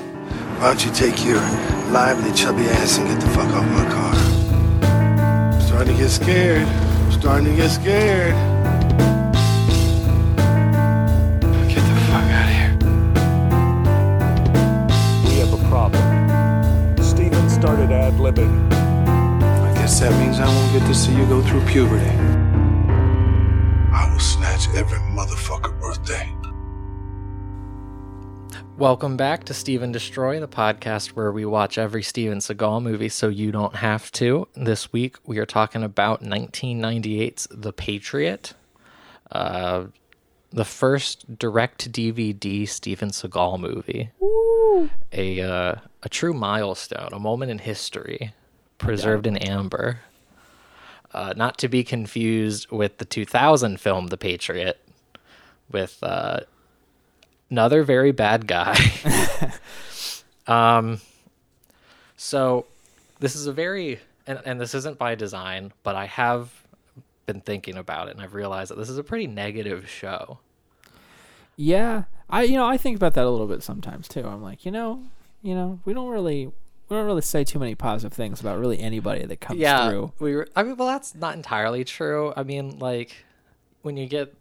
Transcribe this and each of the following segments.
Why don't you take your lively, chubby ass and get the fuck off my car? I'm starting to get scared. I'm starting to get scared. Get the fuck out of here. We have a problem. Steven started ad libbing. I guess that means I won't get to see you go through puberty. I will snatch every motherfucker birthday. Welcome back to Steven Destroy, the podcast where we watch every Steven Seagal movie so you don't have to. This week we are talking about 1998's The Patriot, uh, the first direct to DVD Steven Seagal movie. A, uh, a true milestone, a moment in history, preserved in amber. Uh, not to be confused with the 2000 film The Patriot, with uh, another very bad guy. um, so this is a very and, and this isn't by design, but I have been thinking about it and I've realized that this is a pretty negative show. Yeah, I you know I think about that a little bit sometimes too. I'm like, you know, you know, we don't really we don't really say too many positive things about really anybody that comes through. we were. I mean, well, that's not entirely true. I mean, like when you get,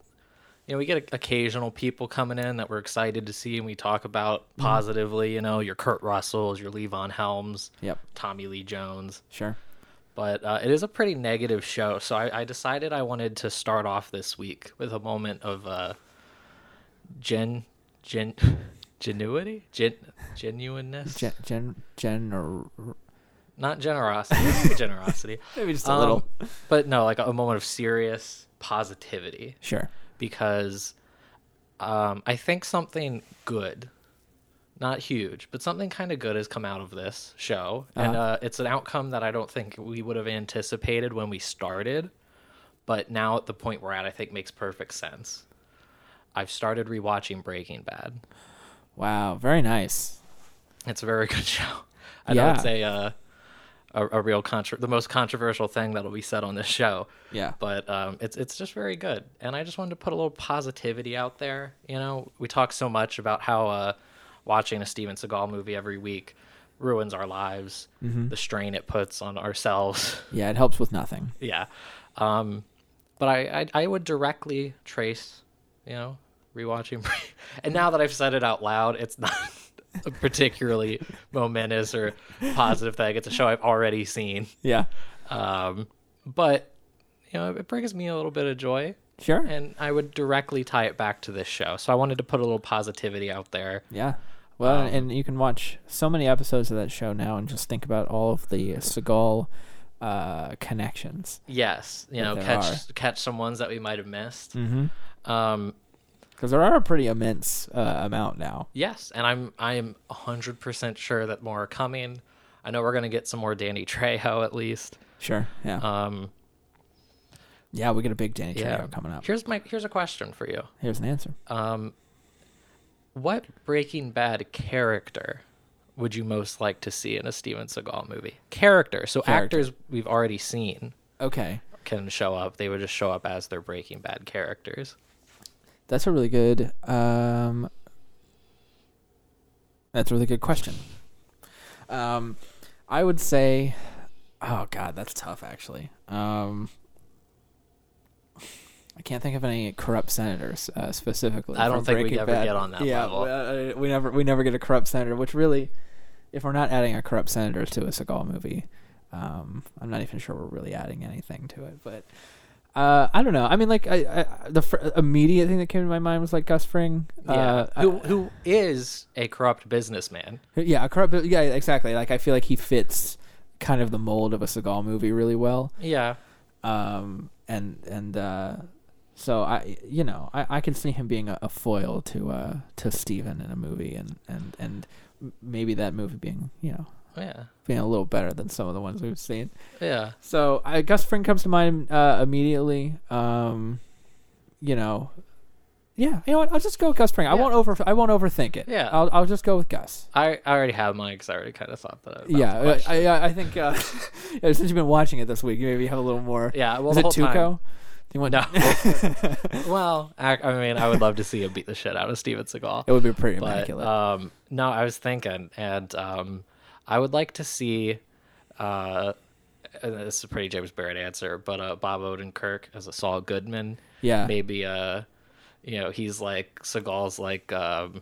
you know, we get occasional people coming in that we're excited to see, and we talk about positively. You know, your Kurt Russells, your Levon Helms, Yep. Tommy Lee Jones. Sure. but uh, it is a pretty negative show. So I, I decided I wanted to start off this week with a moment of uh, gen, gen, genuity, gen, genuineness, Gen gen gen or not generosity, generosity, maybe just a Um, little. but no, like a, a moment of serious positivity Sure. because um, I think something good, not huge, but something kind of good has come out of this show, and uh, it's an outcome that I don't think we would have anticipated when we started, but now at the point we're at, I think makes perfect sense. I've started rewatching Breaking Bad. Wow. Very nice. It's a very good show. I know Yeah. it's a uh, a, a real contro- the most controversial thing that'll be said on this show. Yeah. But um, it's it's just very good, and I just wanted to put a little positivity out there. You know, we talk so much about how uh, watching a Steven Seagal movie every week ruins our lives, Mm-hmm. the strain it puts on ourselves. Yeah, it helps with nothing. yeah, um, but I, I I would directly trace, you know, rewatching, and now that I've said it out loud, it's not. A particularly momentous or positive thing. It's a show I've already seen Yeah. um, but you know it brings me a little bit of joy Sure. and i would directly tie it back to this show so i wanted to put a little positivity out there Yeah. Well, and you can watch so many episodes of that show now and just think about all of the Seagal uh, connections. yes you know there catch catch some ones that we might have missed um, Because there are a pretty immense uh, amount now. yes and i'm i'm 100% sure that more are coming i know we're going to get some more danny trejo at least Sure. Yeah. um, yeah, we get a big Danny Trejo yeah Uh, coming up. here's my here's a question for you Here's an answer. what Breaking Bad character would you most like to see in a Steven Seagal movie? Character. So Character. actors we've already seen okay. can show up. They would just show up as their Breaking Bad characters. That's a really good. Um, that's a really good question. Um, I would say, oh god, that's tough actually. Um, I can't think of any corrupt senators uh, specifically. I don't from think we Breaking ever Bad. get on that yeah, level. uh, we never we never get a corrupt senator, which really, if we're not adding a corrupt senator to a Seagal movie, um, I'm not even sure we're really adding anything to it, but. Uh, I don't know. I mean, like, I, I the fir- immediate thing that came to my mind was like Gus Fring. Uh, I- who who is a corrupt businessman? yeah, a corrupt. Yeah, exactly. Like, I feel like he fits kind of the mold of a Seagal movie really well. Yeah. Um, and and uh, so I, you know, I, I can see him being a, a foil to uh to Steven in a movie, and and and m- maybe that movie being you know Yeah. being a little better than some of the ones we've seen. Yeah. So I Gus Fring comes to mind uh, immediately. Um, you know, yeah. You know what? I'll just go with Gus Fring. I won't over. I won't overthink it. Yeah. I'll I'll just go with Gus. I, I already have mine because I already kind of thought that. that was yeah. a uh, question. I I I think uh, yeah, since you've been watching it this week, you maybe have a little more. yeah. Well, Is the it whole Tuco? time- They went. No. well, I, I mean, I would love to see him beat the shit out of Steven Seagal. It would be pretty but immaculate. um, no, I was thinking, and um, I would like to see. Uh, and this is a pretty James Barrett answer, but uh, Bob Odenkirk as a Saul Goodman. Yeah. maybe uh, you know, he's like Seagal's like um,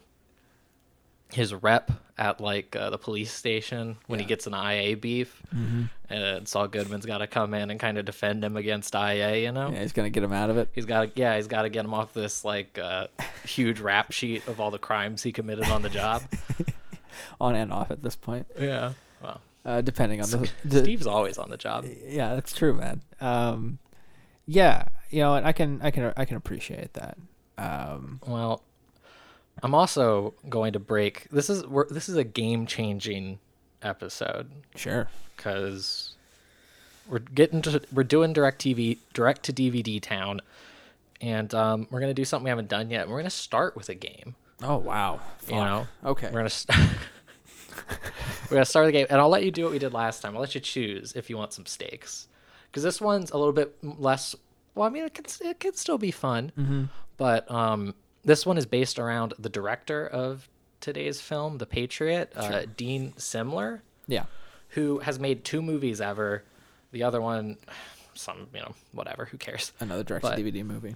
his rep at like uh, the police station when he gets an IA beef, Mm-hmm. and Saul Goodman's got to come in and kind of defend him against IA. You know, yeah, he's gonna get him out of it. He's got to, yeah, he's got to get him off this like uh, huge rap sheet of all the crimes he committed on the job. on and off at this point, yeah. Well, uh, depending on the, the Steve's always on the job. Yeah, that's true, man. Um, yeah, you know, and I can, I can, I can appreciate that. Um, Well, I'm also going to break. This is we're, this is a game changing episode sure. because we're getting to we're doing direct TV direct to DVD town, and um, we're gonna do something we haven't done yet. We're gonna start with a game. Oh wow. Fuck. You know, Okay. We're gonna st- we're gonna start the game, and I'll let you do what we did last time. I'll let you choose if you want some stakes, because this one's a little bit m- less. Well, I mean, it can s- it can still be fun, but um, this one is based around the director of today's film, The Patriot, uh, Dean Simler, Yeah. who has made two movies ever. The other one, some you know, whatever. Who cares? Another direct But- to DVD movie.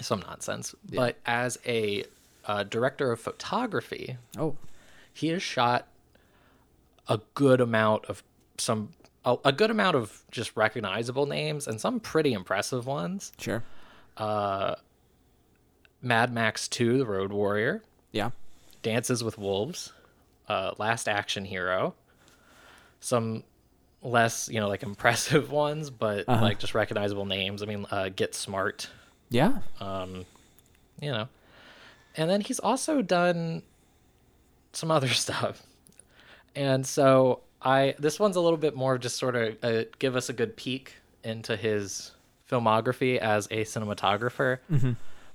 Some nonsense. But as a uh, director of photography, Oh. he has shot a good amount of some a, a good amount of just recognizable names and some pretty impressive ones. Sure. Mad Max 2, The Road Warrior, Yeah. Dances with Wolves, uh, Last Action Hero, some less, you know, like impressive ones, but like just recognizable names. I mean, uh, Get Smart, Yeah. you know. And then he's also done some other stuff. And so I this one's a little bit more just sort of uh give us a good peek into his filmography as a cinematographer.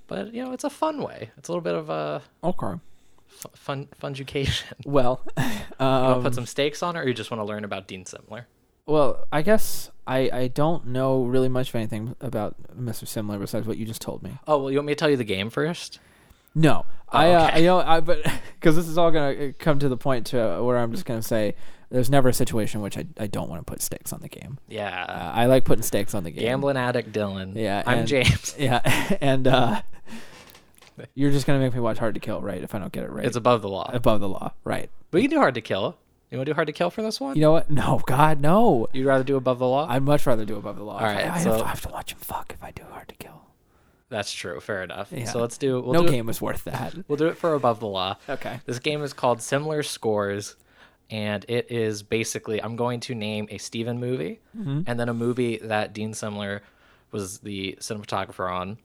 But you know, it's a fun way. It's a little bit of a okay. f- fun funjucation. Well, um, you want to put some stakes on it, or you just want to learn about Dean Simler? well, I guess I I don't know really much of anything about Mr. Simler besides what you just told me. Oh well, you want me to tell you the game first? No, I, uh, okay. I know, I, but because this is all gonna uh, come to the point to uh, where I'm just gonna say there's never a situation in which I, I don't want to put stakes on the game. Yeah, Uh, I like putting stakes on the game. gambling addict Dylan. Yeah, I'm and- James. Yeah, and uh, you're just gonna make me watch Hard to Kill, right? If I don't get it right, It's above the law. above the law, right? We can do hard to kill. You want to do hard to kill for this one? You know what? No, God, no. You'd rather do above the law? I'd much rather do above the law. All right, I, I so- have, I have to watch him fuck if I do Hard to Kill. That's true. Fair enough. Yeah. So let's do. We'll no do it- game is worth that. we'll do it for above the law. Okay. This game is called Similar Scores, and it is basically I'm going to name a Steven movie and then a movie that Dean Simler was the cinematographer on,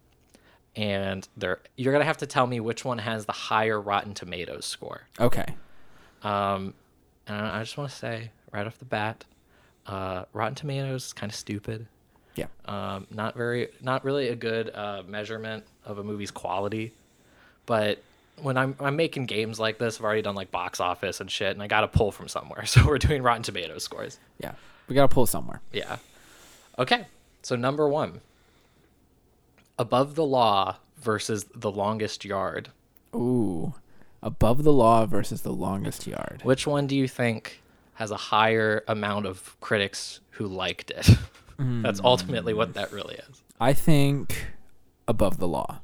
and there you're gonna have to tell me which one has the higher Rotten Tomatoes score. Okay. Um, and I I just want to say right off the bat, uh, Rotten Tomatoes is kind of stupid. Yeah. um, not very not really a good uh, measurement of a movie's quality but when I'm, I'm making games like this i've already done like box office and shit and i gotta pull from somewhere so we're doing rotten tomato scores Yeah. We gotta pull somewhere. yeah okay so number one above the law versus the longest yard Ooh. Above the law versus the longest yard. which one do you think has a higher amount of critics who liked it that's ultimately what that really is I think above the law.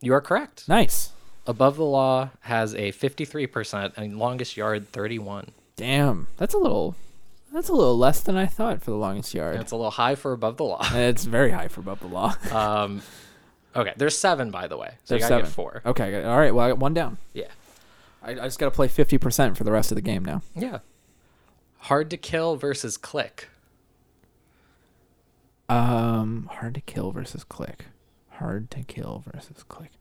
you are correct Nice. Above the Law has a 53% and Longest Yard 31. Damn. That's a little that's a little less than I thought for the longest yard. It's a little high for Above the Law. Um, It's very high for above the law. Okay, there's seven by the way. So There's you gotta get four. Okay, good. all right. Well, I got one down. Yeah. I, I just got to play fifty percent for the rest of the game now. Yeah. Hard to Kill versus Click. Um, hard to kill versus click. Hard to kill versus click.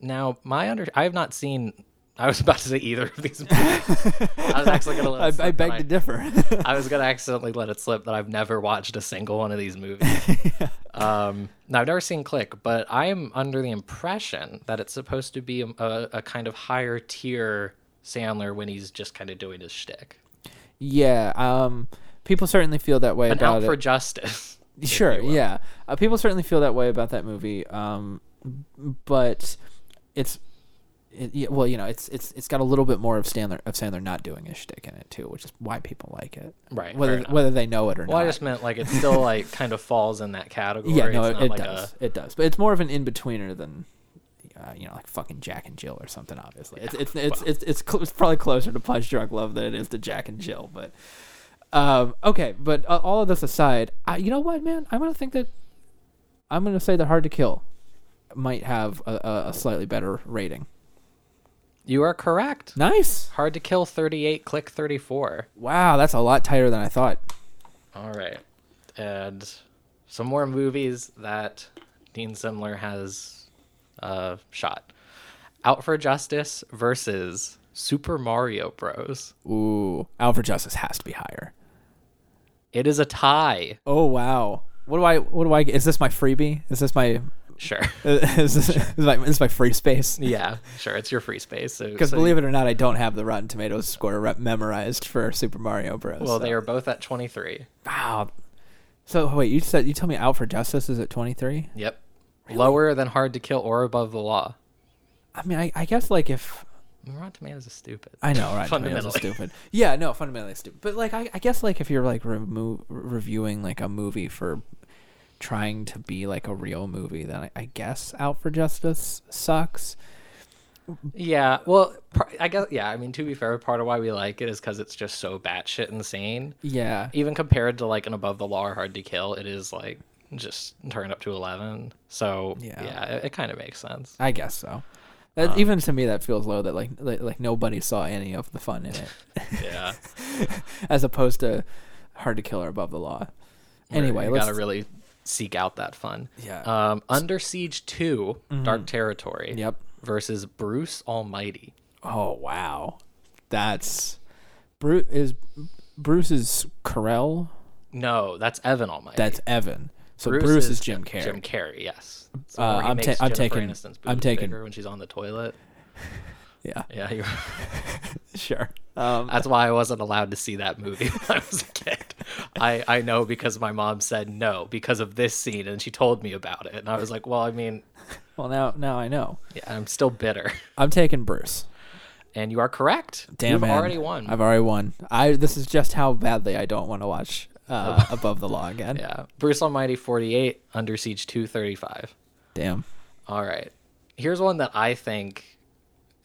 Now, my under I have not seen I was about to say either of these movies. I was actually gonna let it I, slip I that beg to differ. I was gonna accidentally let it slip that I've never watched a single one of these movies. um, now I've never seen Click, but I am under the impression that it's supposed to be a, a, a kind of higher tier Sandler when he's just kind of doing his shtick, yeah. Um, people certainly feel that way but about out it. for justice. if Sure, you will. yeah. Uh, people certainly feel that way about that movie, um, but it's it, yeah, well, you know, it's it's it's got a little bit more of Sandler of Sandler not doing his shtick in it too, which is why people like it, Right, fair Whether enough. whether they know it or Well, not. I just meant like it still like kind of falls in that category. yeah, no, it's it, not it like does, a it does, but it's more of an in betweener than. Uh, you know, like fucking Jack and Jill or something. Obviously, it's it's it's it's it's, cl- it's probably closer to Punch Drunk Love than it is to Jack and Jill. But um, okay, but uh, all of this aside, I, you know what, man? I'm gonna think that I'm gonna say that Hard to Kill might have a, a, a slightly better rating. You are correct. Nice. Hard to kill 38, click 34. Wow, that's a lot tighter than I thought. All right. And some more movies that Dean Simler has uh, shot Out for Justice versus Super Mario Bros. Ooh, Out for Justice has to be higher. It is a tie. Oh wow. What do I? What do I? Is this my freebie? Is this my? Sure. Is this, is my, is my free space? yeah, sure. It's your free space. Because believe it or not, I don't have the Rotten Tomatoes score re- memorized for Super Mario Bros. Well, so- they are both at 23. wow. So wait, you said you tell me Out for Justice is at twenty three? Yep. Lower than Hard to Kill or Above the Law. I mean, I, I guess like if Rotten Tomatoes is stupid. I know, right? Tomatoes is Fundamentally. stupid. Yeah, no, fundamentally stupid. But like, I, I guess like if you're like remo- reviewing like a movie for trying to be like a real movie, then I, I guess Out for Justice sucks. Yeah, well, par- I guess yeah. I mean, to be fair, part of why we like it is because it's just so batshit insane. Yeah, Even compared to like an Above the Law or Hard to Kill, it is like just turned up to eleven. So Yeah. yeah, it, it kind of makes sense. I guess so. That, Um, even to me, that feels low. That like, like like nobody saw any of the fun in it. Yeah, as opposed to hard to kill or above the law. Anyway, you let's, gotta really seek out that fun. Yeah. Um, Under Siege 2 Dark Territory. Yep. Versus Bruce Almighty. oh wow, that's Bruce is Bruce's Carell. No, that's Evan Almighty. That's Evan. So Bruce, is, Jim Carrey. Jim Carrey, yes. It's Uh, where he I'm ta- makes I'm Jennifer taking- Aniston's I'm boobs taking- bigger when she's on the toilet. yeah, Yeah, you sure. Um, That's why I wasn't allowed to see that movie when I was a kid. I, I know because my mom said no because of this scene and she told me about it. And I was like, well, I mean, well, now now I know. yeah, I'm still bitter. I'm taking Bruce. And you are correct. Damn, You've man. already won. I've already won. I this is just how badly I don't want to watch uh, above the law again. yeah. Bruce Almighty 48, Under Siege 235. Damn. All right. Here's one that I think,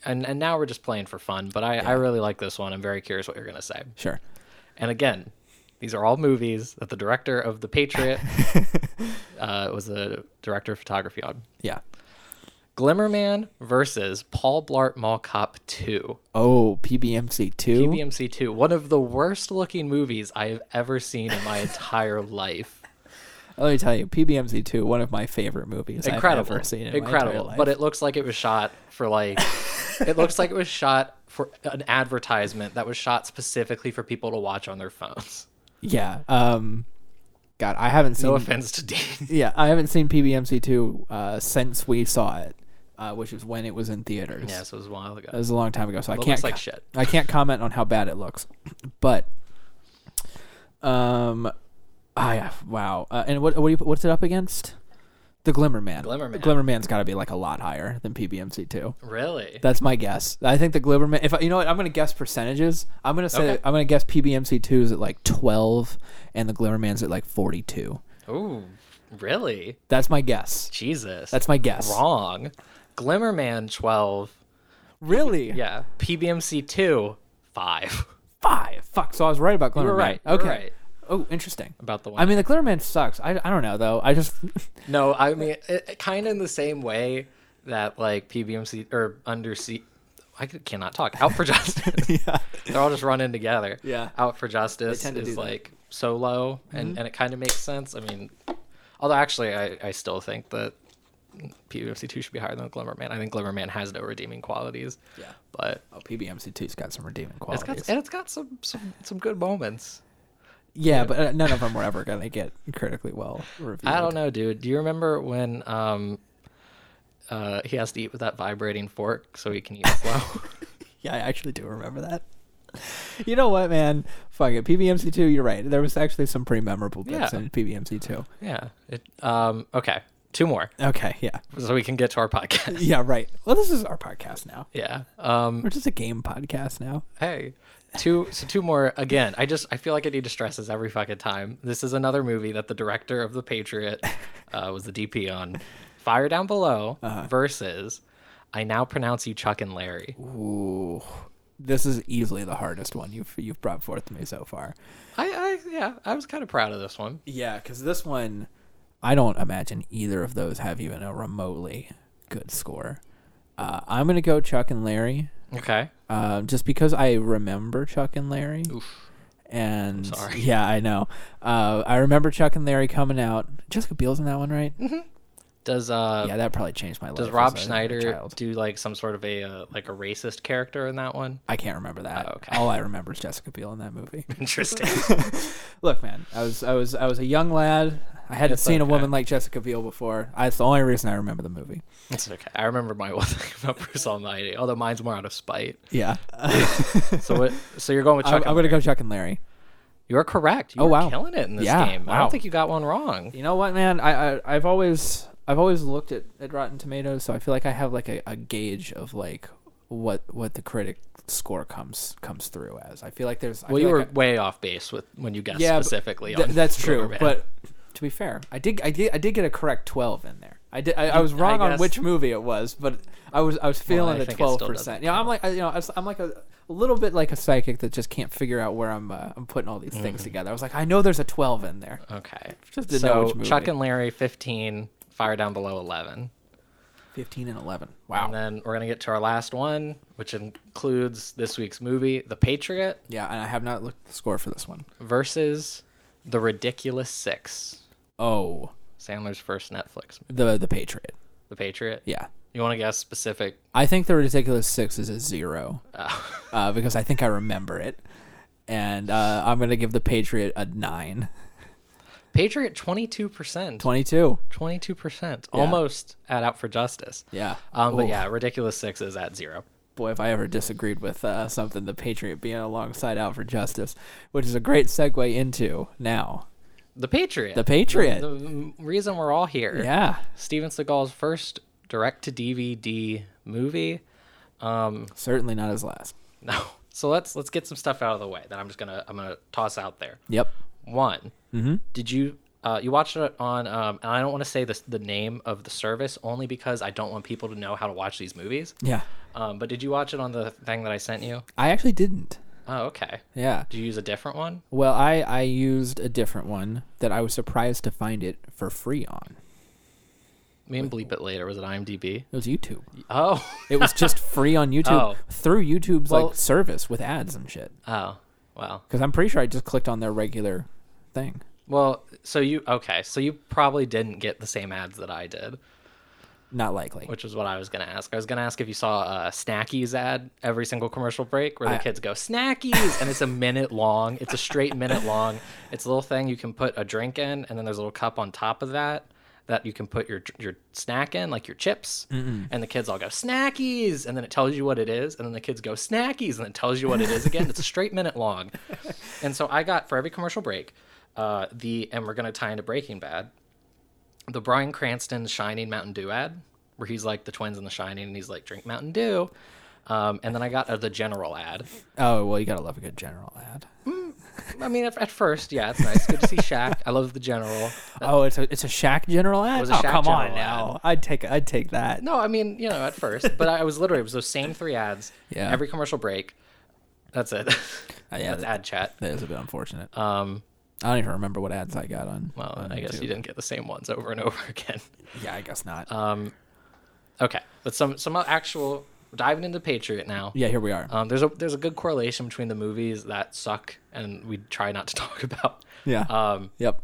and, and now we're just playing for fun, but I, I really like this one. I'm very curious what you're going to say. Sure. And again, these are all movies that the director of The Patriot uh, was the director of photography on. Yeah. Glimmerman versus Paul Blart Mall Cop 2. Oh, PBMC two. PBMC 2. One of the worst looking movies I have ever seen in my entire life. Let me tell you, PBMC two, one of my favorite movies I've Incredible. ever seen. In My entire Incredible. life. But it looks like it was shot for like it looks like it was shot for an advertisement that was shot specifically for people to watch on their phones. Yeah. Um, God, I haven't seen. No offense to Dean. Yeah, I haven't seen PBMC two uh, since we saw it, uh, which was when it was in theaters. Yeah, so it was a while ago. It was a long time ago, so I Well, it can't. looks like co- shit. I can't comment on how bad it looks, but um, I wow. Uh, and what what do you, what's it up against? The Glimmer Man. Glimmer Man. Glimmer Man's got to be like a lot higher than PBMC two. Really? That's my guess. I think the Glimmerman. If I, you know what, I'm gonna guess percentages. I'm gonna say Okay. I'm gonna guess PBMC two is at like 12, and the Glimmerman's at like 42. Ooh, really? That's my guess. Jesus. That's my guess. wrong. Glimmerman 12. Really? Yeah. PBMC 2, 5. Five. Fuck. So I was right about Glimmerman. were right. You were Okay. right. Oh, interesting. About the I one. mean, the Glimmerman sucks. I, I don't know though. I just No, I mean, it, kind of in the same way that, like, PBMC or Under Sea. I could- cannot talk. Out for Justice. yeah. They're all just running together. Yeah. Out for Justice tend to do is, that. Mm-hmm. like, so low, and, and it kind of makes sense. I mean, although actually, I, I still think that PBMC 2 should be higher than Glimmerman. I think Glimmerman has no redeeming qualities. Yeah. But. Oh, PBMC two's got some redeeming It's qualities. got, and it's got some, some, some good moments. yeah, but uh, none of them were ever gonna get critically well reviewed. I don't know, dude. Do you remember when um, uh, he has to eat with that vibrating fork so he can eat slow? Yeah, I actually do remember that. you know what, man? Fuck it. PBMC two. You're right. There was actually some pretty memorable bits Yeah. in PBMC two. Yeah. It, um, okay. Two more Okay. Yeah. so we can get to our podcast. Yeah. Right. Well, this is our podcast now. Yeah. Um, We're just a game podcast now. hey two so two more again i just i feel like i need to stress this every fucking time this is another movie that the director of the patriot uh, was the dp on fire down below Uh-huh. versus i now pronounce you chuck and larry Ooh. This is easily the hardest one you've you've brought forth to me so far. i i yeah i was kind of proud of this one Yeah, because this one, I don't imagine either of those have even a remotely good score. Uh, I'm gonna go Chuck and Larry, okay uh, just because I remember Chuck and Larry. Oof. And sorry. yeah, I know. Uh, I remember Chuck and Larry coming out. Jessica Biel's in that one, right? does uh Yeah, that probably changed my life. Mm-hmm. does as rob a- as a schneider child. do like some sort of a uh, like a racist character in that one I can't remember that. Oh, okay. All I remember is Jessica Biel in that movie. interesting Look, man, I was I was I was a young lad. I hadn't It's seen a okay. woman like Jessica Biel before. That's the only reason I remember the movie. it's okay i remember my one thing about bruce almighty although mine's more out of spite Yeah, so what so you're going with chuck I'm, and I'm gonna go Chuck and Larry. You're correct. You Oh, were wow. killing it in this Yeah, game. I wow. don't think you got one wrong. You know what, man? I, I I've always I've always looked at, at Rotten Tomatoes, so I feel like I have like a, a gauge of like what what the critic score comes comes through as. I feel like there's I Well, feel you were like I- way off base with when you guessed Yeah, but specifically. Th- on that's true, Superman. but to be fair, I did I did I did get a correct twelve in there. I did I, I was wrong on guess- which movie it was, but I was I was feeling I the think it still twelve doesn't percent. Yeah, I'm like I, you know I was- I'm like a, a little bit like a psychic that just can't figure out where I'm uh, I'm putting all these Mm-hmm. things together. I was like I know there's a twelve in there. okay. Just didn't so know which movie. Chuck and Larry, fifteen. Fire down below eleven, 15 and 11. Wow. and then we're gonna get to our last one, which includes this week's movie, The Patriot, yeah, and I have not looked at the score for this one. versus The Ridiculous Six, Oh, Sandler's first Netflix, movie. the the Patriot. The Patriot. Yeah. You want to guess specific? I think the ridiculous six is a zero Oh. uh, because I think I remember it, and uh, I'm gonna give the Patriot a nine. Patriot, twenty-two percent. Twenty-two. Twenty-two percent, almost at Out for Justice. Yeah. Um, but Oof. yeah, Ridiculous Six is at zero. Boy, if I ever disagreed with uh, something, the Patriot being alongside Out for Justice, which is a great segue into now The Patriot. the Patriot. The m- reason we're all here. yeah. Steven Seagal's first direct to DVD movie. Certainly not his last. No. So let's let's get some stuff out of the way that I'm just gonna I'm gonna toss out there. Yep. One. Did you uh, you watched it on? Um, and I don't want to say this, the name of the service only because I don't want people to know how to watch these movies. Yeah. Um, but did you watch it on the thing that I sent you? I actually didn't. Oh, okay. Yeah. Did you use a different one? Well, I, I used a different one that I was surprised to find it for free on. We can bleep it later. Was it IMDb? It was YouTube. Oh, It was just free on YouTube Oh. through YouTube's Well- like service with ads and shit. oh, wow. Because I'm pretty sure I just clicked on their regular thing. Well, so you okay? So you probably didn't get the same ads that I did, Not likely. which is what I was gonna ask. I was gonna ask if you saw a Snackies ad every single commercial break, where the I- kids go Snackies, and it's a minute long. It's a straight minute long. It's a little thing you can put a drink in, and then there's a little cup on top of that that you can put your your snack in, like your chips. And the kids all go Snackies, and then it tells you what it is, and then the kids go Snackies, and it tells you what it is again. It's a straight minute long, and so I got for every commercial break. Uh, the and we're gonna tie into Breaking Bad the Brian Cranston Shining Mountain Dew ad, where he's like the twins in The Shining, and he's like drink Mountain Dew. Um, and then I got uh, the General ad. Oh well, you gotta love a good general ad. I mean, at, at first, yeah, it's nice. Good to see Shaq. I love the General. Oh, it's a it's a Shack general ad. was Oh a Shaq come on general ad. now. I'd take I'd take that. No, I mean, you know, at first, but I was literally it was those same three ads. Yeah. Every commercial break. That's it. Uh, yeah, That's that- ad chat. That is a bit unfortunate. Um, I don't even remember what ads I got on. Well, on I guess YouTube. you didn't get the same ones over and over again. Yeah, I guess not. Um, Okay, but some some actual diving into Patriot now. yeah, here we are. Um, there's a there's a good correlation between the movies that suck and we try not to talk about. yeah. Um, yep.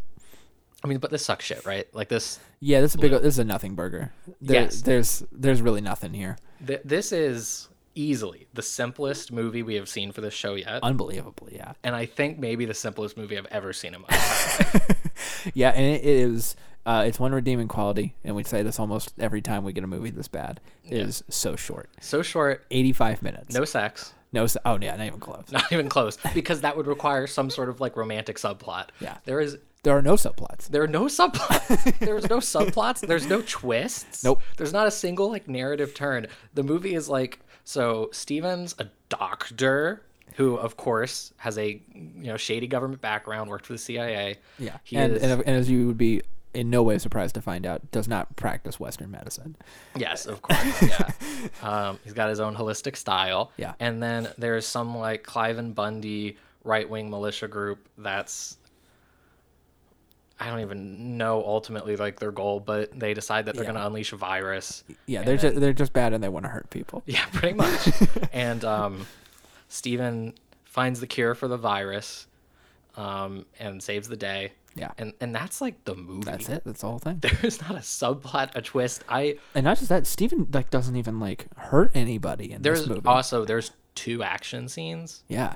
I mean, but this sucks shit, right? Like this, Yeah, this is a big. This is a nothing burger. There, Yes. There's there's really nothing here. th- this is easily the simplest movie we have seen for this show yet, Unbelievable. Yeah. and I think maybe the simplest movie I've ever seen in my life. Yeah, and it is. Uh, it's one redeeming quality, and we say this almost every time we get a movie this bad. Is so short. so short, Eighty five minutes. no sex, No, s- oh yeah, not even close. Not even close, because that would require some sort of like romantic subplot. Yeah. There is There are no subplots. there are no subplots. There's no subplots. There's no twists. Nope. There's not a single like narrative turn. The movie is like so Steven's a doctor who of course has a you know shady government background, worked for the CIA. Yeah, He and, is and and as you would be in no way surprised to find out, does not practice Western medicine. Yes, of course. Yeah. um, he's got his own holistic style. Yeah. And then there's some like Clive and Bundy right wing militia group that's I don't even know ultimately like their goal, but they decide that they're gonna unleash a virus. Yeah, And they're then- just they're just bad and they want to hurt people. yeah, pretty much. and um, Steven finds the cure for the virus um, and saves the day. Yeah. And and that's like the movie. That's it. That's the whole thing. There's not a subplot, a twist. I And not just that, Steven like doesn't even like hurt anybody in there's this movie. also there's two action scenes. yeah,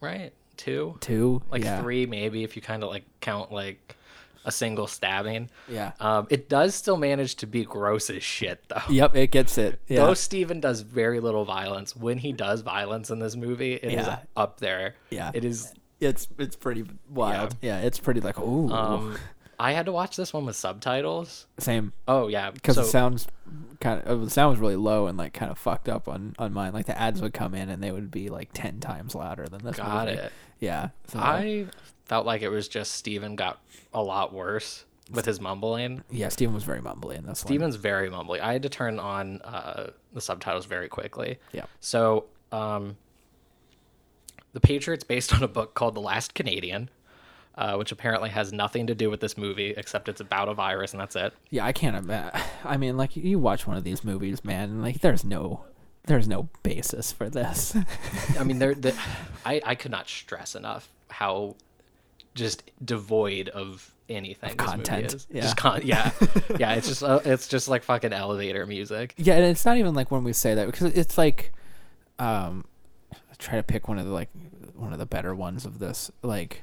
right? Two, two, like yeah. three, maybe if you kind of like count like a single stabbing. Yeah. Um, it does still manage to be gross as shit though. Yep, it gets it. Yeah. Though Steven does very little violence, when he does violence in this movie, it is Yeah. up there. Yeah. It is. it's it's pretty wild. Yeah, it's pretty like ooh, Um, I had to watch this one with subtitles. same Oh yeah, because so, the sounds kind of the sound was really low and like kind of fucked up on on mine. Like the ads would come in and they would be like ten times louder than this. Got movie. it. Yeah. So, I felt like it was just Steven got a lot worse with his mumbling. yeah, Steven was very mumbly in this one. Steven's very mumbly. I had to turn on uh, the subtitles very quickly. Yeah. So, um, The Patriot's based on a book called The Last Canadian, uh, which apparently has nothing to do with this movie except it's about a virus and that's it. Yeah, I can't imagine. I mean, like you watch one of these movies, man, and like there's no, there's no basis for this. I mean, there, the, I, I could not stress enough how just devoid of anything this movie content. is. Yeah. Just con- yeah. yeah. It's just, uh, it's just like fucking elevator music. yeah, and it's not even like when we say that because it's like, um, I try to pick one of the like one of the better ones of this like.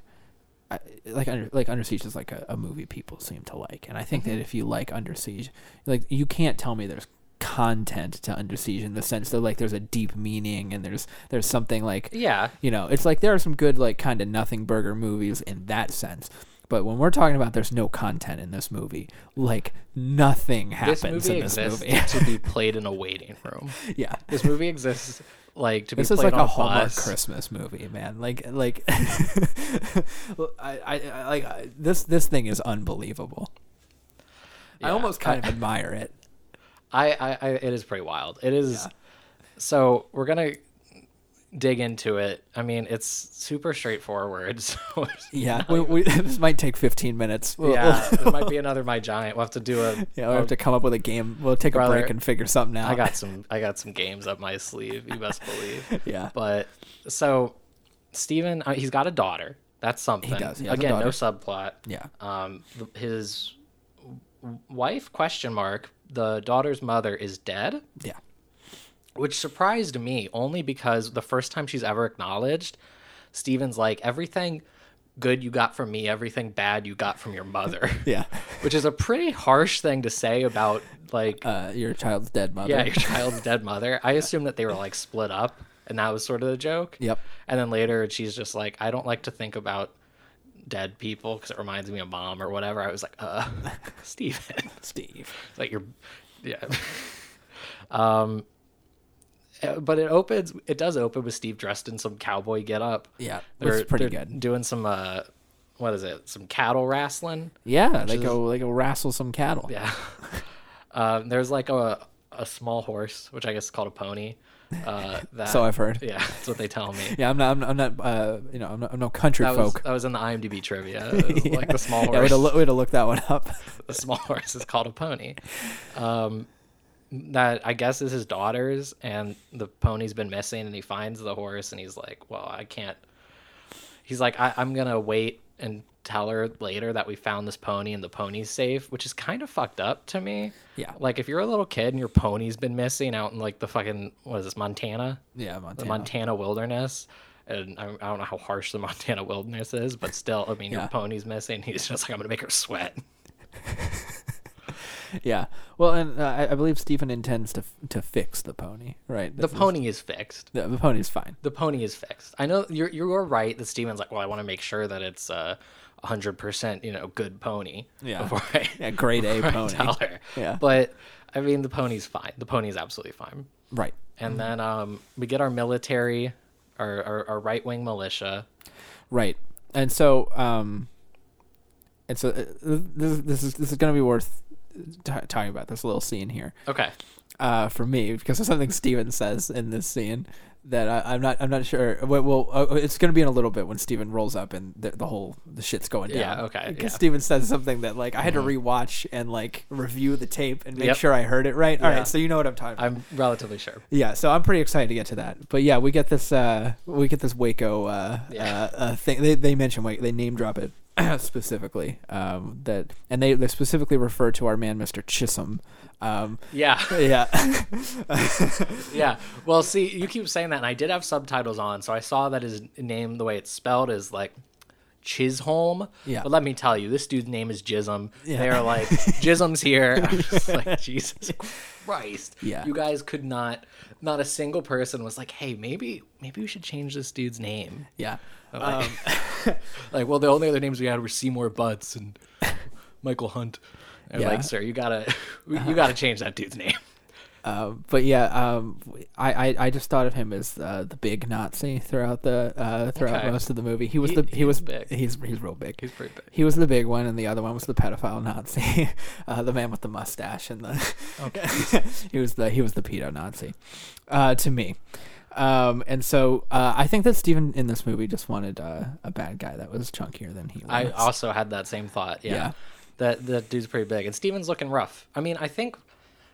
I, like under like under siege is like a, a movie people seem to like and i think Mm-hmm. that if you like under siege like you can't tell me there's content to under siege in the sense that like there's a deep meaning and there's there's something like Yeah. you know it's like there are some good like kind of nothing burger movies in that sense but when we're talking about there's no content in this movie like nothing happens This movie in this exists movie to be played in a waiting room. yeah This movie exists like to be this played is like on a Hallmark bus. Christmas movie, man. Like, like, Well, I, I, I, like I, this. This thing is unbelievable. I Yeah. almost kind of admire it. I, I, I it is pretty wild. It is. So we're gonna dig into it. I mean, it's super straightforward. So it's- Yeah, we, we, this might take 15 minutes. We'll, yeah, we'll- it might be another my giant. We'll have to do a. yeah, we'll have to come up with a game. We'll take a Brother, break and figure something out. I got some. I got some games up my sleeve. You best believe. Yeah. But so, Steven, uh, he's got a daughter. That's something. does, he has a Again, no daughter. subplot. Yeah. Um, th- his w- wife question mark the daughter's mother is dead. yeah. which surprised me only because the first time she's ever acknowledged, Steven's like, everything good you got from me, everything bad you got from your mother. Yeah. which is a pretty harsh thing to say about, like, Uh, your child's dead mother. yeah, your child's dead mother. I assume that they were, like, split up, and that was sort of the joke. Yep. And then later she's just like, I don't like to think about dead people because it reminds me of mom or whatever. I was like, uh, Steven. Steve. It's like you're yeah um uh, but it opens it does open with steve dressed in some cowboy getup Yeah, They're- it's pretty they're good. doing some uh what is it some cattle wrestling Yeah, they go they go wrestle some cattle. yeah um there's like a a small horse which i guess is called a pony uh that So I've heard. yeah that's what they tell me Yeah, I'm not. I'm not. I'm not uh, you know, I'm, not, I'm no country that was, folk. that was in the imdb trivia It was like the small Yeah, we horse had to, look- we had to look that one up. the small horse is called a pony. Um, that I guess is his daughter's, and the pony's been missing, and he finds the horse, and he's like, "Well, I can't." He's like, I- "I'm gonna wait and tell her later that we found this pony, and the pony's safe," which is kind of fucked up to me. Yeah. like if you're a little kid and your pony's been missing out in like the fucking what is this Montana? Yeah, the Montana. Montana wilderness. And I, I don't know how harsh the Montana wilderness is, but still, I mean, Yeah. your pony's missing. He's just like, I'm gonna make her sweat. yeah. Well, and uh, I, I believe Stephen intends to f- to fix the pony, right? The This is- pony is fixed. the, the pony's fine. The pony is fixed. I know you're you're right that Steven's like, well, I want to make sure that it's a hundred percent, you know, good pony. Yeah. Before I, Yeah, grade A before I pony. tell her. Yeah. But I mean, the pony's fine. The pony's absolutely fine. Right. And then um, we get our military, our our, our right wing militia. Right. And so, um, and so uh, this this is this is gonna be worth t- talking about this little scene here. Okay. uh, for me because of something Steven says in this scene that I, I'm not I'm not sure. Well, well uh, it's going to be in a little bit when Steven rolls up and the, the whole the shit's going down. Yeah, okay, Because yeah. Mm-hmm. Steven says something that like I had to rewatch and like review the tape and make Yep. sure I heard it right. All right, Yeah. so you know what I'm talking about. I'm relatively sure. yeah, so I'm pretty excited to get to that. But yeah, we get this uh we get this Waco uh, Yeah. uh, uh thing. They they mention Waco. They name drop it specifically. Um that and they they specifically refer to our man Mr. Chisholm. Um Yeah. yeah. yeah. Well, see, you keep saying that, and I did have subtitles on, so I saw that his name, the way it's spelled, is like Chisholm. Yeah. But let me tell you, this dude's name is Jism. Yeah. They're like, Jism's here. I'm just like, Jesus Christ. Yeah. You guys could not, not a single person was like, hey, maybe, maybe we should change this dude's name. Yeah. Like, Um. like, well, the only other names we had were Seymour Butts and Michael Hunt. And Yeah. Uh-huh. Like, sir, you gotta, you gotta change that dude's name. Um, but yeah, um, I, I I just thought of him as uh, the big Nazi throughout the uh, throughout Okay. most of the movie. He was He- the he, he was was big. He's he's real big. He's pretty big. He was the big one, and the other one was the pedophile Nazi, uh, the man with the mustache, and the he was the he was the pedo Nazi, uh, to me. Um, and so uh, I think that Steven in this movie just wanted uh, a bad guy that was chunkier than he was. I also had that same thought. Yeah. Yeah. That that dude's pretty big. And Steven's looking rough. I mean, I think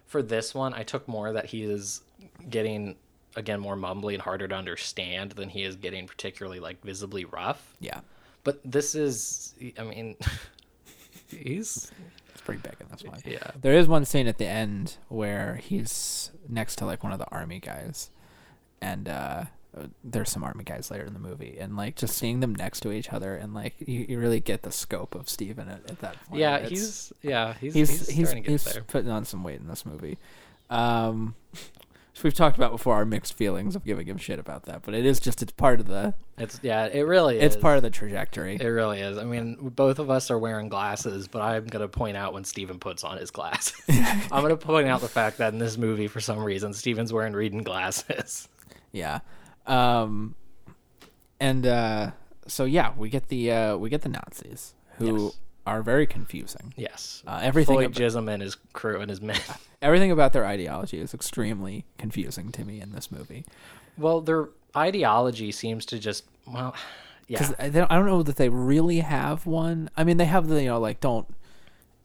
for this one, I took more that he is getting again more mumbly and harder to understand than he is getting particularly like visibly rough. yeah, But this is I mean he's it's pretty big in this one. yeah. There is one scene at the end where he's next to like one of the army guys, and uh, there's some army guys later in the movie, and like just seeing them next to each other, and like you, you really get the scope of Steven at, at that point. Yeah, It's- he's yeah, he's he's, he's he's, he's, starting to get there. putting on some weight in this movie. Um, so we've talked about before our mixed feelings of giving him shit about that, but it is just it's part of the It's yeah, it really it's is. part of the trajectory. it really is. I mean, both of us are wearing glasses, but I'm going to point out when Steven puts on his glasses. I'm going to point out the fact that in this movie, for some reason, Steven's wearing reading glasses. Yeah. Um and uh so yeah, we get the uh we get the Nazis who Yes. are very confusing. Yes. Uh, everything Floyd ab- Jism and his crew and his men. Everything about their ideology is extremely confusing to me in this movie. well, their ideology seems to just, well, yeah. Cuz don't I don't know that they really have one. I mean, they have the you know like don't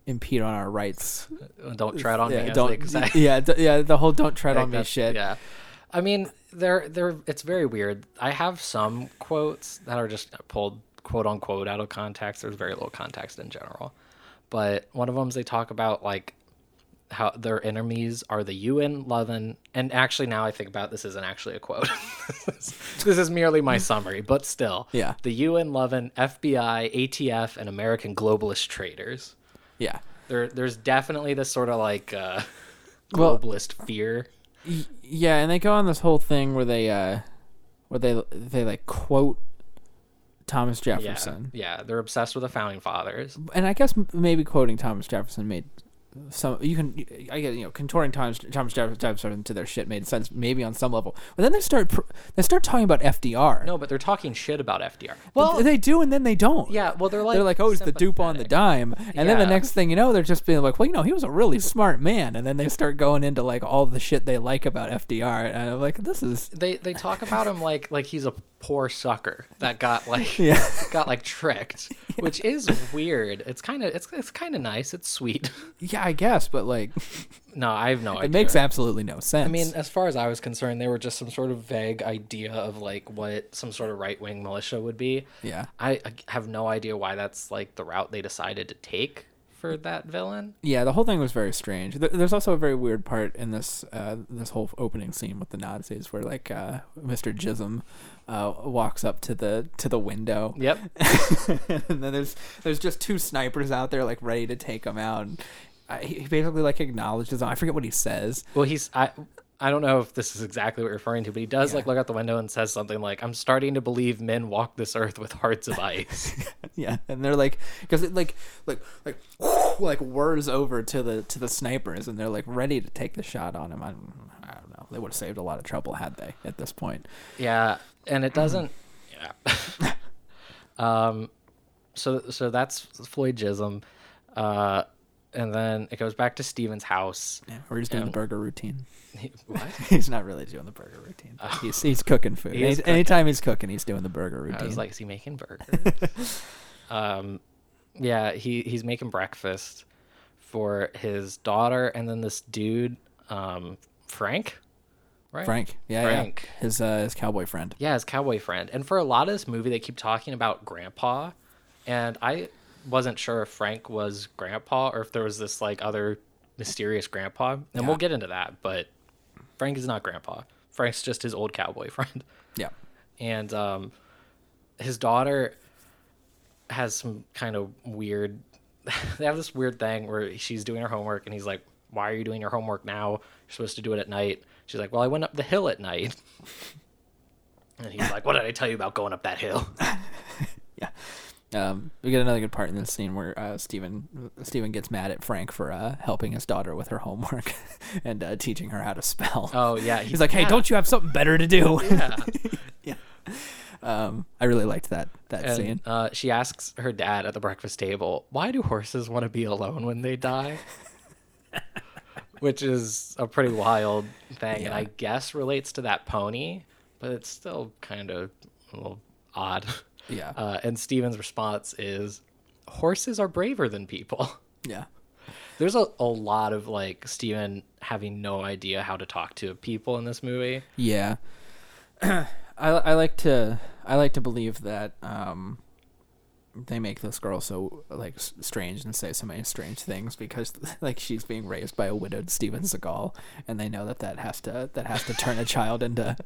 impede on our rights. Don't tread on me. Yeah, as don't they say. yeah, d- yeah, the whole don't tread on me That's- shit. Yeah. I mean, they're they're it's very weird. I have some quotes that are just pulled quote unquote out of context. There's very little context in general. But one of them's they talk about like how their enemies are the UN, Lovin, and actually now I think about it, this isn't actually a quote. this is merely my summary, but still. Yeah. The UN, Lovin, FBI, ATF, and American globalist traitors. Yeah. There there's definitely this sort of like uh Well- globalist fear. Yeah, and they go on this whole thing where they uh where they they like quote Thomas Jefferson. Yeah, yeah, they're obsessed with the founding fathers. and I guess m- maybe quoting Thomas Jefferson made some you can I get you know contorting Thomas Thomas Jeff- Jefferson to their shit made sense maybe on some level, but then they start pr- they start talking about FDR. No, but they're talking shit about FDR. well, they do and then they don't. yeah, well, they're like they're like, oh, it's the dupe on the sympathetic. dime, and then the Yeah. next thing you know, they're just being like, well, you know, he was a really smart man, and then they start going into like all the shit they like about FDR, and I'm like, this is They they talk about him like like he's a poor sucker that got like Yeah. got like tricked, which is weird. It's kind of it's it's kind of nice. It's sweet. yeah, I guess, but like, No, I have no idea. it makes absolutely no sense. I mean, as far as I was concerned, they were just some sort of vague idea of like what some sort of right wing militia would be. Yeah. I, I have no idea why that's like the route they decided to take for that villain. Yeah, the whole thing was very strange. Th- There's also a very weird part in this uh, this whole opening scene with the Nazis, where like uh, Mr. Jism uh, walks up to the to the window. Yep. and then there's there's just two snipers out there like ready to take him out. And, I, he basically like acknowledges. I forget what he says. Well, he's I I don't know if this is exactly what you're referring to, but he does like look out the window and says something like, "I'm starting to believe men walk this earth with hearts of ice." Yeah, and they're like, because it like like like like whirs over to the to the snipers, and they're like ready to take the shot on him. I don't, I don't know. They would have saved a lot of trouble had they at this point. yeah, and it doesn't. Yeah. um. So so that's Floyd Jism, uh, and then it goes back to Steven's house. Or he's doing the burger routine. what? Oh. He's not really doing the burger routine. but he's he's cooking food. He is Any- Anytime he's cooking, he's doing the burger routine. I was Uh, like, is he making burgers? um, yeah, he he's making breakfast for his daughter, and then this dude, um, Frank, right? Frank. Yeah, Frank. yeah. His uh, his cowboy friend. Yeah, his cowboy friend. And for a lot of this movie, they keep talking about Grandpa, and I wasn't sure if Frank was Grandpa or if there was this like other mysterious Grandpa. And we'll get into that, but Frank is not Grandpa. Frank's just his old cowboy friend. Yeah. and um, his daughter has some kind of weird. they have this weird thing where she's doing her homework, and he's like, "Why are you doing your homework now? You're supposed to do it at night." She's like, "Well, I went up the hill at night." And he's like, "What did I tell you about going up that hill?" Yeah. Um, we get another good part in this scene where uh, Stephen Stephen gets mad at Frank for uh, helping his daughter with her homework and uh, teaching her how to spell. Oh yeah, he's like, "Hey, yeah. don't you have something better to do?" Yeah. um, I really liked that that And scene. uh, she asks her dad at the breakfast table, "Why do horses want to be alone when they die?" Which is a pretty wild thing, and I guess relates to that pony, but it's still kind of a little odd. Yeah. Uh, and Steven's response is, "Horses are braver than people." yeah, There's a, a lot of like Steven having no idea how to talk to people in this movie. yeah. I I like to I like to believe that um, they make this girl so like s- strange and say so many strange things because like she's being raised by a widowed Steven Seagal and they know that that has to that has to turn a child into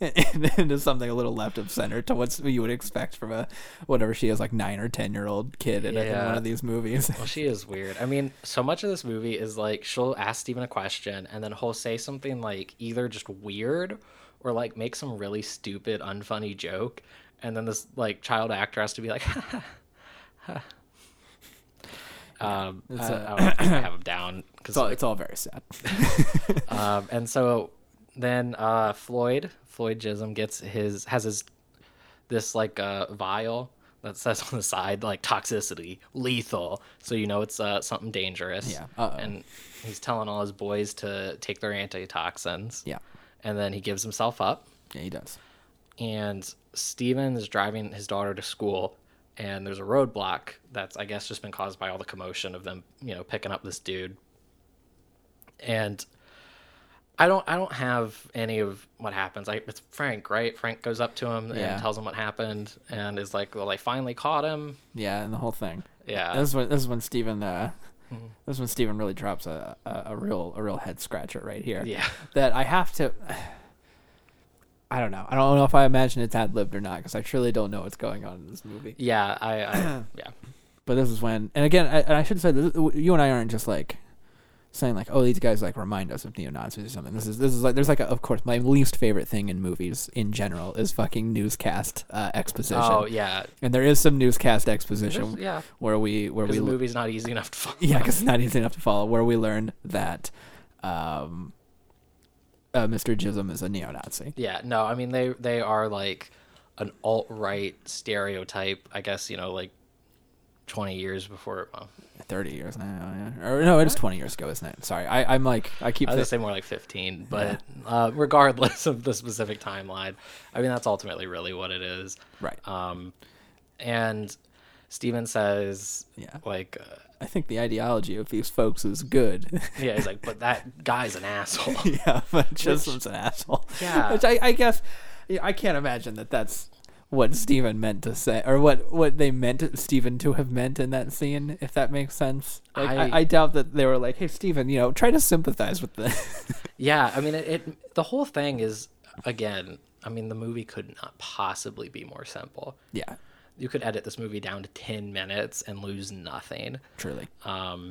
into something a little left of center to what you would expect from a whatever she is like nine or ten year old kid in, a- in Yeah. one of these movies. Well, she is weird. I mean, so much of this movie is like she'll ask Steven a question and then he'll say something like either just weird or like make some really stupid, unfunny joke. And then this like child actor has to be like, um, I, It's, uh, I don't think I have him down. Cause, It's all, it's all very sad. um, and so then uh, Floyd, Floyd Jism gets his, has his, this like uh, vial that says on the side like toxicity, lethal. So you know it's uh, something dangerous. Yeah. Uh-oh. And he's telling all his boys to take their antitoxins. Yeah. And then he gives himself up. Yeah, he does. And Steven is driving his daughter to school. And there's a roadblock that's, I guess, just been caused by all the commotion of them, you know, picking up this dude. And I don't, I don't have any of what happens. I, it's Frank, right? Frank goes up to him Yeah. and tells him what happened, and is like, "Well, I finally caught him." Yeah, and the whole thing. Yeah. Mm-hmm. this is when this is when Steven, uh, this is when Steven really drops a, a, a real a real head scratcher right here. Yeah. that I have to. I don't know. I don't know if I imagine it's ad libbed or not because I truly don't know what's going on in this movie. Yeah, I, I yeah. But this is when, and again, I, and I should say, this, you and I aren't just like saying like, oh, these guys like remind us of neo Nazis or something. This is this is like, there's like, a, of course, my least favorite thing in movies in general is fucking newscast uh, exposition. Oh yeah. And there is some newscast exposition, There's- yeah. where we where we Because the lo- movie's not easy enough to find. yeah, because it's not easy enough to follow. Where we learned that um, uh, Mr. Jism is a neo-Nazi. Yeah, no, I mean they they are like an alt right stereotype. I guess you know like twenty years before. Well, Thirty years now, yeah. or no, it is twenty years ago, isn't it? Sorry, I, I'm like I keep. I was gonna thi- say more like fifteen, but uh, regardless of the specific timeline, I mean that's ultimately really what it is. right. Um, and Steven says, Yeah. like, uh, I think the ideology of these folks is good. yeah, he's like, but that guy's an asshole. yeah, but Jism's an asshole. Yeah. which I, I guess yeah, I can't imagine that that's what Steven meant to say, or what what they meant Steven to have meant in that scene, if that makes sense. Like, I, I- I doubt that they were like, "Hey, Steven, you know, try to sympathize with the." Yeah, I mean, it, it. The whole thing is, again, I mean, the movie could not possibly be more simple. yeah, You could edit this movie down to ten minutes and lose nothing. truly. I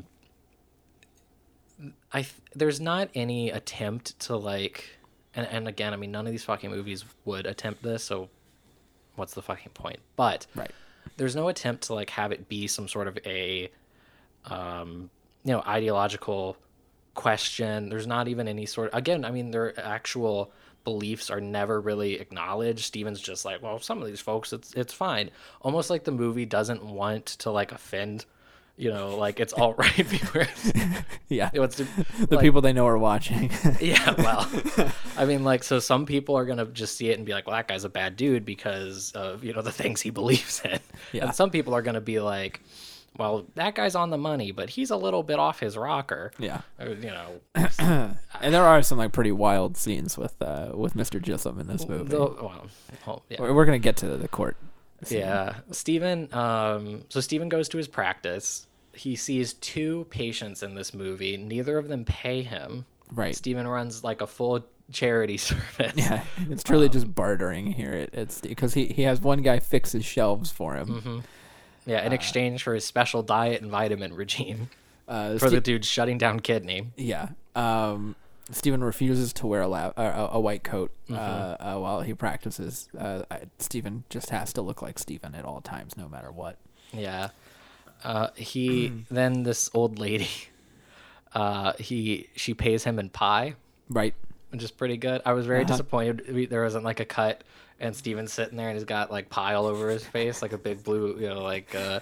th- there's not any attempt to like, and and again, I mean, none of these fucking movies would attempt this, so what's the fucking point? But Right. there's no attempt to like have it be some sort of a, um, you know, ideological question. There's not even any sort. Again, I mean, their actual beliefs are never really acknowledged. Steven's just like, well, some of these folks, it's it's fine. Almost like the movie doesn't want to like offend. You know, like it's all right viewers. Yeah. It wants to, the like- people they know are watching. yeah, well, I mean, like, so some people are gonna just see it and be like, "Well, that guy's a bad dude because of you know the things he believes in," Yeah. and some people are gonna be like, "Well, that guy's on the money, but he's a little bit off his rocker." yeah. Or, you know, And there are some like pretty wild scenes with uh with Mr. Gissum in this movie. though- well, well, yeah. We're we're gonna get to the court. scene. Yeah. Steven, um, so Steven goes to his practice. He sees two patients in this movie. Neither of them pay him. Right. Steven runs like a full charity service. Yeah, it's truly just bartering here. It, it's because he, he has one guy fix his shelves for him. Yeah, in exchange for his special diet and vitamin regime Uh, for the Ste- dude shutting down kidney. yeah. Um, Stephen refuses to wear a, la- uh, a, a white coat uh, uh, while he practices. Uh, I, Stephen just has to look like Stephen at all times, no matter what. Yeah. Uh, he then this old lady, uh, he she pays him in pie, Right. which is pretty good. I was very disappointed we- there wasn't like a cut and Steven's sitting there and he's got like pie all over his face, like a big blue, you know, like uh,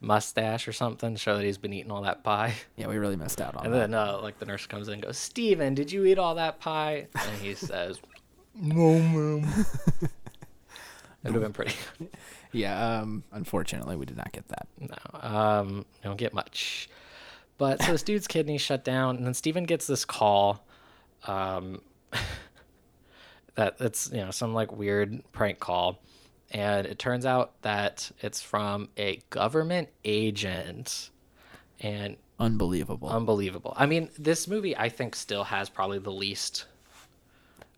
mustache or something, to show that he's been eating all that pie. Yeah, we really missed out on And that. then uh, like the nurse comes in and goes, Steven, did you eat all that pie? And he says, No, ma'am. It would have been pretty. yeah. Um, unfortunately, we did not get that. No, um, don't get much. But so this dude's kidney shut down, and then Steven gets this call, um, that it's you know some like weird prank call, and it turns out that it's from a government agent, and Unbelievable. unbelievable. I mean, this movie I think still has probably the least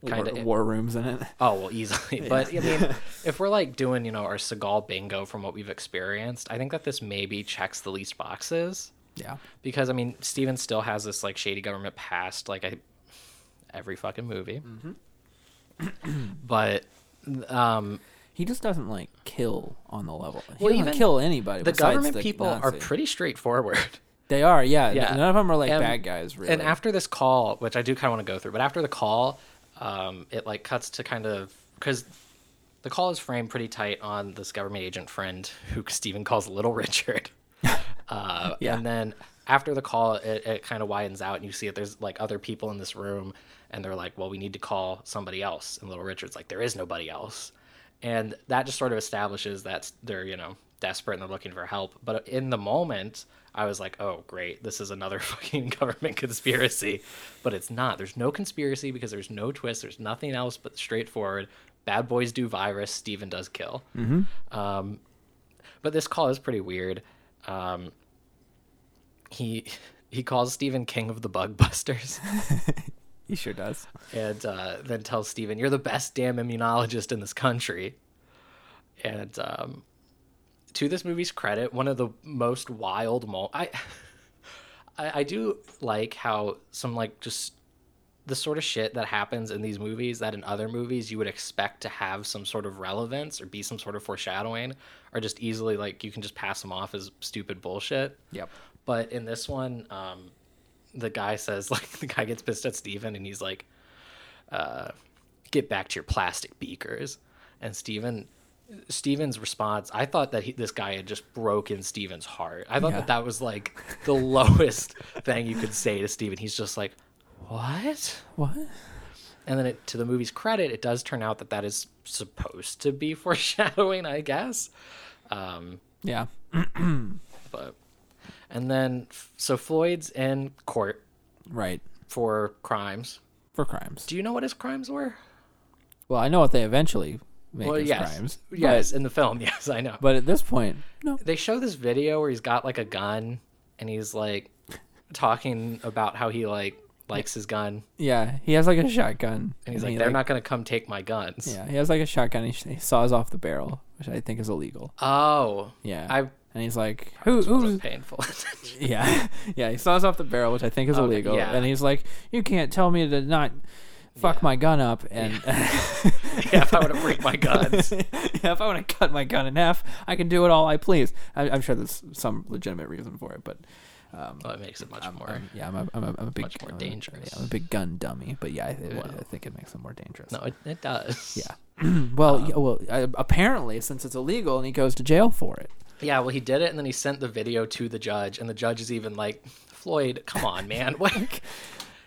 war, kind of war rooms in it. Oh well, easily. But I mean, if we're like doing you know our Seagal bingo from what we've experienced, I think that this maybe checks the least boxes Yeah. because I mean Steven still has this like shady government past, like I every fucking movie. but um, He just doesn't like kill on the level. He Well, doesn't even kill anybody. the besides government people are Nazi. pretty straightforward. They are, yeah. Yeah. None of them are like And- bad guys, really. And after this call, which I do kind of want to go through, but after the call, um, it like cuts to kind of because the call is framed pretty tight on this government agent friend who Steven calls Little Richard. Uh, Yeah. And then after the call, it, it kind of widens out, and you see that there's like other people in this room, and they're like, well, we need to call somebody else. And Little Richard's like, there is nobody else. And that just sort of establishes that they're, you know, desperate and they're looking for help. But in the moment, I was like, oh, great, this is another fucking government conspiracy. But it's not. There's no conspiracy because there's no twist, there's nothing else but straightforward. Bad boys do virus, Steven does kill. Um, But this call is pretty weird. Um, he he calls Stephen King of the Bug Busters he sure does. and uh, then tells Stephen, "You're the best damn immunologist in this country." And um, to this movie's credit, one of the most wild mo I, I I do like how some like just the sort of shit that happens in these movies that in other movies you would expect to have some sort of relevance or be some sort of foreshadowing are just easily like you can just pass them off as stupid bullshit. Yep. But in this one, um, the guy says like the guy gets pissed at Steven and he's like, uh, "Get back to your plastic beakers." And Steven Steven's response, I thought that he, this guy had just broken Steven's heart. I thought Yeah. that that was like the lowest thing you could say to Steven. He's just like, "What?" What? And then it, to the movie's credit, it does turn out that that is supposed to be foreshadowing, I guess. Yeah. But and then f- so Floyd's in court Right. for crimes. For crimes. Do you know what his crimes were? Well, I know what they eventually make well, as yes, crimes. yes, in the film, yes, I know. But, but at this point, no. they show this video where he's got like a gun and he's like talking about how he like likes his gun Yeah, he has like a shotgun. and he's like, he, "They're not gonna come take my guns." Yeah, he has like a shotgun. He, sh- he saws off the barrel, which I think is illegal. Oh, Yeah. I and he's like, "Who? Who's?" painful. Yeah, yeah. He saws off the barrel, which I think is Okay, illegal, yeah. and he's like, "You can't tell me to not fuck Yeah. my gun up." And yeah, if I wowould have break my guns. yeah, if I want to cut my gun in half, I can do it all I please. I, I'm sure there's some legitimate reason for it, but um, Well, it makes it much more. I'm- yeah, I'm a, I'm a, I'm a big much more I'm a- dangerous. yeah, I'm a big gun dummy, but yeah, I, I- Wow. I think it makes them more dangerous. No, um, it, it does. Yeah. well, yeah, well, I, apparently since it's illegal and he goes to jail for it. Yeah, well, he did it, and then he sent the video to the judge, and the judge is even like, Floyd, come on, man. What?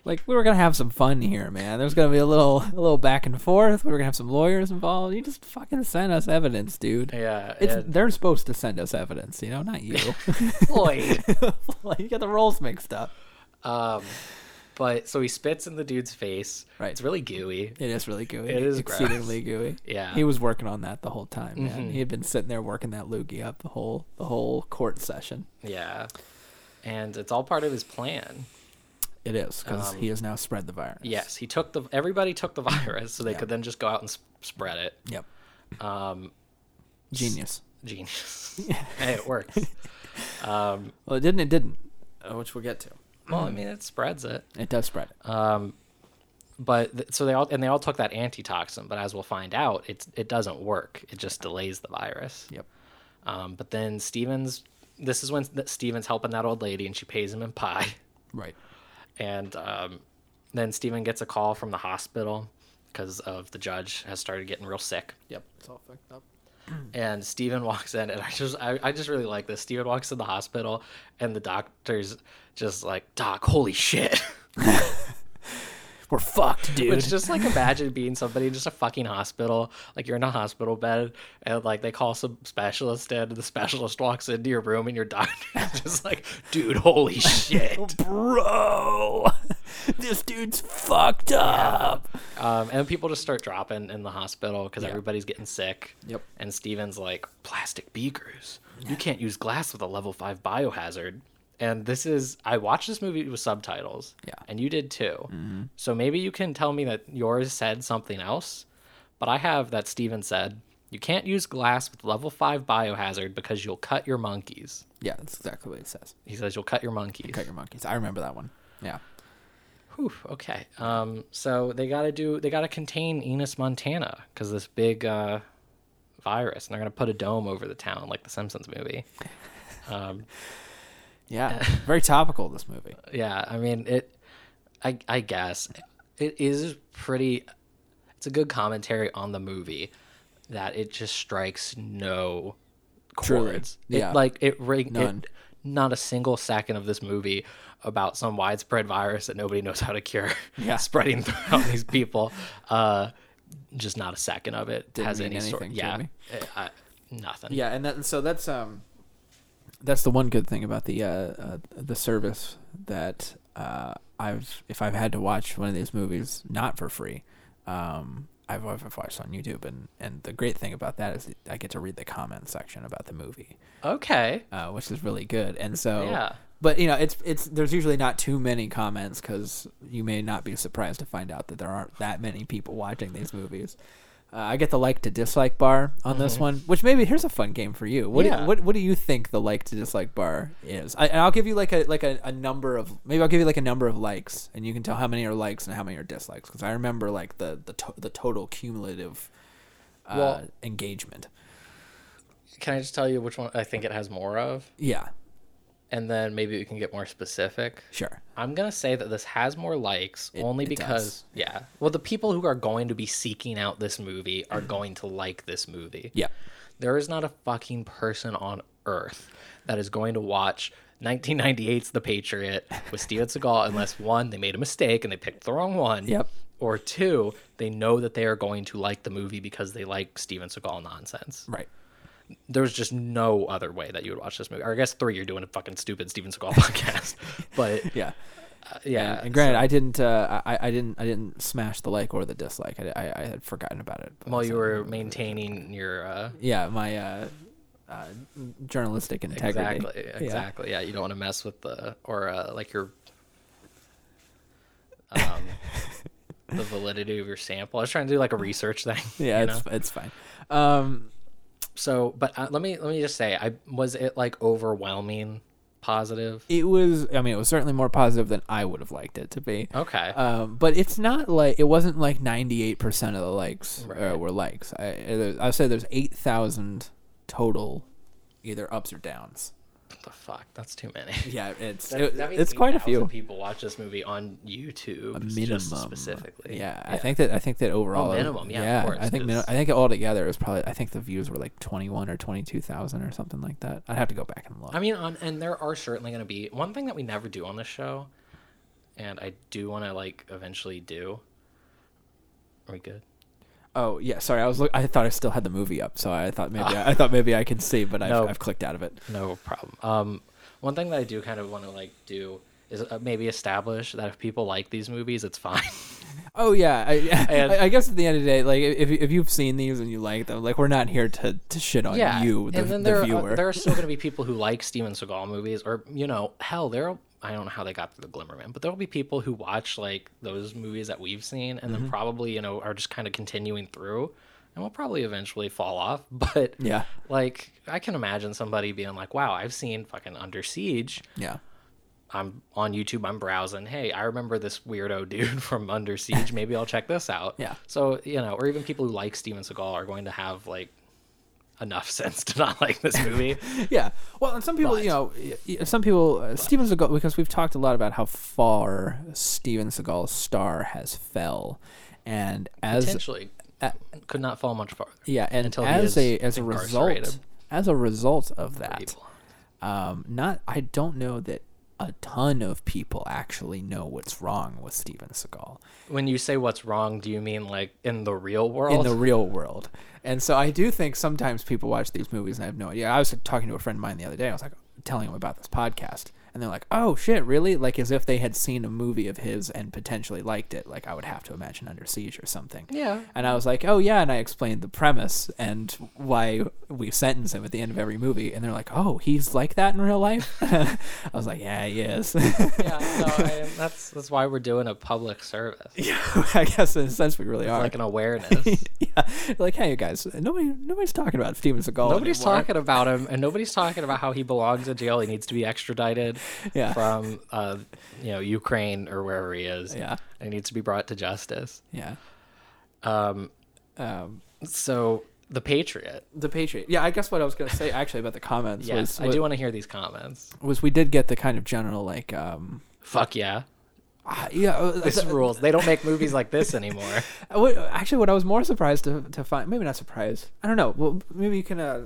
Like we were gonna have some fun here, man. There's gonna be a little, a little back and forth. We were gonna have some lawyers involved. You just fucking send us evidence, dude. Yeah, it's and- they're supposed to send us evidence, you know, not you. Floyd. you got the roles mixed up. Um, but so he spits in the dude's face. Right. It's really gooey. It is really gooey. It is gross. exceedingly gooey. Yeah. he was working on that the whole time, man. He had been sitting there working that loogie up the whole, the whole court session. Yeah. And it's all part of his plan. It is because Um, he has now spread the virus. Yes, he took the everybody took the virus, so they Yeah. could then just go out and sp- spread it. Yep. Um, Genius. genius. hey, it works. Well, it didn't. It didn't. Uh, which we'll get to. Uh, Well, I mean, it spreads it. It does spread. It. But th- so they all and they all took that antitoxin, but as we'll find out, it's it doesn't work. It just delays the virus. yep. Um, but then Stevens, this is when th- Stevens helping that old lady, and she pays him in pie. Right. and um, then Steven gets a call from the hospital because of the judge has started getting real sick Yep. It's all fucked up. and Steven walks in and I just I, I just really like this Steven walks in the hospital and the doctor's just like doc holy shit We're fucked, dude. it's just like imagine being somebody in just a fucking hospital like you're in a hospital bed and like they call some specialist in and the specialist walks into your room and your doctor's just like dude holy shit Bro, this dude's fucked up. Um, and people just start dropping in the hospital because everybody's getting sick. Yep. And Steven's like, plastic beakers. You can't use glass with a level five biohazard. And this is, I watched this movie with subtitles. Yeah. Mm-hmm. And you did too. So maybe you can tell me that yours said something else, but I have that Steven said, you can't use glass with level five biohazard because you'll cut your monkeys. Yeah, that's exactly what it says. He says, you'll cut your monkeys. Cut your monkeys. I remember that one. Yeah. Whew, okay. Um, so they got to do. They got to contain Enos Montana because this big uh, virus, and they're gonna put a dome over the town like the Simpsons movie. Um, Yeah. Uh, Very topical. This movie. yeah, I mean it. I I guess it is pretty. It's a good commentary on the movie that it just strikes no Truly, chords. yeah. It, like it ring None. It, not a single second of this movie about some widespread virus that nobody knows how to cure Yeah. spreading throughout these people. Uh, just not a second of it Didn't has mean any sort. anything to Yeah, me. I- I- nothing. Yeah, and that, so that's um, that's the one good thing about the uh, uh the service that uh I've if I've had to watch one of these movies not for free, um I've, I've watched on YouTube and and the great thing about that is I get to read the comment section about the movie, Okay. uh, which is really good, and so Yeah. But you know, it's it's there's usually not too many comments because you may not be surprised to find out that there aren't that many people watching these movies. Uh, I get the like to dislike bar on this one, which maybe here's a fun game for you. What do, Mm-hmm. Yeah. what what do you think the like to dislike bar is? I, and I'll give you like a like a, a number of maybe I'll give you like a number of likes, and you can tell how many are likes and how many are dislikes because I remember like the the to- the total cumulative uh, Well- engagement. Can I just tell you which one I think it has more of, Yeah, and then maybe we can get more specific. sure. I'm gonna say that this has more likes only it because yeah. Well, the people who are going to be seeking out this movie are going to like this movie. Mm-hmm. Yeah. There is not a fucking person on earth that is going to watch 1998's The Patriot with Steven Seagal unless one, they made a mistake and they picked the wrong one. Yep. Or two, they know that they are going to like the movie because they like Steven Seagal nonsense. Right. There's just no other way that you would watch this movie. Or I guess three, you're doing a fucking stupid Steven Seagal podcast. But Yeah. yeah. And granted, I didn't, uh, I, I didn't, I didn't smash the like or the dislike. I, I, I had forgotten about it. but while so- you were maintaining your uh, yeah, my uh, uh, journalistic integrity. exactly exactly yeah. you don't want to mess with the or uh, like your um the validity of your sample i was trying to do like a research thing Yeah, you it's know? it's fine. Um, So, but uh, let me let me just say, I was it like overwhelming positive. It was. I mean, it was certainly more positive than I would have liked it to be. Okay. Um, but it's not like it wasn't like ninety eight percent of the likes uh, Right. were likes. I I say there's eight thousand total, either ups or downs. what the fuck? That's too many. Yeah, it's That- it- that means it's quite a 8,000 few. people watch this movie on YouTube. A just minimum specifically. Yeah, I think that I think that overall minimum, yeah, of course, I think minu- 'cause- I think altogether it was probably I think the views were like twenty one or twenty two thousand or something like that. I'd have to go back and look. I mean, on, and there are certainly going to be one thing that we never do on this show, and I do want to like eventually do. Are we good? oh yeah, sorry, I was look- I thought I still had the movie up, so I thought maybe I, I thought maybe I could see, but I've, No. I've clicked out of it. No problem. Um, one thing that I do kind of want to like do is uh, maybe establish that if people like these movies, it's fine. Oh yeah, I, And- I, I guess at the end of the day, like if if you've seen these and you like them, like we're not here to, to shit on you, the, and then the there viewer. are uh, there are still going to be people who like Steven Seagal movies, or you know, hell, there. I don't know how they got to the Glimmerman, but there will be people who watch like those movies that we've seen, and Mm-hmm. then probably you know are just kind of continuing through, and will probably eventually fall off. But Yeah. like I can imagine somebody being like, "Wow, I've seen fucking Under Siege." yeah, I'm on YouTube, I'm browsing. Hey, I remember this weirdo dude from Under Siege. Maybe I'll check this out. Yeah. So, you know, or even people who like Steven Seagal are going to have like enough sense to not like this movie. yeah. Well, and some people, you know, y- y- some people, uh, Steven Seagal, because we've talked a lot about how far Steven Seagal's star has fell, and as Potentially could not fall much farther. yeah, and Until he as is a as a result, incarcerated. as a result of that, People. um, not I don't know that a ton of people actually know what's wrong with Steven Seagal. When you say what's wrong, do you mean like in the real world? in the real world. And so I do think sometimes people watch these movies and I have no idea. I was talking to a friend of mine the other day. I was like telling him about this podcast. And they're like, oh shit, really? Like as if they had seen a movie of his and potentially liked it. Like I would have to imagine Under Siege or something. Yeah. And I was like, oh yeah. And I explained the premise and why we sentence him at the end of every movie. And they're like, oh, he's like that in real life? I was like, yeah, he is. yeah, no, I, that's that's why we're doing a public service, I guess in a sense we really are. like an awareness. yeah. Like, hey guys, nobody nobody's talking about Steven Seagal. Nobody's anymore. talking about him, and nobody's talking about how he belongs in jail. He needs to be extradited Yeah. from, uh, you know, Ukraine or wherever he is. Yeah. and he needs to be brought to justice. Um, Yeah. Um, So the Patriot. The Patriot. Yeah, I guess what I was going to say actually about the comments Yes, was, I do want to hear these comments. was we did get the kind of general like um Fuck yeah, ah, yeah, uh, this uh, rules. They don't make movies like this anymore. uh, what- actually what I was more surprised to to find maybe not surprised. I don't know. Well, maybe you can uh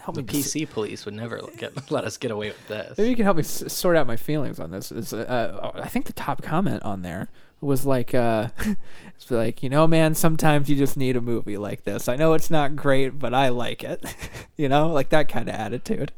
help The me dis- PC police would never get, let us get away with this. Maybe you can help me s- sort out my feelings on this. Is uh, uh, I think the top comment on there was like, uh, it's like you know, man, sometimes you just need a movie like this. I know it's not great, but I like it. you know, like that kind of attitude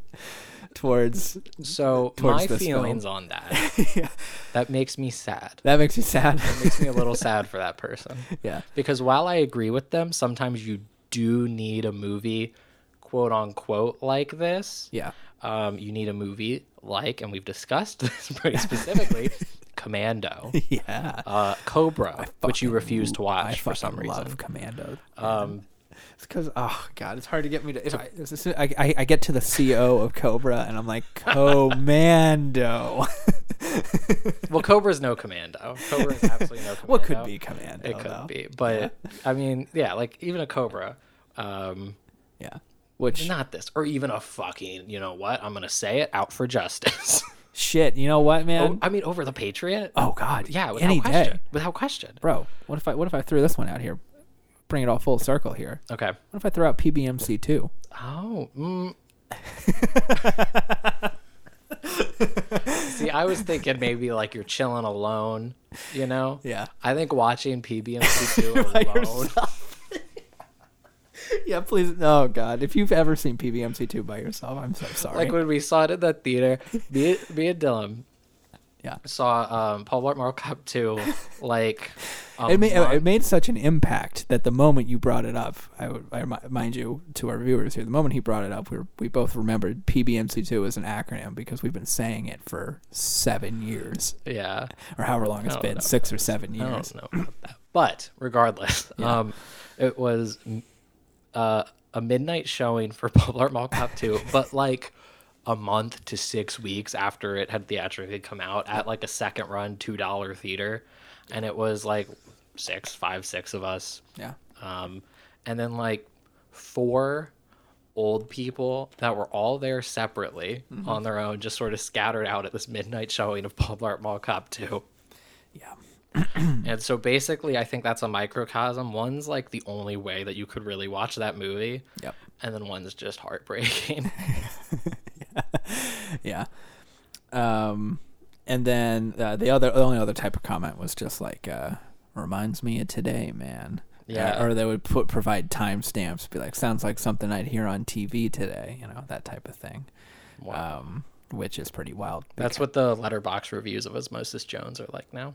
towards. So Towards my this feelings on that yeah, that makes me sad. that makes me sad. makes me a little sad for that person. yeah, because while I agree with them, sometimes you do need a movie, quote unquote, like this. yeah, Um, you need a movie like, and we've discussed this pretty specifically, Commando, yeah. uh, Cobra, which you fucking refuse to watch I for fucking some reason. love Commando. Um, It's because oh god, it's hard to get me to. If I, as soon- I, I I get to the CO of Cobra and I'm like Commando. well, Cobra's no Commando. Cobra is absolutely no Commando. What could be Commando? It could though? be, but I mean, yeah, like even a Cobra. Um, Yeah. Which not this, or even a fucking, you know what? I'm gonna say it out for justice. shit? You know what, oh, man? I mean, over the Patriot. Oh, God. Yeah, without any question. day, Without question. bro. What if I what if I threw this one out here? Bring it all full circle here. Okay. What if I throw out PBMC two? Oh. Mm. See, I was thinking maybe like you're chilling alone, you know? Yeah. I think watching PBMC2 By alone. Yeah, please. Oh God, if you've ever seen PBMC two by yourself, I'm so sorry. Like when we saw it at the theater, me, me and Dylan yeah. saw um, Paul Blart Mall Cop 2 like a It made, month- it made such an impact that the moment you brought it up, I would I remi- mind you to our viewers here. The moment he brought it up, we were, we both remembered PBMC2 is an acronym because we've been saying it for seven years yeah. or however long it's No, been, no, Oh, six or seven I years. don't know about that. But regardless, um, it was uh, a midnight showing for Purple Heart Mall Cop 2, but like a month to six weeks after it had theatrically come out at like a second run $2 theater. And it was like six, five, six of us. Yeah. Um, and then like four old people that were all there separately on their own, just sort of scattered out at this midnight showing of Purple Heart Mall Cop 2. Yeah. And so basically, I think that's a microcosm. One's like the only way that you could really watch that movie. Yep. And then one's just heartbreaking. Yeah. Um, and then uh, the other, the only other type of comment was just like, uh, reminds me of today, man. Yeah. Uh, or they would put provide timestamps, be like, sounds like something I'd hear on TV today, you know, that type of thing. Wow. Um, which is pretty wild. that's what the letterbox reviews of Osmosis Jones are like now.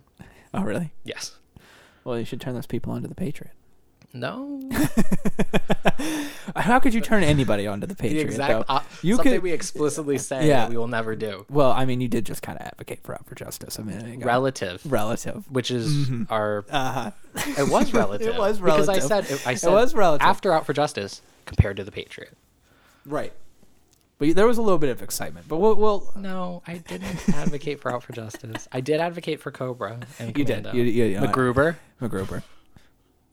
Oh, really? Yes. Well, you should turn those people onto the Patriot. No. How could you turn anybody onto the The Patriot? exact though? op- you something could. we explicitly say Yeah. that we will never do. well, I mean, you did just kind of advocate for out for justice. I mean, there you go. Relative, relative. which is our. Uh-huh. It was relative. It was relative. Because I said I It said was relative. after Out for Justice compared to the Patriot. Right. But there was a little bit of excitement. But we'll. we'll No, I didn't advocate for Out for Justice. I did advocate for Cobra and You did. Commando. You- you- you know it. MacGruber. MacGruber.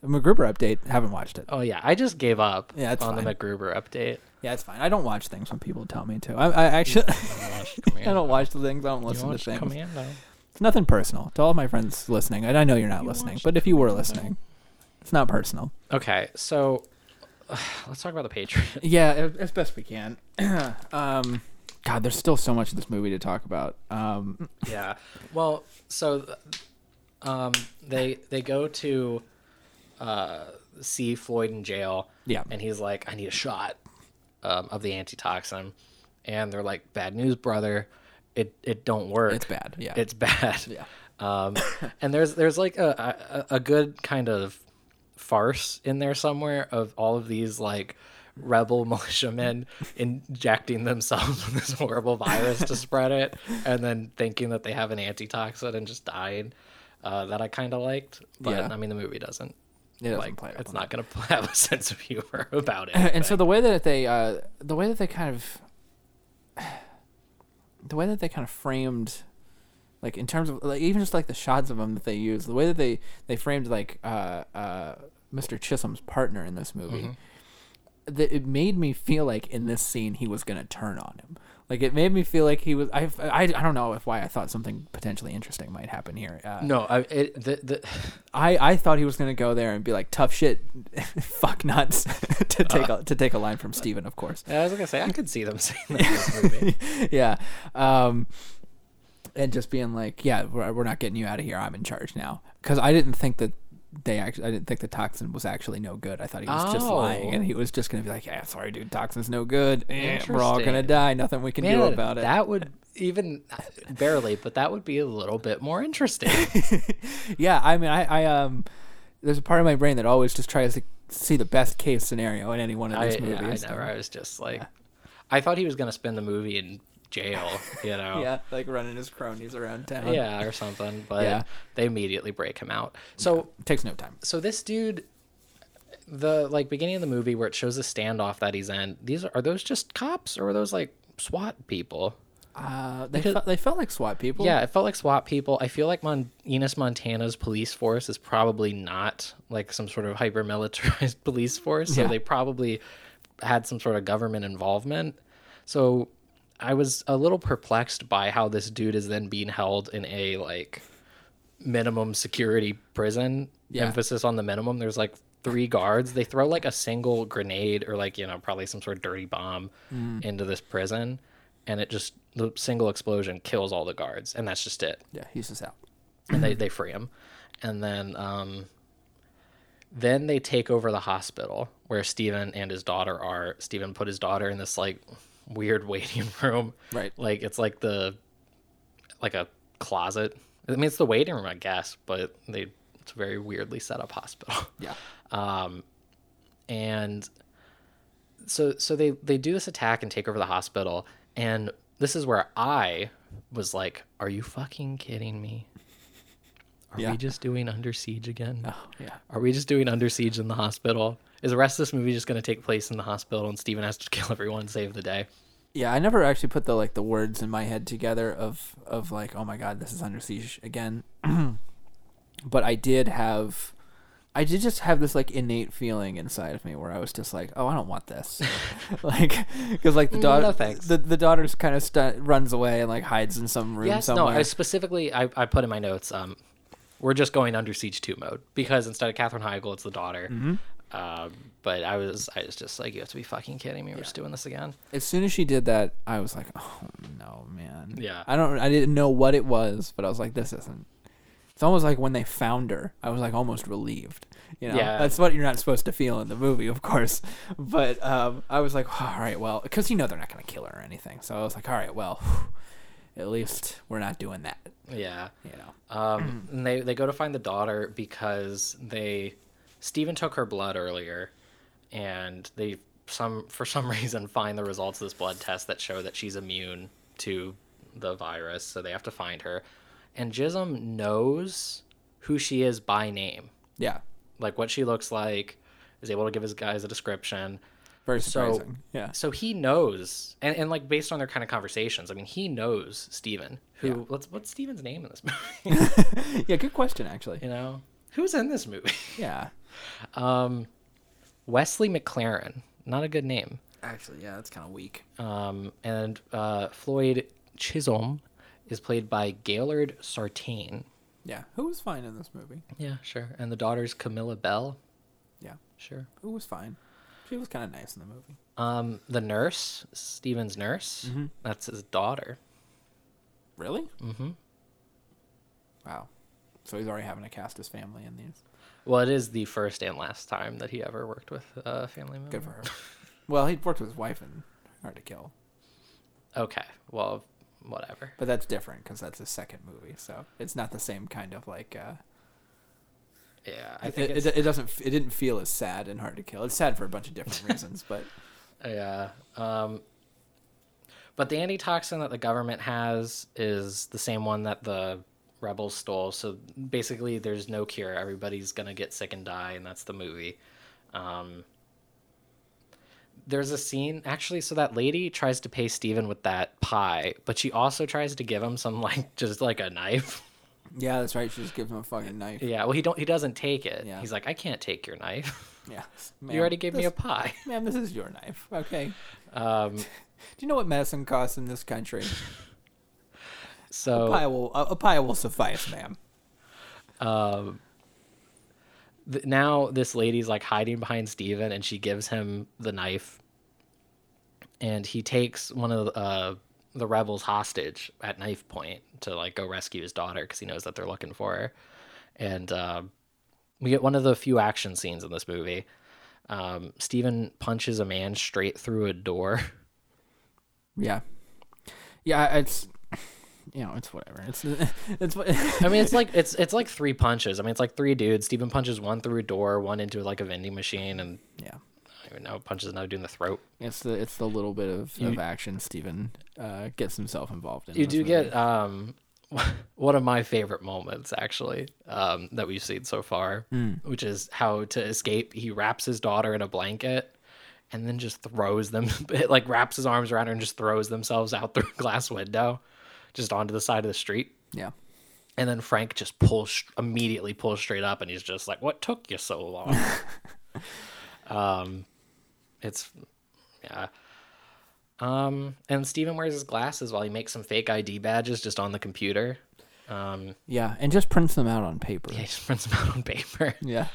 MacGruber update. Haven't watched it. Oh yeah, I just gave up Yeah, it's on the fine. MacGruber update. Yeah, it's fine. I don't watch things when people tell me to. I, I actually. I don't watch the things. I don't listen to things. Commando. It's nothing personal to all my friends listening, and I know you're not listening. But if you were listening, it's not personal. Okay, so let's talk about the Patriot. Yeah, a- as best we can. um, God, there's still so much of this movie to talk about. Um, yeah. Well, so th- um, they they go to uh, see Floyd in jail. Yeah. And he's like, I need a shot um, of the antitoxin, and they're like, Bad news, brother. It it don't work. It's bad, yeah. It's bad. Yeah. Um, and there's there's like a, a a good kind of farce in there somewhere of all of these like rebel militiamen injecting themselves with this horrible virus to spread it and then thinking that they have an antitoxin and just dying uh, that i kind of liked but Yeah. i mean the movie doesn't it doesn't like play up it's on not going to have a sense of humor about it and so the way that they uh, the way that they kind of the way that they kind of framed like in terms of like even just like the shots of them that they use the way that they they framed like uh, uh, mr chisholm's partner in this movie that it made me feel like in this scene he was gonna turn on him like it made me feel like he was i i, I don't know if why i thought something potentially interesting might happen here uh, no I, it, the, the, I, I thought he was gonna go there and be like tough shit, fuck nuts, to take a, to take a line from Steven, of course. i was going to say i could see them saying that in this movie yeah, um, and just being like, yeah, we're, we're not getting you out of here. I'm in charge now. Because I didn't think that they actually, I didn't think the toxin was actually no good. I thought he was just Oh. lying, and he was just gonna be like, yeah, sorry, dude, toxin's no good. Eh, we're all gonna Interesting. die. Nothing we can do Man, about it. that would even barely but that would be a little bit more interesting yeah, I mean, I, I um, there's a part of my brain that always just tries to see the best case scenario in any one of I, these yeah, I movies. never. I was just like, I thought he was gonna spend the movie in jail, you know? Yeah, like running his cronies around town. Oh. Yeah, or something. But Yeah. they immediately break him out. So, Takes no time. so this dude, the like beginning of the movie where it shows the standoff that he's in. These are, are those just cops or are those like SWAT people? Uh, they, felt, they felt like SWAT people. Yeah, it felt like SWAT people. I feel like Mon- Enos Montana's police force is probably not like some sort of hyper militarized police force. So Yeah. they probably had some sort of government involvement. So I was a little perplexed by how this dude is then being held in a like minimum security prison. Yeah. Emphasis on the minimum. There's like three guards. They throw like a single grenade or like, you know, probably some sort of dirty bomb into this prison. And it just, the single explosion kills all the guards. And that's just it Yeah, he's just out. and they, they free him and then um then they take over the hospital where steven and his daughter are steven put his daughter in this like weird waiting room Right. like it's like the like a closet i mean it's the waiting room i guess but they it's a very weirdly set up hospital Yeah. and so so they they do this attack and take over the hospital and this is where i was like are you fucking kidding me are Yeah. we just doing under siege again Yeah. are we just doing under siege in the hospital Is the rest of this movie just going to take place in the hospital and Steven has to kill everyone and save the day? Yeah, I never actually put the like the words in my head together of of like, oh my god, this is under siege again. but I did have I did just have this like innate feeling inside of me where I was just like, oh, I don't want this. like cuz like the No, daughter thanks. the, the daughter's kind of stu- runs away and like hides in some room Yes, somewhere. no, I specifically I, I put in my notes, um, we're just going under siege two mode because instead of Katherine Heigl, it's the daughter. Mm-hmm. Um, but I was I was just like, you have to be fucking kidding me. We're just doing this again. as soon as she did that, I was like, "Oh no, man!" Yeah. I don't. I didn't know what it was, but I was like, "This isn't." It's almost like when they found her. I was like almost relieved. You know, Yeah. that's what you're not supposed to feel in the movie, of course. But um, I was like, "All right, well," because you know they're not going to kill her or anything. So I was like, "All right, well, at least we're not doing that." Yeah. You know. Um, and they they go to find the daughter because they Stephen took her blood earlier, and they some for some reason find the results of this blood test that show that she's immune to the virus. So they have to find her, and Jism knows who she is by name, Yeah. like what she looks like, is able to give his guys a description. Very So surprising. yeah. So he knows, and, and like based on their kind of conversations, I mean, he knows Steven, who what's what's Steven's name in this movie? Yeah. Good question, actually. you know, who's in this movie? Yeah. Wesley McLaren, not a good name. Actually, yeah, that's kind of weak. Um, and uh, Floyd Chisholm is played by Gaylord Sartain. Yeah. Who was fine in this movie? Yeah, sure. And the daughter's Camilla Bell. Yeah. Sure. who was fine. She was kind of nice in the movie. Um, the nurse, Steven's nurse, that's his daughter. Really? Mm-hmm. Wow. So he's already having to cast his family in these. Well, it is the first and last time that he ever worked with a family member. Good for her. well, he worked with his wife in Hard to Kill, Okay. Well, whatever. but that's different because that's his second movie, so it's not the same kind of like. Uh, Yeah, I I think think it, it's, it, it doesn't. It didn't feel as sad in Hard to Kill. It's sad for a bunch of different reasons, but yeah. Um, but the antitoxin that the government has is the same one that the rebels stole. So basically, there's no cure. Everybody's gonna get sick and die, and that's the movie. Um, there's a scene actually. So that lady tries to pay Steven with that pie, but she also tries to give him some like just like a knife. yeah, that's right. She just gives him a fucking knife. yeah. Well, he don't. He doesn't take it. Yeah. He's like, I can't take your knife. Yeah. you already gave me a this, pie. Ma'am, this is your knife. Okay. Um, Do you know what medicine costs in this country? so Oh. pie will a, a pie will suffice, ma'am. th- now this lady's like hiding behind Steven and she gives him the knife and he takes one of uh, the rebels hostage at knife point to like go rescue his daughter because he knows that they're looking for her and um we get one of the few action scenes in this movie um, Steven punches a man straight through a door Yeah. Yeah, it's you know, it's whatever. It's it's what I mean, it's like it's it's like three punches. I mean, it's like three dudes. Steven punches one through a door, one into like a vending machine, and yeah. I don't even know punches another dude in the throat. It's the it's the little bit of, of action Steven uh, gets himself involved in. you this do movie. get um one of my favorite moments actually um that we've seen so far which is how to escape he wraps his daughter in a blanket and then just throws them like wraps his arms around her and just throws themselves out through a glass window just onto the side of the street Yeah. and then frank just pulls sh- immediately pulls straight up and he's just like what took you so long um it's yeah um, and Steven wears his glasses while he makes some fake ID badges just on the computer. Um, Yeah, and just prints them out on paper. yeah, he just prints them out on paper. Yeah.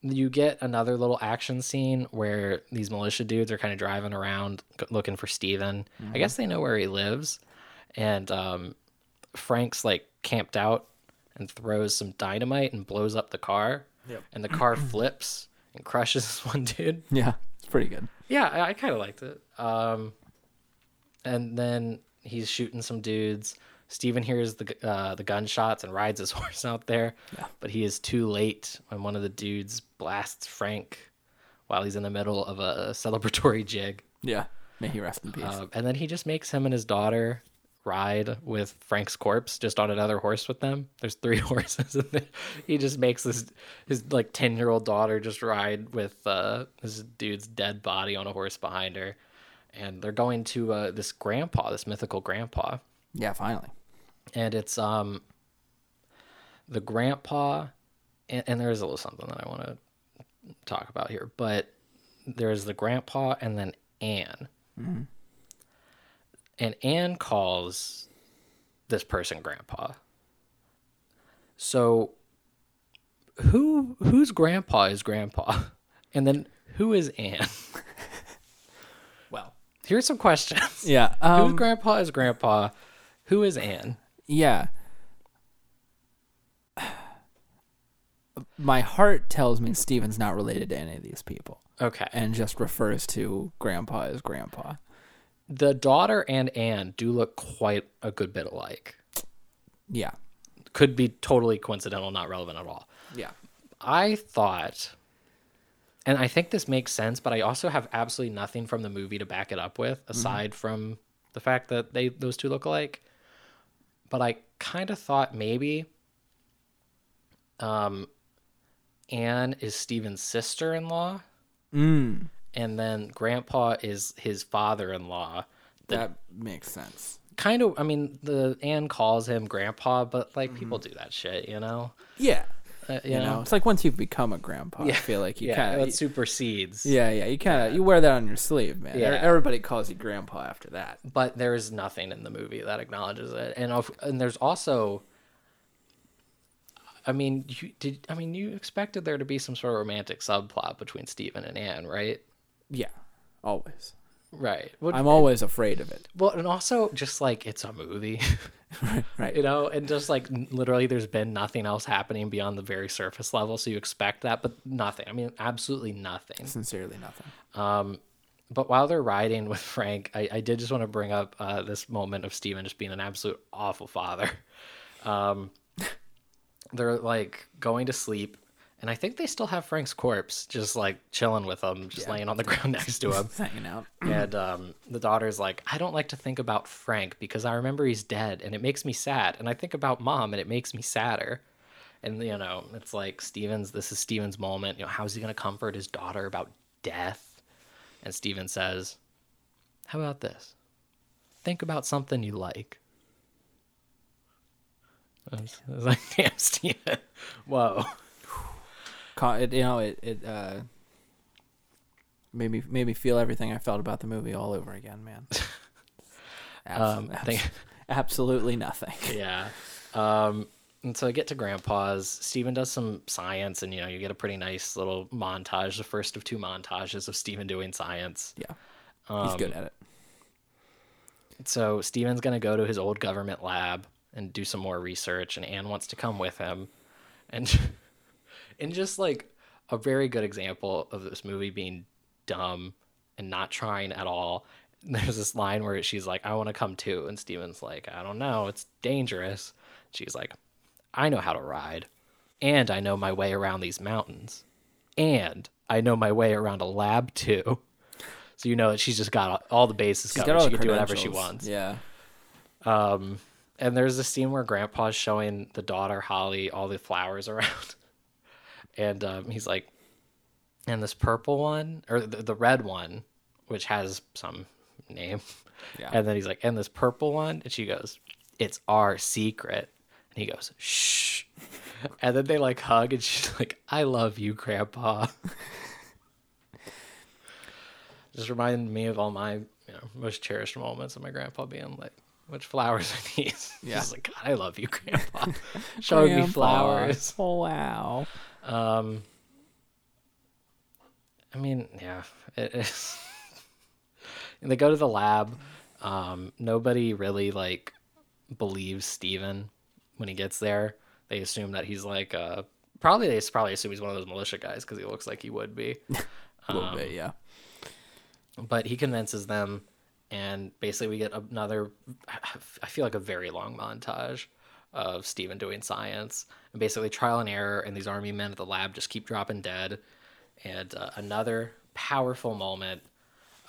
You get another little action scene where these militia dudes are kind of driving around g- looking for Steven. I guess they know where he lives. And um, Frank's like camped out and throws some dynamite and blows up the car. Yep. And the car flips and crushes this one dude. Yeah. It's pretty good. Yeah, I, I kind of liked it. Um, and then he's shooting some dudes. Steven hears the gu- uh, the gunshots and rides his horse out there, but he is too late when one of the dudes blasts Frank while he's in the middle of a celebratory jig. Yeah. May he rest in peace. Uh, Um, and then he just makes him and his daughter ride with Frank's corpse just on another horse with them. There's three horses, and then he just makes this his like ten year old daughter just ride with uh, this dude's dead body on a horse behind her, and they're going to uh, this grandpa, this mythical grandpa, Yeah, finally. and it's um the grandpa and, and there is a little something that i want to talk about here but there's the grandpa and then anne and anne calls this person grandpa so who whose grandpa is grandpa and then who is anne well here's some questions Yeah. whose Um, grandpa is grandpa who is anne yeah. My heart tells me Steven's not related to any of these people Okay. and just refers to grandpa as grandpa. the daughter and Anne do look quite a good bit alike. Yeah. Could be totally coincidental, not relevant at all. Yeah. I thought, and I think this makes sense, but I also have absolutely nothing from the movie to back it up with, aside from the fact that they those two look alike. But I kind of thought maybe, um, Anne is Steven's sister-in-law, and then Grandpa is his father-in-law. That makes sense. kind of i mean the anne calls him grandpa but like people do that shit you know Yeah. Uh, Mm-hmm. You know, it's like once you've become a grandpa, I feel like you yeah kind that of supersedes Yeah, yeah. You kind of you wear that on your sleeve, man. Yeah. Everybody calls you grandpa after that. but there is nothing in the movie that acknowledges it and of, and there's also i mean you did i mean you expected there to be some sort of romantic subplot between stephen and anne right Yeah. Always. right What- I'm always afraid of it. well and also just like it's a movie Right. you know and just like n- literally there's been nothing else happening beyond the very surface level so you expect that but nothing i mean absolutely nothing Sincerely, nothing. but while they're riding with Frank, I, I did just want to bring up uh, this moment of Steven just being an absolute awful father. Um, they're like going to sleep, and I think they still have Frank's corpse just like chilling with them, just laying on the ground next to him. Hanging out. and um, the daughter's like, I don't like to think about Frank because I remember he's dead and it makes me sad. And I think about mom and it makes me sadder. And, you know, it's like Steven's, this is Steven's moment. You know, how's he going to comfort his daughter about death? And Steven says, How about this? Think about something you like. I was, I was like, Damn, Steven. Whoa. Ca- It, you know, it it uh, made me made me feel everything I felt about the movie all over again, man. Abs- Um, abs- thank- absolutely nothing. yeah. Um, and so I get to Grandpa's. Steven does some science, and you know, you get a pretty nice little montage, the first of two montages of Steven doing science. Yeah. He's Um, good at it. So Steven's going to go to his old government lab and do some more research, and Anne wants to come with him. And and just like a very good example of this movie being dumb and not trying at all. There's this line where she's like, I want to come too. And Steven's like, I don't know. It's dangerous. She's like, I know how to ride. And I know my way around these mountains. And I know my way around a lab too. So you know that she's just got all the bases She's covered. got all she the can do whatever she credentials. wants. Yeah. And there's a scene where Grandpa's showing the daughter Holly all the flowers around, and um, he's like, "And this purple one, or the, the red one, which has some name." Yeah. And then he's like, "And this purple one," and she goes, "It's our secret." And he goes, "Shh." and then they like hug, and she's like, "I love you, Grandpa." Just reminded me of all my you know, most cherished moments of my grandpa being like, "Which flowers are these?" Yeah. Just like, "God, I love you, Grandpa." Showing me Grandpa. flowers. Oh, wow. I mean, yeah, it is. and they go to the lab. Um, nobody really like believes Steven when he gets there. They assume that he's like uh probably they probably assume he's one of those militia guys because he looks like he would be. A little bit, yeah. but he convinces them and basically we get another i feel like a very long montage of steven doing science and basically trial and error and these army men at the lab just keep dropping dead and uh, another powerful moment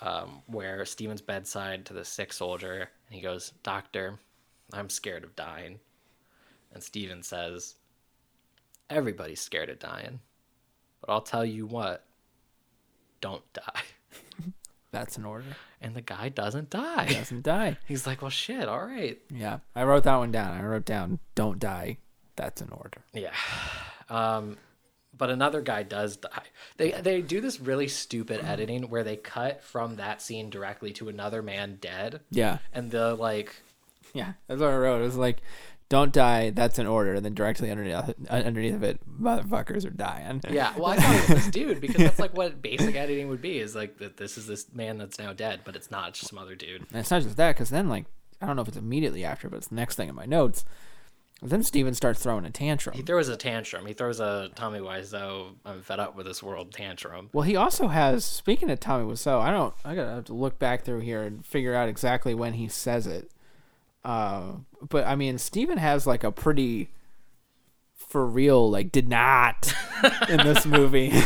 um, where steven's bedside to the sick soldier and he goes doctor I'm scared of dying. And Steven says, Everybody's scared of dying. But I'll tell you what, don't die. That's an order. And the guy doesn't die. Doesn't die. He's like, Well, shit, all right. Yeah, I wrote that one down. I wrote down, "Don't die." That's an order. Yeah. Um, but another guy does die. They they do this really stupid editing where they cut from that scene directly to another man dead. Yeah, And the like yeah. That's what I wrote. It was like, "Don't die." That's an order. And then directly underneath uh, underneath of it, motherfuckers are dying. yeah, well, I thought it was this dude because that's like what basic editing would be is like that this is this man that's now dead, but it's not, it's just some other dude. And it's not just that, because then, like, I don't know if it's immediately after, but it's the next thing in my notes. Then Steven starts throwing a tantrum. He throws a tantrum. He throws a Tommy Wiseau, I'm fed up with this world tantrum. well, he also has, speaking of Tommy Wiseau, I don't, I gotta have to look back through here and figure out exactly when he says it. Uh, but I mean, Steven has, like, a pretty, for real, like, did not in this movie.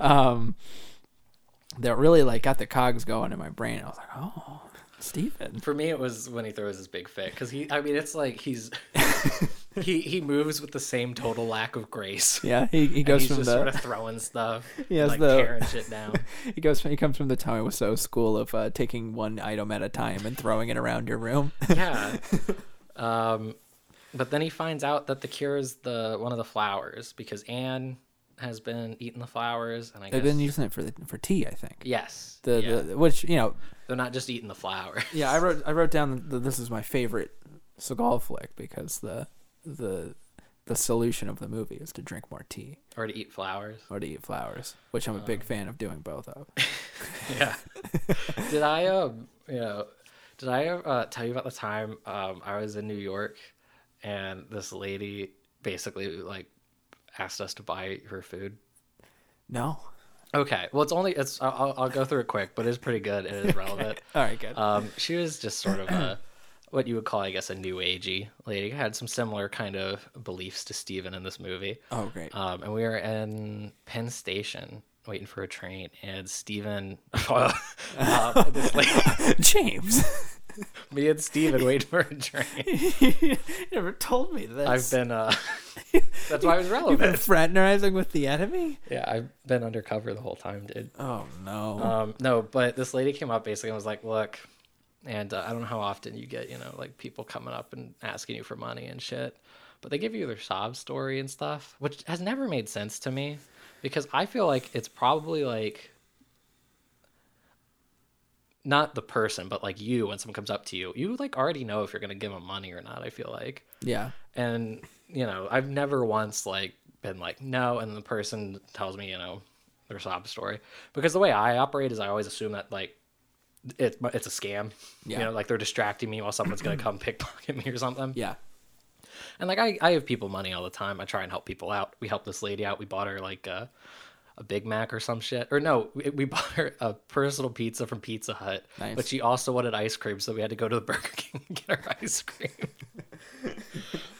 um, that really, like, got the cogs going in my brain. I was like, oh, Steven. For me, it was when he throws his big fit because he, I mean, it's like he's he he moves with the same total lack of grace. Yeah, he, he And goes he's from just the. sort of throwing stuff, He has like the- tearing shit down. He goes. He comes from the Tommy Wiseau school of uh, taking one item at a time and throwing it around your room. yeah. Um, but then he finds out that the cure is the one of the flowers because Anne has been eating the flowers, and I guess They've been using it for the, for tea, I think. yes, The, yeah. the which you know, they're not just eating the flower. yeah. I wrote I wrote down that this is my favorite Seagal flick because the the the solution of the movie is to drink more tea or to eat flowers. or to eat flowers, which I'm a big fan of doing both of. Yeah. did I um you know did I uh, tell you about the time um I was in New York and this lady basically like asked us to buy her food No. Okay. Well, it's only it's. I'll- I'll, I'll go through it quick, but it's pretty good. and It is relevant. All right. Good. Um, she was just sort of a what you would call, I guess, a new agey lady. Had some similar kind of beliefs to Steven in this movie. oh, great. Um, and we were in Penn Station waiting for a train, and Steven, um, this lady- James, me and Steven waiting for a train. you never told me this. I've been. Uh, that's why it was You've been relevant. fraternizing with the enemy. Yeah, I've been undercover the whole time, dude. Oh no. Um, no, but this lady came up basically and was like, "Look," and uh, I don't know how often you get, you know, like people coming up and asking you for money and shit, but they give you their sob story and stuff, which has never made sense to me, because I feel like it's probably like not the person, but like you when someone comes up to you, you like already know if you're gonna give them money or not. I feel like yeah. and you know i've never once like been like no and the person tells me you know their sob story because the way i operate is i always assume that like it, it's a scam Yeah. you know like they're distracting me while someone's gonna come pickpocket me or something Yeah. and like I, I give people money all the time i try and help people out we helped this lady out we bought her like a, a big mac or some shit or no we, we bought her a personal pizza from pizza hut Nice. but she also wanted ice cream so we had to go to the burger king and get her ice cream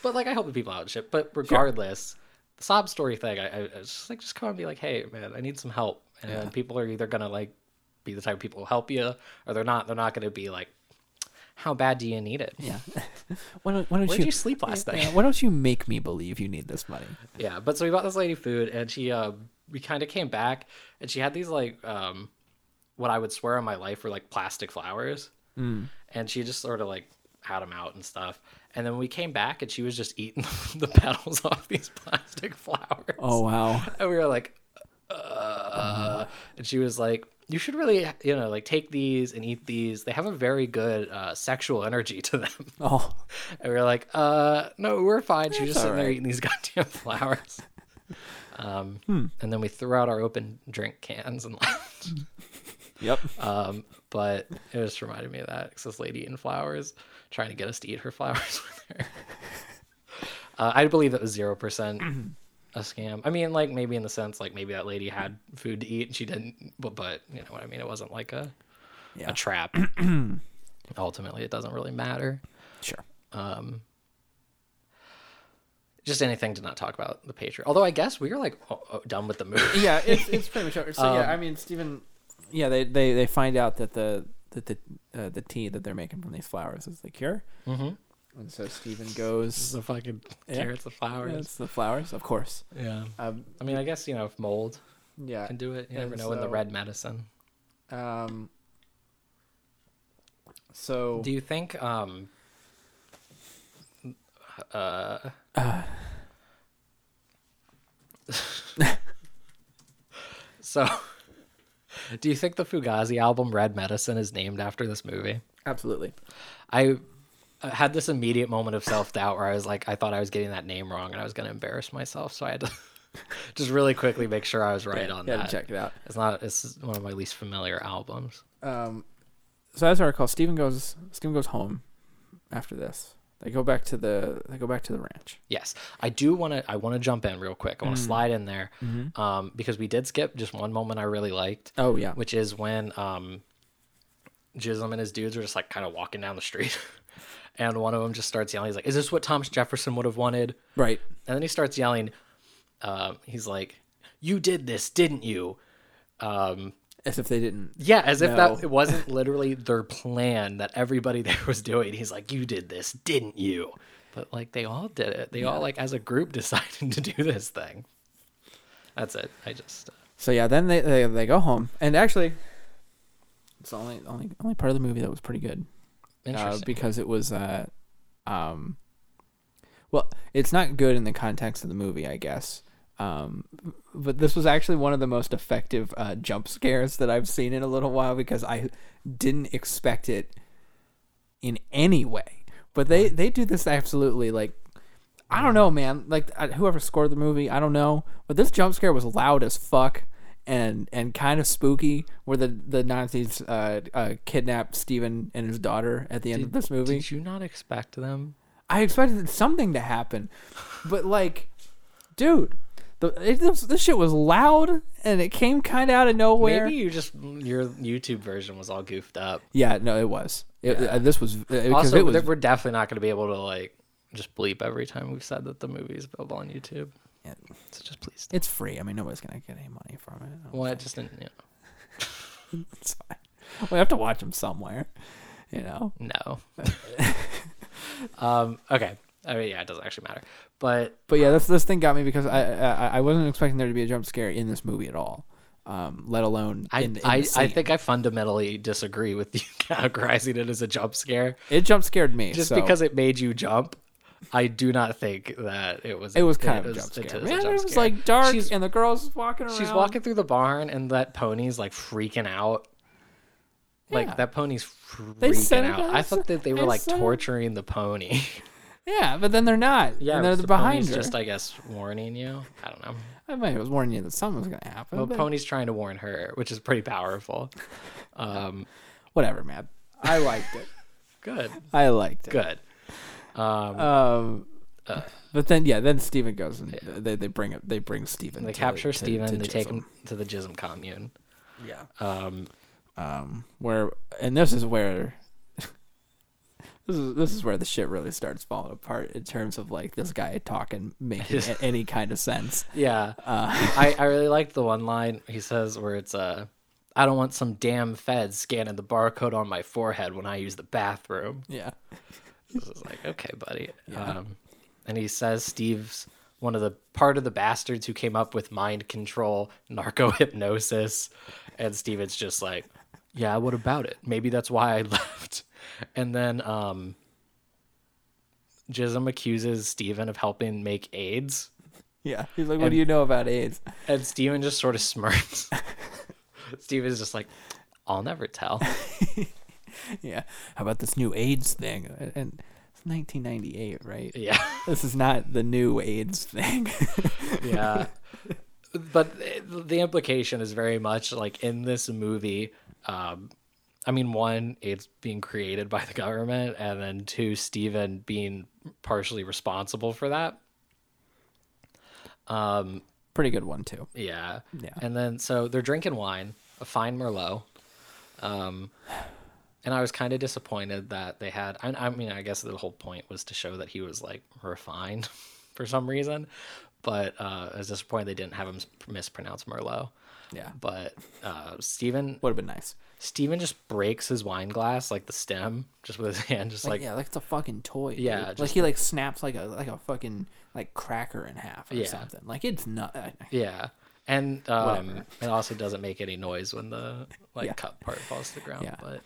but like i help the people out and shit but regardless the sob story thing I, I, I was just like just come and be like hey man i need some help and then people are either gonna like be the type of people who help you or they're not they're not gonna be like how bad do you need it Yeah. why don't, why don't where'd you, you sleep last night Yeah, why don't you make me believe you need this money? Yeah, but so we bought this lady food, and she uh, we kind of came back, and she had these like um, what I would swear on my life were like plastic flowers, and she just sort of like had them out and stuff. And then we came back, and she was just eating the petals off these plastic flowers. Oh wow. And we were like, uh, and she was like, you should really, you know, like take these and eat these. They have a very good uh, sexual energy to them. Oh, And we were like, uh, no, we're fine. She's just all sitting there right. eating these goddamn flowers. Um, And then we threw out our open drink cans and left. yep. Um, but it just reminded me of that 'cause this lady in flowers trying to get us to eat her flowers with her. Uh, I believe that was 0% a scam. I mean, like maybe in the sense, like maybe that lady had food to eat and she didn't, but, but you know what I mean? It wasn't like a, Yeah. a trap. Ultimately, it doesn't really matter. Sure. just anything to not talk about the Patriot. Although I guess we are like oh, oh, done with the movie. Yeah, it's it's pretty much over. So yeah, I mean Stephen. Um, Yeah, they they they find out that the that the uh, the tea that they're making from these flowers is the cure. Mm-hmm. And so Steven goes. The fucking Yeah. carrots and flowers. It's the flowers, of course. Yeah. Um, I mean, I guess, you know, if mold yeah. can do it, you never And know in the so- red medicine. Um, so Do you think um uh So do you think the Fugazi album Red Medicine is named after this movie? absolutely. I uh, had this immediate moment of self-doubt where I was like I thought I was getting that name wrong and I was going to embarrass myself, so I had to just really quickly make sure I was right on yeah, that. check it out. It's not it's one of my least familiar albums. Um, so as I recall, Steven goes. Steven goes home after this. They go back to the. They go back to the ranch. Yes, I do want to. I want to jump in real quick. I Mm. want to slide in there um, because we did skip just one moment I really liked, Mm-hmm. Oh yeah. which is when um, Jism and his dudes are just like kind of walking down the street, and one of them just starts yelling. He's like, "Is this what Thomas Jefferson would have wanted?" right. And then he starts yelling. Um, he's like, "You did this, didn't you?" Um, As if they didn't. yeah, as if No. that it wasn't literally their plan that everybody there was doing. He's like, "You did this, didn't you?" But like they all did it. They all like as a group decided to do this thing. That's it. I just uh, So yeah, then they, they they go home, and actually, it's the only only only part of the movie that was pretty good uh, interesting. because it was uh, um, well, it's not good in the context of the movie, I guess. Um, but this was actually one of the most effective uh, jump scares that I've seen in a little while because I didn't expect it in any way. But they they do this absolutely like I don't know, man. Like I- whoever scored the movie, I don't know, but this jump scare was loud as fuck and and kind of spooky. Where the the Nazis uh, uh, kidnap Steven and his daughter at the end of this movie. Did you not expect them? I expected something to happen, but like, dude, the it, this, this shit was loud and it came kind of out of nowhere. Maybe you just your YouTube version was all goofed up. Yeah, no, it was. It, uh, this was because Also, it was. th- we're definitely not going to be able to like just bleep every time we've said that the movie is available on YouTube. Yeah. So just please. It's free. I mean, nobody's gonna get any money from it. I don't Well, I just didn't. You It's fine. We have to watch them somewhere, you know. know, no. um. Okay. I mean, yeah, it doesn't actually matter. But But yeah, this this thing got me because I I, I wasn't expecting there to be a jump scare in this movie at all, um, let alone I, in, in the I, I scene. think I fundamentally disagree with you categorizing it as a jump scare. it jump scared me Just so because it made you jump, I do not think that it was. It was kind of a was- jump scare. it It, is a Man, jump it was scare. like dark, She's, and the girl's walking around. she's walking through the barn, and that pony's like freaking out. Like Yeah. that pony's They freaking said it out. as- I thought that they were I like said- torturing the pony. Yeah, but then they're not. Yeah, and they're the behind pony's her. Just I guess warning you. I don't know. I might was warning you that something was gonna happen. Well, but pony's trying to warn her, which is pretty powerful. Um, whatever, man. I liked it. good, I liked it. good. Um, Um, but then yeah, then Steven goes and they, they bring up they bring Steven. They to- capture to- Steven, to they take Jism. him to the Jism commune. Yeah. Um, Um, where and this is where this is this is where the shit really starts falling apart in terms of like this guy talking making a- any kind of sense. yeah. I, I really like the one line he says where it's, uh, I don't want some damn feds scanning the barcode on my forehead when I use the bathroom. Yeah. This is like, okay, buddy. Um, and he says Steve's one of the part of the bastards who came up with mind control, narco hypnosis. And Steven's just like, yeah, what about it? Maybe that's why I left. And then um, Jism accuses Steven of helping make AIDS. Yeah. He's like, "What do you know about AIDS?" And Steven just sort of smirks. Steven's just like, I'll never tell. Yeah. How about this new AIDS thing? And- And it's 1998, right? Yeah. This is not the new AIDS thing. yeah but th- the implication is very much like in this movie um i mean one it's being created by the government and then two steven being partially responsible for that Pretty good one too. yeah Yeah. and then so they're drinking wine a fine merlot um and i was kind of disappointed that they had I, I mean i guess the whole point was to show that he was like refined for some reason but uh i was disappointed they didn't have him s- mispronounce merlot Yeah. But uh, Steven, Would have been nice. Steven just breaks his wine glass, like the stem, just with his hand, just Like, like, yeah, like it's a fucking toy. dude. Yeah, Like just- he like snaps like a like a fucking like cracker in half or Yeah. something. Like it's not. I- I- Yeah. And um, Whatever. it also doesn't make any noise when the like Yeah. cup part falls to the ground. Yeah. But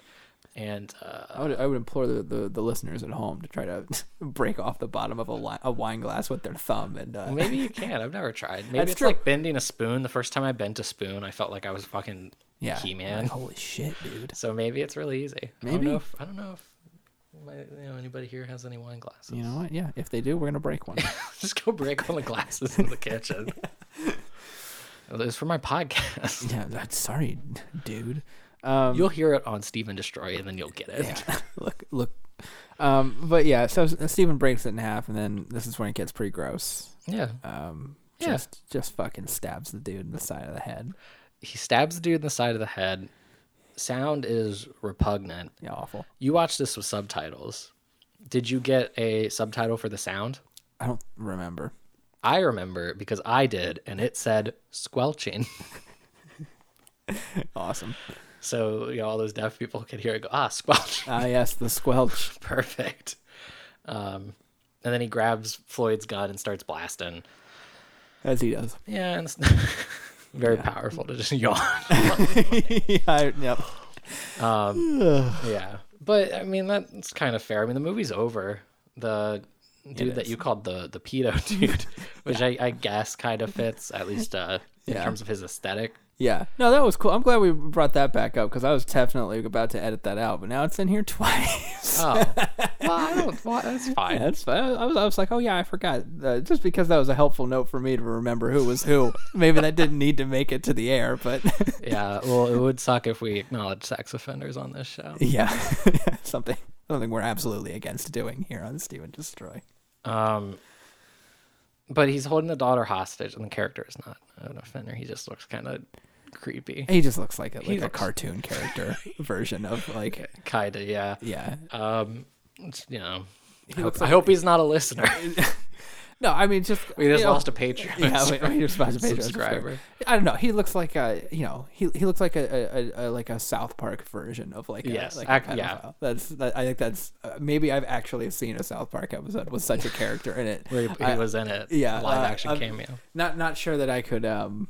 and uh, I would, I would implore the, the, the listeners at home to try to break off the bottom of a, li- a wine glass with their thumb and uh, maybe you can. I've never tried. Maybe That's it's true. like bending a spoon. The first time I bent a spoon, I felt like I was fucking yeah, key man. Like, holy shit, dude. So maybe it's really easy. I don't Maybe. know if, I don't know if my, you know, anybody here has any wine glasses. You know what? Yeah, if they do, we're gonna break one. Just go break all the glasses in the kitchen. It was for my podcast. yeah, that's sorry, dude. Um, You'll hear it on Steve and Destroy, and then you'll get it. yeah, look, look. Um, but yeah, so S- Steven breaks it in half, and then this is when it gets pretty gross. Yeah. Um, Yeah. just just fucking stabs the dude in the side of the head. He stabs the dude in the side of the head. Sound is repugnant. Yeah, awful. You watched this with subtitles. Did you get a subtitle for the sound? I don't remember. I remember because I did, and it said squelching. Awesome. So you know, all those deaf people could hear it go, ah, squelch. Ah, yes, the squelch. Perfect. Um, and then he grabs Floyd's gun and starts blasting. As he does. Yeah, and it's very powerful to just yawn. I, yep. Um, yeah, but I mean that's kind of fair. I mean the movie's over. The dude that is. you called the the pedo dude, which I, I guess kind of fits at least uh, in Yeah. terms of his aesthetic. Yeah. No, that was cool. I'm glad we brought that back up because I was definitely about to edit that out, but now it's in here twice. Oh, well, I don't. Well, that's fine. That's fine. I was, I was like, oh yeah, I forgot. Uh, just because that was a helpful note for me to remember who was who. Maybe that didn't need to make it to the air, but Yeah. Well, it would suck if we acknowledge sex offenders on this show. yeah, something something we're absolutely against doing here on Steven Destroy. Um, but he's holding the daughter hostage, and the character is not an offender. He just looks kind of creepy. He just looks like a, like He a looks- cartoon character version of like Kinda, yeah. yeah. Um, it's, you know, I hope, I hope he's not a listener. No, I mean just We just you know, lost a Patreon. Yeah, we, we just lost a Patreon subscriber. I don't know. He looks like a you know he he looks like a, a, a like a South Park version of like a, Yes, like ac- yeah. pedophile. That's that, I think that's uh, maybe I've actually seen a South Park episode with such a character in it. Where he, he I- was in it. yeah, Live uh, action I'm- cameo. not not sure that I could um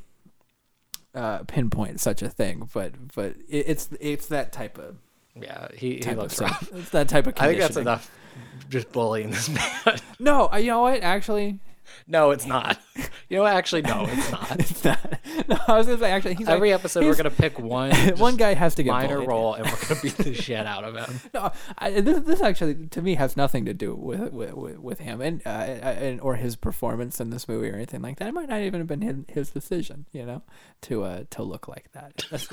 uh pinpoint such a thing, but but it, it's it's that type of Yeah, he, he type looks of, rough. stuff. It's that type of. I think that's conditioning. enough just bullying this man. No, uh, you know what? Actually, no, it's not. You know what? Actually, no, it's not. it's not. No, I was gonna say actually. He's Every like- episode, we're he's- going to pick one, one just guy has to get minor bullied. role and we're going to beat the shit out of him. No, I, this this actually to me has nothing to do with with, with, with him and uh, and or his performance in this movie or anything like that. It might not even have been his, his decision, you know, to uh to look like that. That's-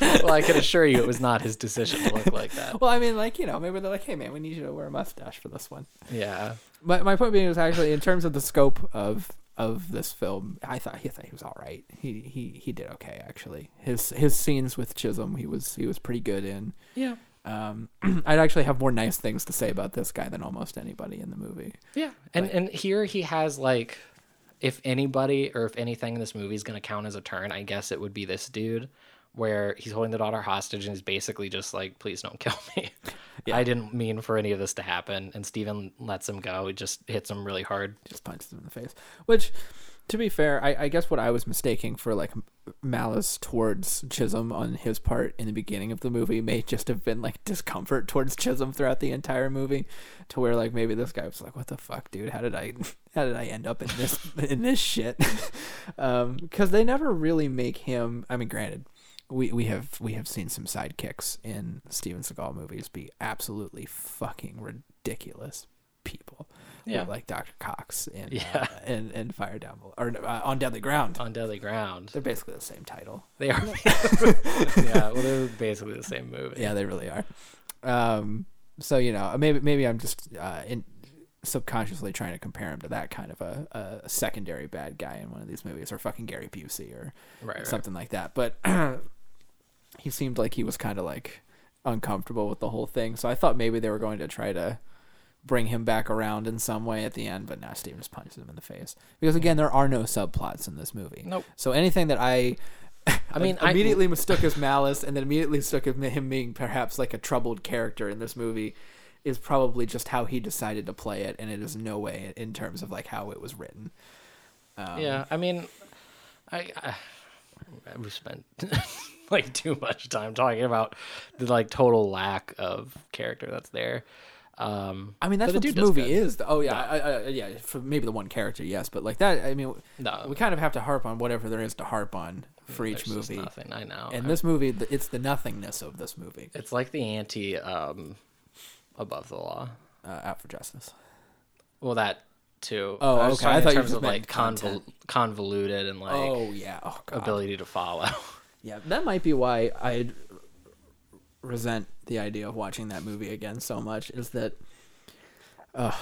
Well, I can assure you it was not his decision to look like that. well, I mean, like you know, maybe they're like, hey man, we need you to wear a mustache for this one. Yeah. My my point being is actually in terms of the scope of of this film, I thought he thought he was all right. He he he did okay actually. His his scenes with Chisholm, he was he was pretty good in. Yeah. Um, I'd actually have more nice things to say about this guy than almost anybody in the movie. Yeah, and and here he has like, if anybody or if anything in this movie is gonna count as a turn, I guess it would be this dude, where he's holding the daughter hostage and he's basically just like, please don't kill me. I didn't mean for any of this to happen. And Steven lets him go. He just hits him really hard. just punches him in the face. Which, to be fair, I, I guess what I was mistaking for like m- malice towards Chisholm on his part in the beginning of the movie may just have been like discomfort towards Chisholm throughout the entire movie, to where like maybe this guy was like, "What the fuck, dude? How did I, how did I end up in this in this shit?" Um, 'cause because they never really make him. I mean, granted. We, we have we have seen some sidekicks in Steven Seagal movies be absolutely fucking ridiculous people Yeah. like Dr. Cox and Yeah. uh, and and Fire Down Below or uh, on Deadly Ground. On deadly ground, They're basically the same title. they are. yeah, well, they're basically the same movie. Yeah, they really are. Um, so you know, maybe maybe I'm just uh, in subconsciously trying to compare him to that kind of a, a secondary bad guy in one of these movies, or fucking Gary Busey or Right, right. something like that. But he seemed like he was kind of like uncomfortable with the whole thing. So I thought maybe they were going to try to bring him back around in some way at the end, but now Steven just punches him in the face. Because again, there are no subplots in this movie. Nope. So anything that I I mean, mean, I- immediately mistook as malice, and then immediately mistook him him being perhaps like a troubled character in this movie, is probably just how he decided to play it, and it is no way in terms of like how it was written. yeah, I mean, I, I we spent like too much time talking about the like total lack of character that's there. Um, I mean, that's but what the dude this does movie good. is. though. Oh yeah, I, I, I- yeah. For maybe the one character, yes, but like that, I mean, No. we kind of have to harp on whatever there is to harp on for There's each just movie. nothing. I know. And this movie, th- it's the nothingness of this movie. it's like the anti um, above the law. Uh, out for justice. Well, that too. Oh, I was okay. talking I in thought you terms just of like meant convol- content. convoluted and like oh yeah. Oh god. ability to follow. Yeah, that might be why I resent the idea of watching that movie again so much. Is that, uh,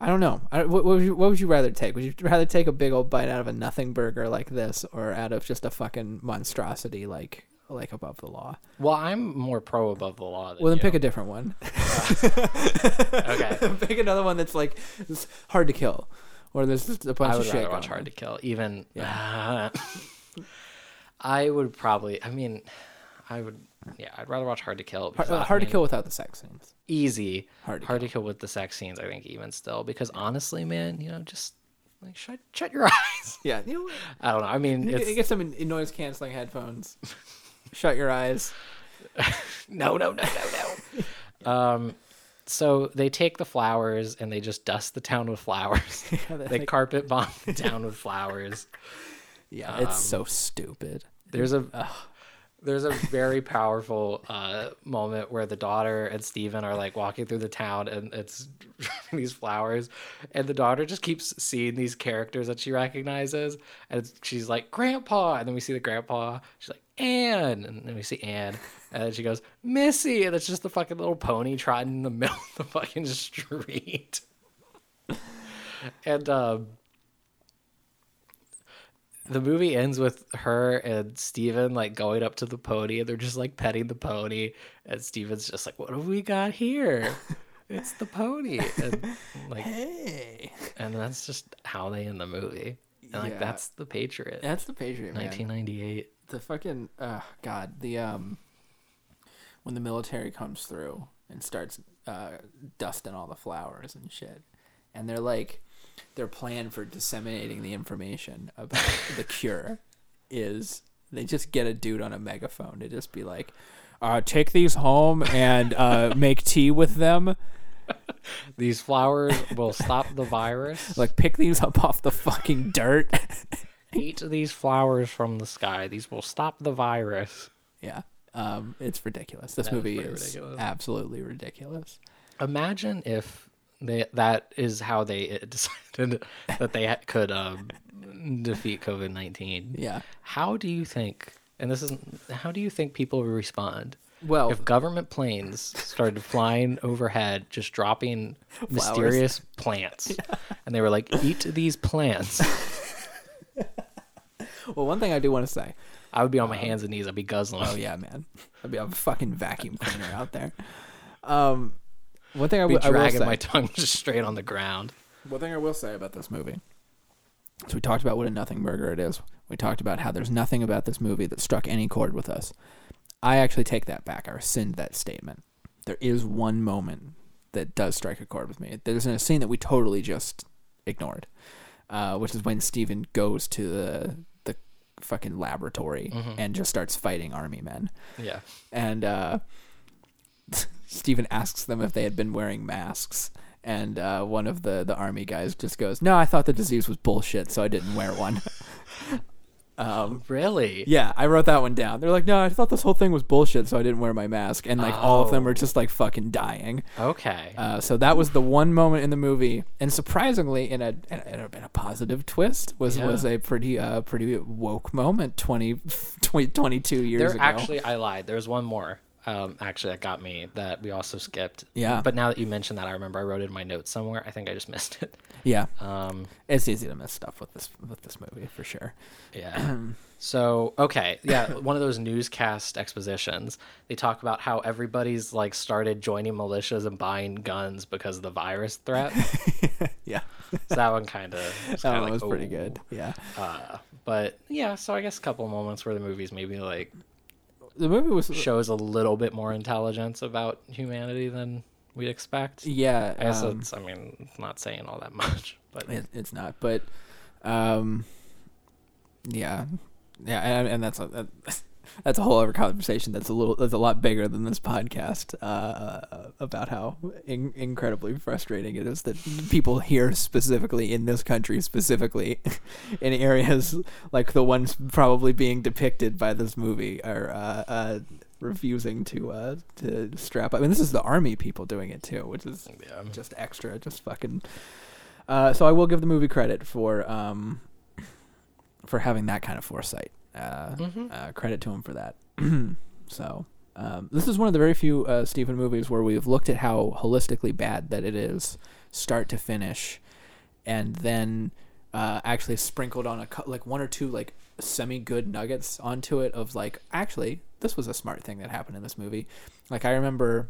I don't know. I, what, what, would you, what would you rather take? Would you rather take a big old bite out of a nothing burger like this, or out of just a fucking monstrosity like like above the law? well, I'm more pro above the law. Than Well, then you. pick a different one. okay. pick another one that's like it's hard to kill, or there's just a bunch I of would shit. rather watch going Hard on. to Kill. Even I would probably. I mean, I would. Yeah, I'd rather watch Hard to Kill. Hard, because uh, I hard to mean, kill without the sex scenes. Easy. Hard to kill. with the sex scenes. I think even still, because honestly, man, you know, just like shut shut your eyes. Yeah, you know what? I don't know. I mean, You it's get- get some in- noise canceling headphones. Shut your eyes. no, no, no, no, no. um, so they take the flowers and they just dust the town with flowers. they they- carpet bomb the town with flowers. Yeah, it's so stupid. There's a there's a very powerful uh, moment where the daughter and Steven are like walking through the town and it's these flowers and the daughter just keeps seeing these characters that she recognizes and it's, she's like grandpa and then we see the grandpa she's like Anne and then we see Anne and then she goes Missy and it's just the fucking little pony trotting in the middle of the fucking street and um the movie ends with her and Steven like going up to the pony and they're just like petting the pony and Steven's just like, What have we got here? It's the pony. And like Hey, and that's just how they end the movie. And like Yeah. that's the Patriot. that's the Patriot man. Nineteen ninety eight. The fucking uh, God, the um, when the military comes through and starts uh, dusting all the flowers and shit, and they're like, their plan for disseminating the information about the cure is they just get a dude on a megaphone to just be like, uh, take these home and uh, make tea with them. These flowers will stop the virus. Like, pick these up off the fucking dirt. Eat these flowers from the sky. These will stop the virus. Yeah. Um, it's ridiculous. This is movie pretty is ridiculous. absolutely ridiculous. Imagine if they, that is how they decided that they could um, defeat COVID nineteen. Yeah. How do you think? And this is how do you think people would respond? Well- if government planes started flying overhead, just dropping mysterious plants, and they were like, "Eat these plants," Well, one thing I do want to say. I would be on my hands and knees. I'd be guzzling. Oh yeah, man. I'd be a fucking vacuum cleaner out there. Um, one thing I, I'd be w- I will dragging say. my tongue just straight on the ground. one thing I will say about this movie. So we talked about what a nothing burger it is. We talked about how there's nothing about this movie that struck any chord with us. I actually take that back. I rescind that statement. There is one moment that does strike a chord with me. There's a scene that we totally just ignored, uh, which is when Steven goes to the the fucking laboratory and just starts fighting army men Yeah. and uh, Steven asks them if they had been wearing masks. And uh, one of the, the army guys just goes, No, I thought the disease was bullshit, so I didn't wear one. Really? yeah, I wrote that one down. They're like, No, I thought this whole thing was bullshit, so I didn't wear my mask. And like all of them were just like fucking dying. Okay. Uh, so that was the one moment in the movie, and surprisingly, in a in a, in a positive twist, was Yeah. was a pretty uh pretty woke moment 20, 20 22 years there ago. actually, I lied. There's one more. Um, actually, that got me that we also skipped. Yeah. But now that you mentioned that, I remember I wrote it in my notes somewhere. I think I just missed it. Yeah, Um, it's easy to miss stuff with this with this movie for sure. yeah. so, okay. Yeah. One of those newscast expositions, they talk about how everybody's like started joining militias and buying guns because of the virus threat. Yeah, so that one kind of that one Oh, was pretty good. Yeah, oh, Uh, but yeah, so I guess a couple moments where the movie's maybe like the movie was shows a little bit more intelligence about humanity than we'd expect. yeah. I guess um, it's, I mean, it's not saying all that much, but it, it's not, but um, yeah, yeah, and, and that's a that- that's a whole other conversation. That's a little that's a lot bigger than this podcast uh, about how in, incredibly frustrating it is that people here specifically in this country specifically in areas like the ones probably being depicted by this movie are. Uh, uh, refusing to uh to strap up. I mean this is the army people doing it too, which is yeah. just extra, just fucking. Uh, so I will give the movie credit for um, for having that kind of foresight. Uh, Mhm. uh, credit to him for that. so um, this is one of the very few uh, Stephen movies where we've looked at how holistically bad that it is, start to finish, and then uh, actually sprinkled on a cou- like one or two like semi good nuggets onto it of like actually this was a smart thing that happened in this movie. Like I remember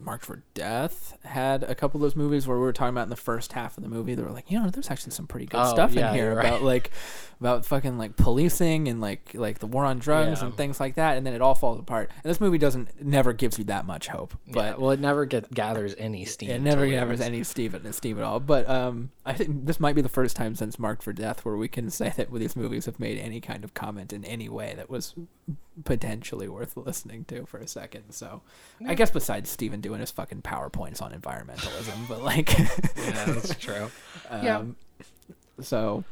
Marked for Death had a couple of those movies where we were talking about in the first half of the movie. They were like, you know, there's actually some pretty good Oh, stuff yeah, in here you're right. about uh, like about fucking like policing and like like the war on drugs Yeah. and things like that. And then it all falls apart. And this movie doesn't never gives you that much hope, yeah, but well, it never get, gathers any steam. it never to it. gathers any Steven Steve at all. But um, I think this might be the first time since Marked for Death where we can say that these movies have made any kind of comment in any way that was potentially worth listening to for a second. So I guess besides Steven doing his fucking PowerPoints on environmentalism, but like, Yeah, that's true. Yeah. um, so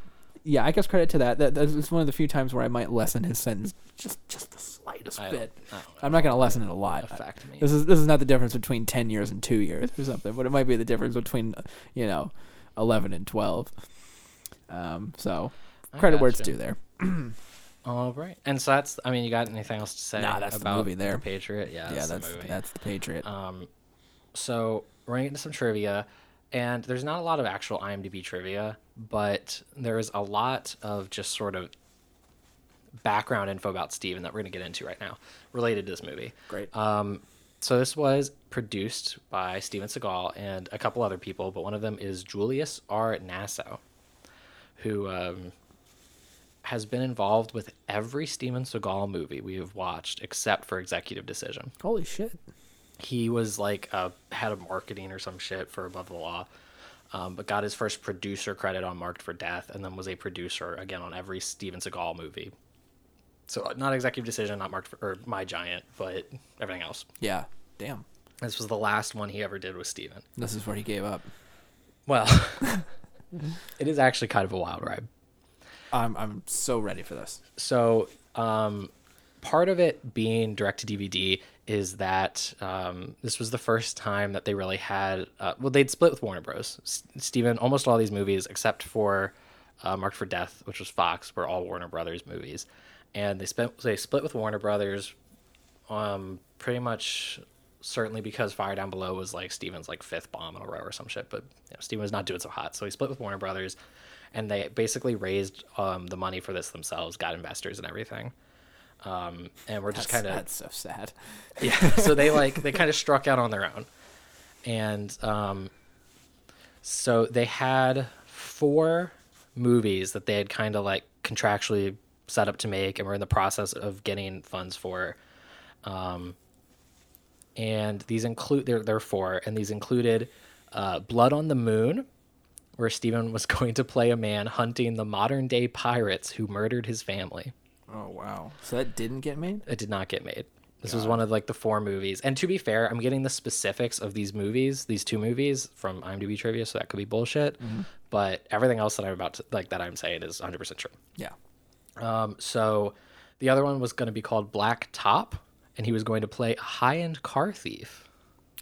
yeah, I guess credit to that. That that's one of the few times where I might lessen his sentence just just the slightest I don't, bit. I don't I'm not going to lessen it a lot. affect me. This is this is not the difference between ten years and two years or something, but it might be the difference between you know eleven and twelve. Um, so I credit where it's gotcha. due there. All right. And so that's, I mean, you got anything else to say Nah, that's the about movie there. Patriot? Yeah, yeah, that's, that's the movie. that's the Patriot. Um, so we're gonna get into some trivia, and there's not a lot of actual IMDb trivia, but there is a lot of just sort of background info about Steven that we're gonna get into right now, related to this movie. Great. Um, so this was produced by Steven Seagal and a couple other people, but one of them is Julius R. Nassau, who um, has been involved with every Steven Seagal movie we have watched except for Executive Decision Holy shit! he was like a head of marketing or some shit for Above the Law, um, but got his first producer credit on Marked for Death, and then was a producer again on every Steven Seagal movie. So uh, not Executive Decision, not Marked for or My Giant, but everything else. Yeah, damn. This was the last one he ever did with Steven. This is where he gave up. Well, it is actually kind of a wild ride. I'm I'm so ready for this. so um, part of it being direct to DVD is that um, this was the first time that they really had. Uh, well, they'd split with Warner Bros. S- Steven, almost all these movies, except for uh, Marked for Death, which was Fox, were all Warner Brothers movies, and they spent they split with Warner Brothers, um, pretty much certainly because Fire Down Below was like Steven's like fifth bomb in a row or some shit. But you know, Steven was not doing so hot, so he split with Warner Brothers, and they basically raised um, the money for this themselves, got investors and everything. Um, and we're just That's, kind of that's so sad. yeah. So they like they kind of struck out on their own, and um, so they had four movies that they had kind of like contractually set up to make, and were in the process of getting funds for. Um, and these include there there are four, and these included uh, Blood on the Moon. Where Steven was going to play a man hunting the modern day pirates who murdered his family Oh wow! So that didn't get made. it did not get made. This was one of like the four movies. And to be fair, I'm getting the specifics of these movies, these two movies from IMDb trivia, so that could be bullshit. Mm-hmm. But everything else that I'm about to like that I'm saying is 100% true. Yeah. Um, so the other one was going to be called Black Top, and he was going to play a high-end car thief,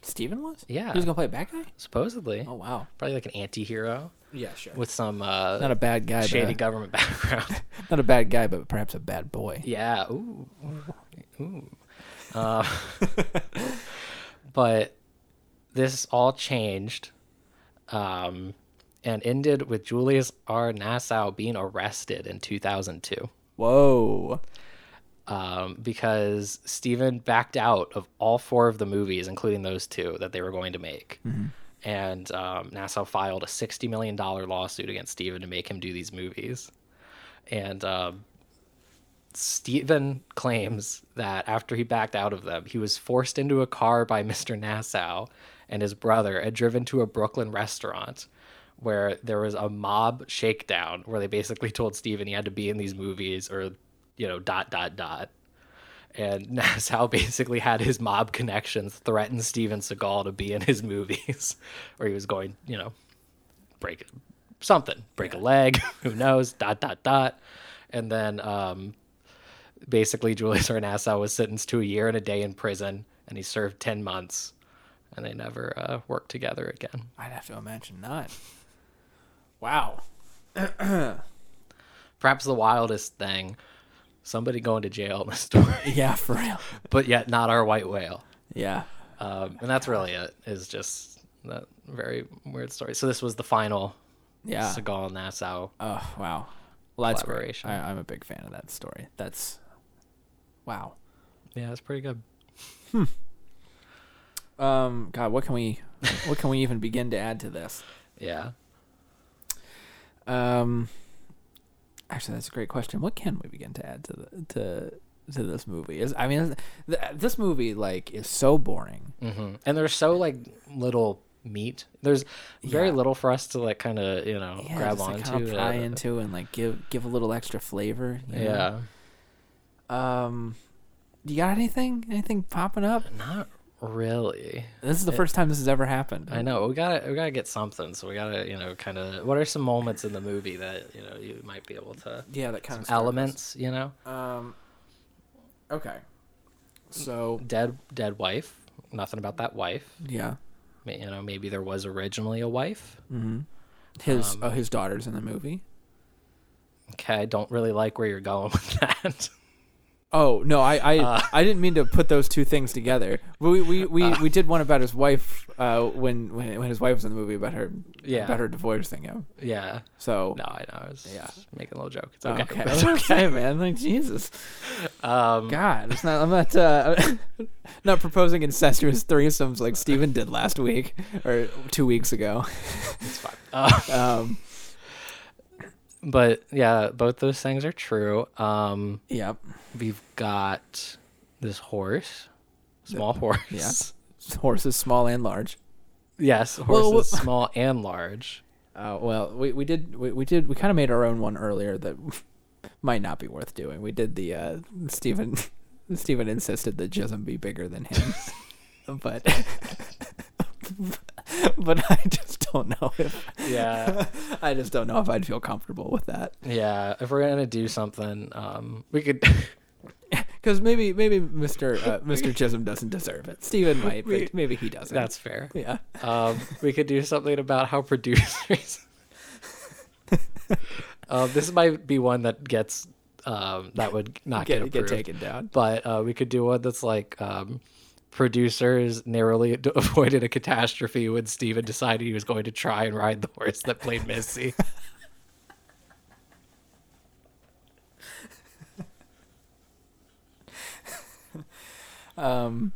Steven was. Yeah. He was gonna play a bad guy. supposedly. Oh wow. Probably like an anti-hero Yeah, sure. with some uh, Not a bad guy. shady but, uh, government background. Not a bad guy, but perhaps a bad boy. yeah. Ooh. Ooh. Uh, but this all changed um, and ended with Julius R. Nassau being arrested in 2002 Whoa. um, because Steven backed out of all four of the movies, including those two that they were going to make. And um, Nassau filed a $60 million lawsuit against Steven to make him do these movies. And um, Steven claims that after he backed out of them, he was forced into a car by Mr. Nassau and his brother and driven to a Brooklyn restaurant where there was a mob shakedown where they basically told Steven he had to be in these movies or, you know, dot, dot, dot. And Nassau basically had his mob connections threaten Steven Seagal to be in his movies or he was going, you know, break something, break a leg, who knows, dot, dot, dot. And then um, basically Julius R. Nassau was sentenced to a year and a day in prison, and he served 10 months, and they never uh, worked together again. I'd have to imagine not. Wow. Perhaps the wildest thing somebody going to jail in the story, Yeah, for real. but yet not our white whale. Yeah. Um, and that's really it, is just that very weird story. So this was the final Yeah. Seagal Nassau. Oh wow, well, that's great. Collaboration. I, I'm a big fan of that story. That's wow. Yeah, it's pretty good. Um, God, what can we, what can we even begin to add to this? Yeah. Um, actually, that's a great question. What can we begin to add to the, to to this movie? Is I mean, th- this movie like is so boring. hmm And there's so like little meat. There's very Yeah. little for us to like kind of, you know, Yeah, grab just, like, onto. kinda pry uh, into and like give give a little extra flavor. you know? yeah. Um, you got anything? Anything popping up? Not really. This is the first time this has ever happened. I know we gotta we gotta get something, so we gotta you know kind of what are some moments in the movie that you know you might be able to Yeah, that kind of elements you know Um. Okay. So dead dead wife nothing about that wife yeah, Ma- you know maybe there was originally a wife Um, his oh his daughter's in the movie. okay I don't really like where you're going with that Oh no, I I, Uh. I didn't mean to put those two things together. We we we, Uh. we did one about his wife uh, when when when his wife was in the movie about her Yeah. about her divorcing him. yeah So no I know I was Yeah. just making a little joke it's Oh, okay, okay, It's That's okay, man. Like Jesus, Um, God, it's not. I'm not uh, not proposing incestuous threesomes like Steven did last week or two weeks ago. it's fine Uh, Um, but yeah both those things are true um yep. we've got this horse small horse Yeah. Horses, small and large. Yes, Well, horses what- small and large. Uh, well, we, we did we, we did we kind of made our own one earlier that might not be worth doing. We did the uh, Stephen Stephen insisted that Jism be bigger than him, but but I just don't know if Yeah, I just don't know if I'd feel comfortable with that yeah. If we're gonna do something, um, we could because maybe maybe Mister uh, Mister Chisholm doesn't deserve it. Stephen might, We- but maybe he doesn't. that's fair. yeah. Um, we could do something about how producers. um, this might be one that gets um, that would not get, Get get approved. taken down. But uh, we could do one that's like um, producers narrowly d- avoided a catastrophe when Steven decided he was going to try and ride the horse that played Missy. Um,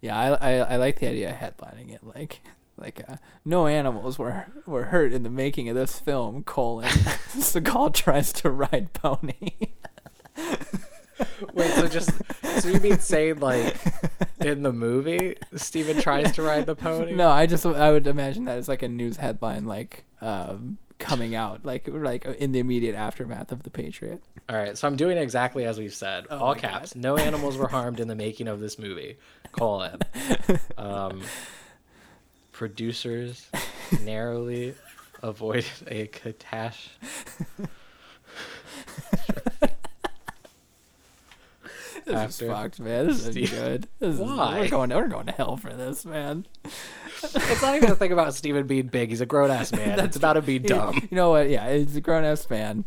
yeah, I, I I like the idea of headlining it like like uh, no animals were were hurt in the making of this film. Colon Seagal tries to ride pony. Wait, so just so you mean saying like in the movie Steven tries to ride the pony? no, I just I would imagine that as like a news headline like um coming out like like in the immediate aftermath of the Patriot. All right, so I'm doing exactly as we've said. All Oh my caps. No animals were harmed in the making of this movie. Colon. Um, producers narrowly avoided a catastrophe. This After is fucked, man. This is Steve- good. This is- Why? we're going we're going to hell for this, man. It's not even a thing about Steven being big. He's a grown ass man. it's about him being He- dumb. You know what? Yeah, he's a grown ass man.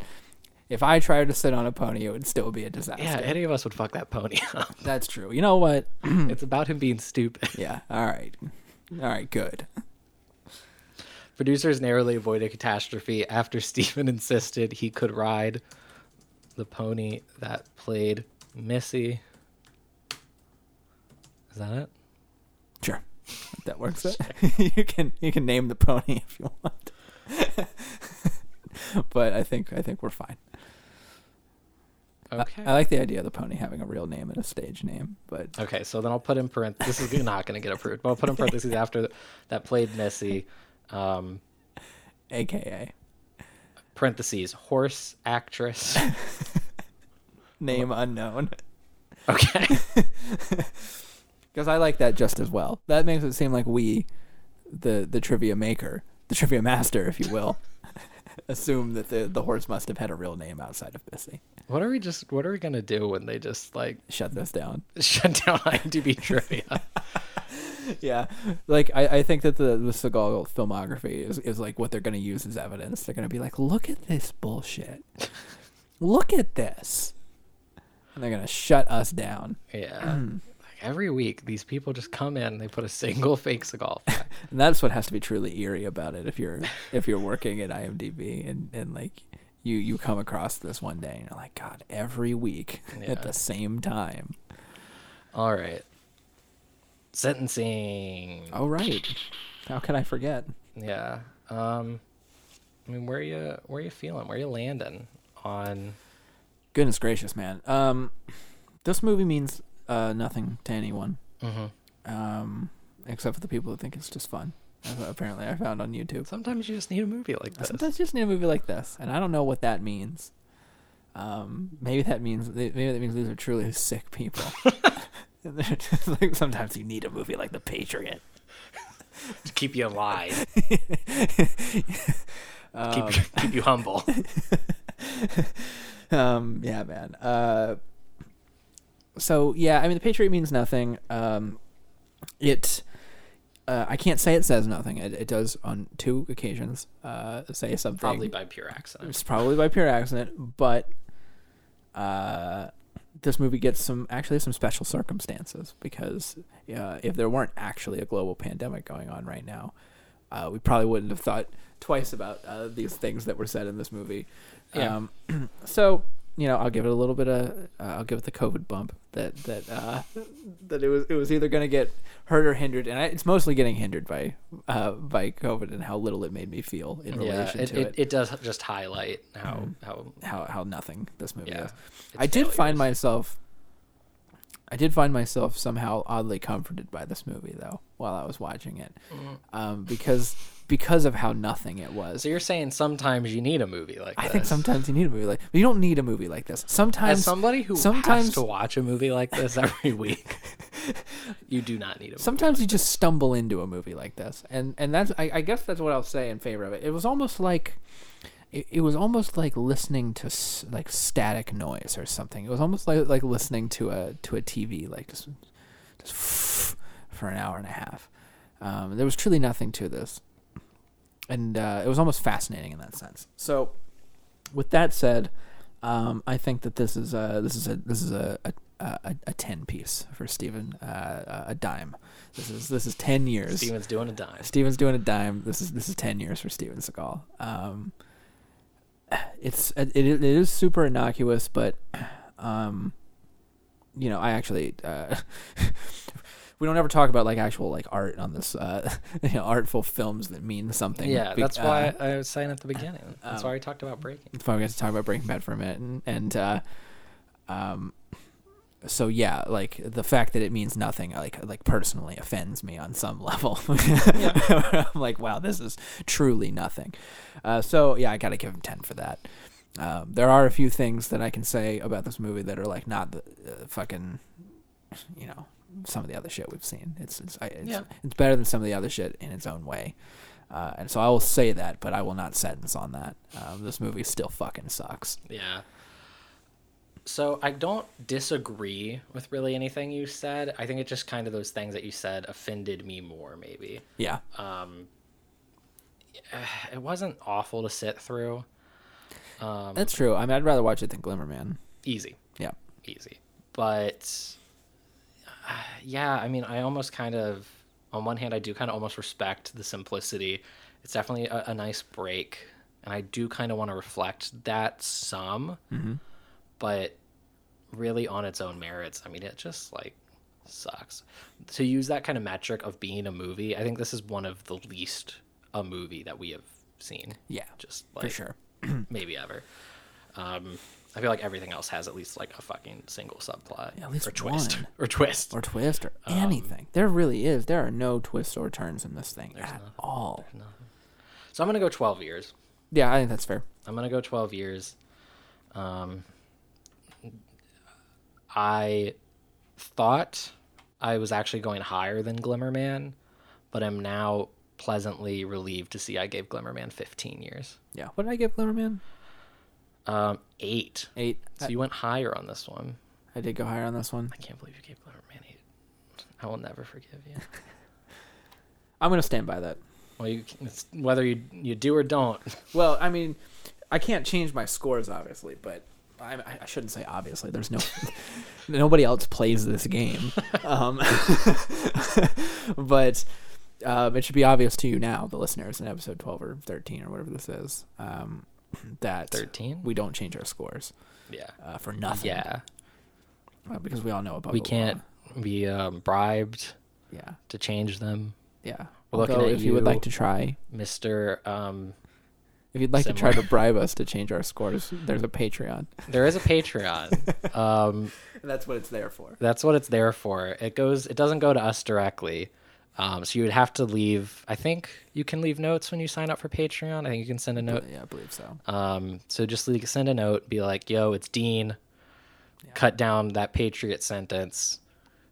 If I tried to sit on a pony, it would still be a disaster. Yeah, any of us would fuck that pony up. That's true. You know what? it's about him being stupid. yeah. All right. All right. Good. Producers narrowly avoided catastrophe after Steven insisted he could ride the pony that played Missy. Is that it? Sure. If That works. you can you can name the pony if you want. but I think I think we're fine. I- Okay. I, like the idea of the pony having a real name and a stage name, but Okay, so then I'll put in parentheses. This is not going to get approved, but I'll put in parentheses after th- that played Missy. Um, AKA parentheses, horse actress. name unknown. Okay. Because I like that just as well. That makes it seem like we, the the trivia maker, the trivia master, if you will, assume that the the horse must have had a real name outside of Missy. What are we just, what are we going to do when they just like Shut this down. shut down IMDb trivia? yeah like i, I think that the, the Seagal filmography is, is like what they're going to use as evidence they're going to be like look at this bullshit look at this and they're going to shut us down Yeah. Like, every week, these people just come in, they put a single fake Seagal fact. and that's what has to be truly eerie about it if you're if you're working at imdb and and like you you come across this one day and you're like god every week Yeah. at the same time All right. Sentencing. oh right how can i forget Yeah. Um, I mean, where you, where you feeling? Where you landing on? Goodness gracious, man. Um, this movie means uh, nothing to anyone, um, except for the people who think it's just fun. That's what Apparently, I found on YouTube. Sometimes you just need a movie like this. Sometimes you just need a movie like this, and I don't know what that means. Um, maybe that means maybe that means these are truly sick people. And they're just like, sometimes you need a movie like The Patriot. to keep you alive, keep, you- keep you humble. um yeah man uh so yeah i mean the patriot means nothing um it uh, i can't say it says nothing it, it does on two occasions uh say something Probably by pure accident. it's probably by pure accident but uh this movie gets some actually some special circumstances because uh, if there weren't actually a global pandemic going on right now uh, we probably wouldn't have thought twice about uh, these things that were said in this movie Yeah. um so you know i'll give it a little bit of uh, i'll give it the covid bump that that uh that it was it was either going to get hurt or hindered and I, it's mostly getting hindered by uh by covid and how little it made me feel in Yeah, relation it, to Mm-hmm. it, it does just highlight how how how how nothing this movie Yeah, is. its I did find failures. myself I did find myself somehow oddly comforted by this movie though while I was watching it. Mm-hmm. Um, because because of how nothing it was. So you're saying sometimes you need a movie like I this. think sometimes you need a movie like you don't need a movie like this. Sometimes As somebody who sometimes sometimes has to watch a movie like this every week, you do not need a movie. sometimes you just stumble into a movie like this and and that's I, I guess that's what i'll say in favor of it it was almost like it, it was almost like listening to s- like static noise or something it was almost like like listening to a to a tv like just just for an hour and a half um, there was truly nothing to this and uh, it was almost fascinating in that sense so with that said um, I think that this is a this is a this is a a, a, a ten piece for Steven, uh, a dime. This is this is ten years. Steven's doing a dime. Steven's doing a dime. This is this is ten years for Steven Seagal. Um, it's it, it is super innocuous, but um, you know, I actually uh, we don't ever talk about like actual like art on this uh, you know, artful films that mean something. Yeah, Be- that's uh, why I was saying at the beginning. That's why we talked about breaking. that's why we got to talk about Breaking Bad for a minute, and, and uh, um, so yeah, like the fact that it means nothing, like like personally offends me on some level. I'm like, wow, this is truly nothing. Uh, so yeah, I got to give him ten for that. Um, there are a few things that I can say about this movie that are like not the uh, fucking, you know, some of the other shit we've seen. It's it's I, it's, Yeah. it's better than some of the other shit in its own way. Uh, and so I will say that, but I will not sentence on that. Um, this movie still fucking sucks. Yeah. So I don't disagree with really anything you said. I think it's just kind of those things that you said offended me more, maybe. Yeah. It wasn't awful to sit through. Um, That's true. I mean, I'd rather watch it than Glimmerman. easy, Yeah. easy. But uh, yeah, I mean, I almost kind of, on one hand, I do kind of almost respect the simplicity. It's definitely a, a nice break, and I do kind of want to reflect that some, Mm-hmm. but really on its own merits. I mean, it just like sucks to use that kind of metric of being a movie. I think this is one of the least a movie that we have seen. Yeah, just for like sure. maybe ever. Um, I feel like everything else has at least like a fucking single subplot, Yeah, at least or twist, one. or twist. Or twist or um, anything. There really is. There are no twists or turns in this thing at all. so I'm gonna go 12 years. Yeah, I think that's fair. I'm gonna go 12 years. Um, I thought I was actually going higher than Glimmerman, but I'm now pleasantly relieved to see I gave Glimmerman 15 years, Yeah. What did I give Glimmerman? um, eight. Eight. So you went higher on this one. I did go higher on this one. I can't believe you gave Glimmerman eight. I will never forgive you. I'm gonna stand by that. Well, you, can- it's whether you you do or don't. Well, I mean, I can't change my scores, obviously, but I, I- I shouldn't say obviously. There's no nobody else plays this game, um, but um, it should be obvious to you now, the listeners, in episode 12 or 13 or whatever this is, um, that 13? we don't change our scores Yeah. uh, for nothing. Yeah. uh, because we all know about We the law. can't be um, bribed Yeah, to change them. yeah. We're looking Although, at if you would you. like to try, Mr. Um, if you'd like to try Similar. to bribe us to change our scores, there's a Patreon, there is a Patreon. um, and that's what it's there for. that's what it's there for. It goes. It doesn't go to us directly. Um, so you would have to leave. I think you can leave notes when you sign up for Patreon. I think you can send a note. Yeah, I believe so. Um, so just like send a note, be like, "Yo, it's Dean. Cut down that Patriot sentence.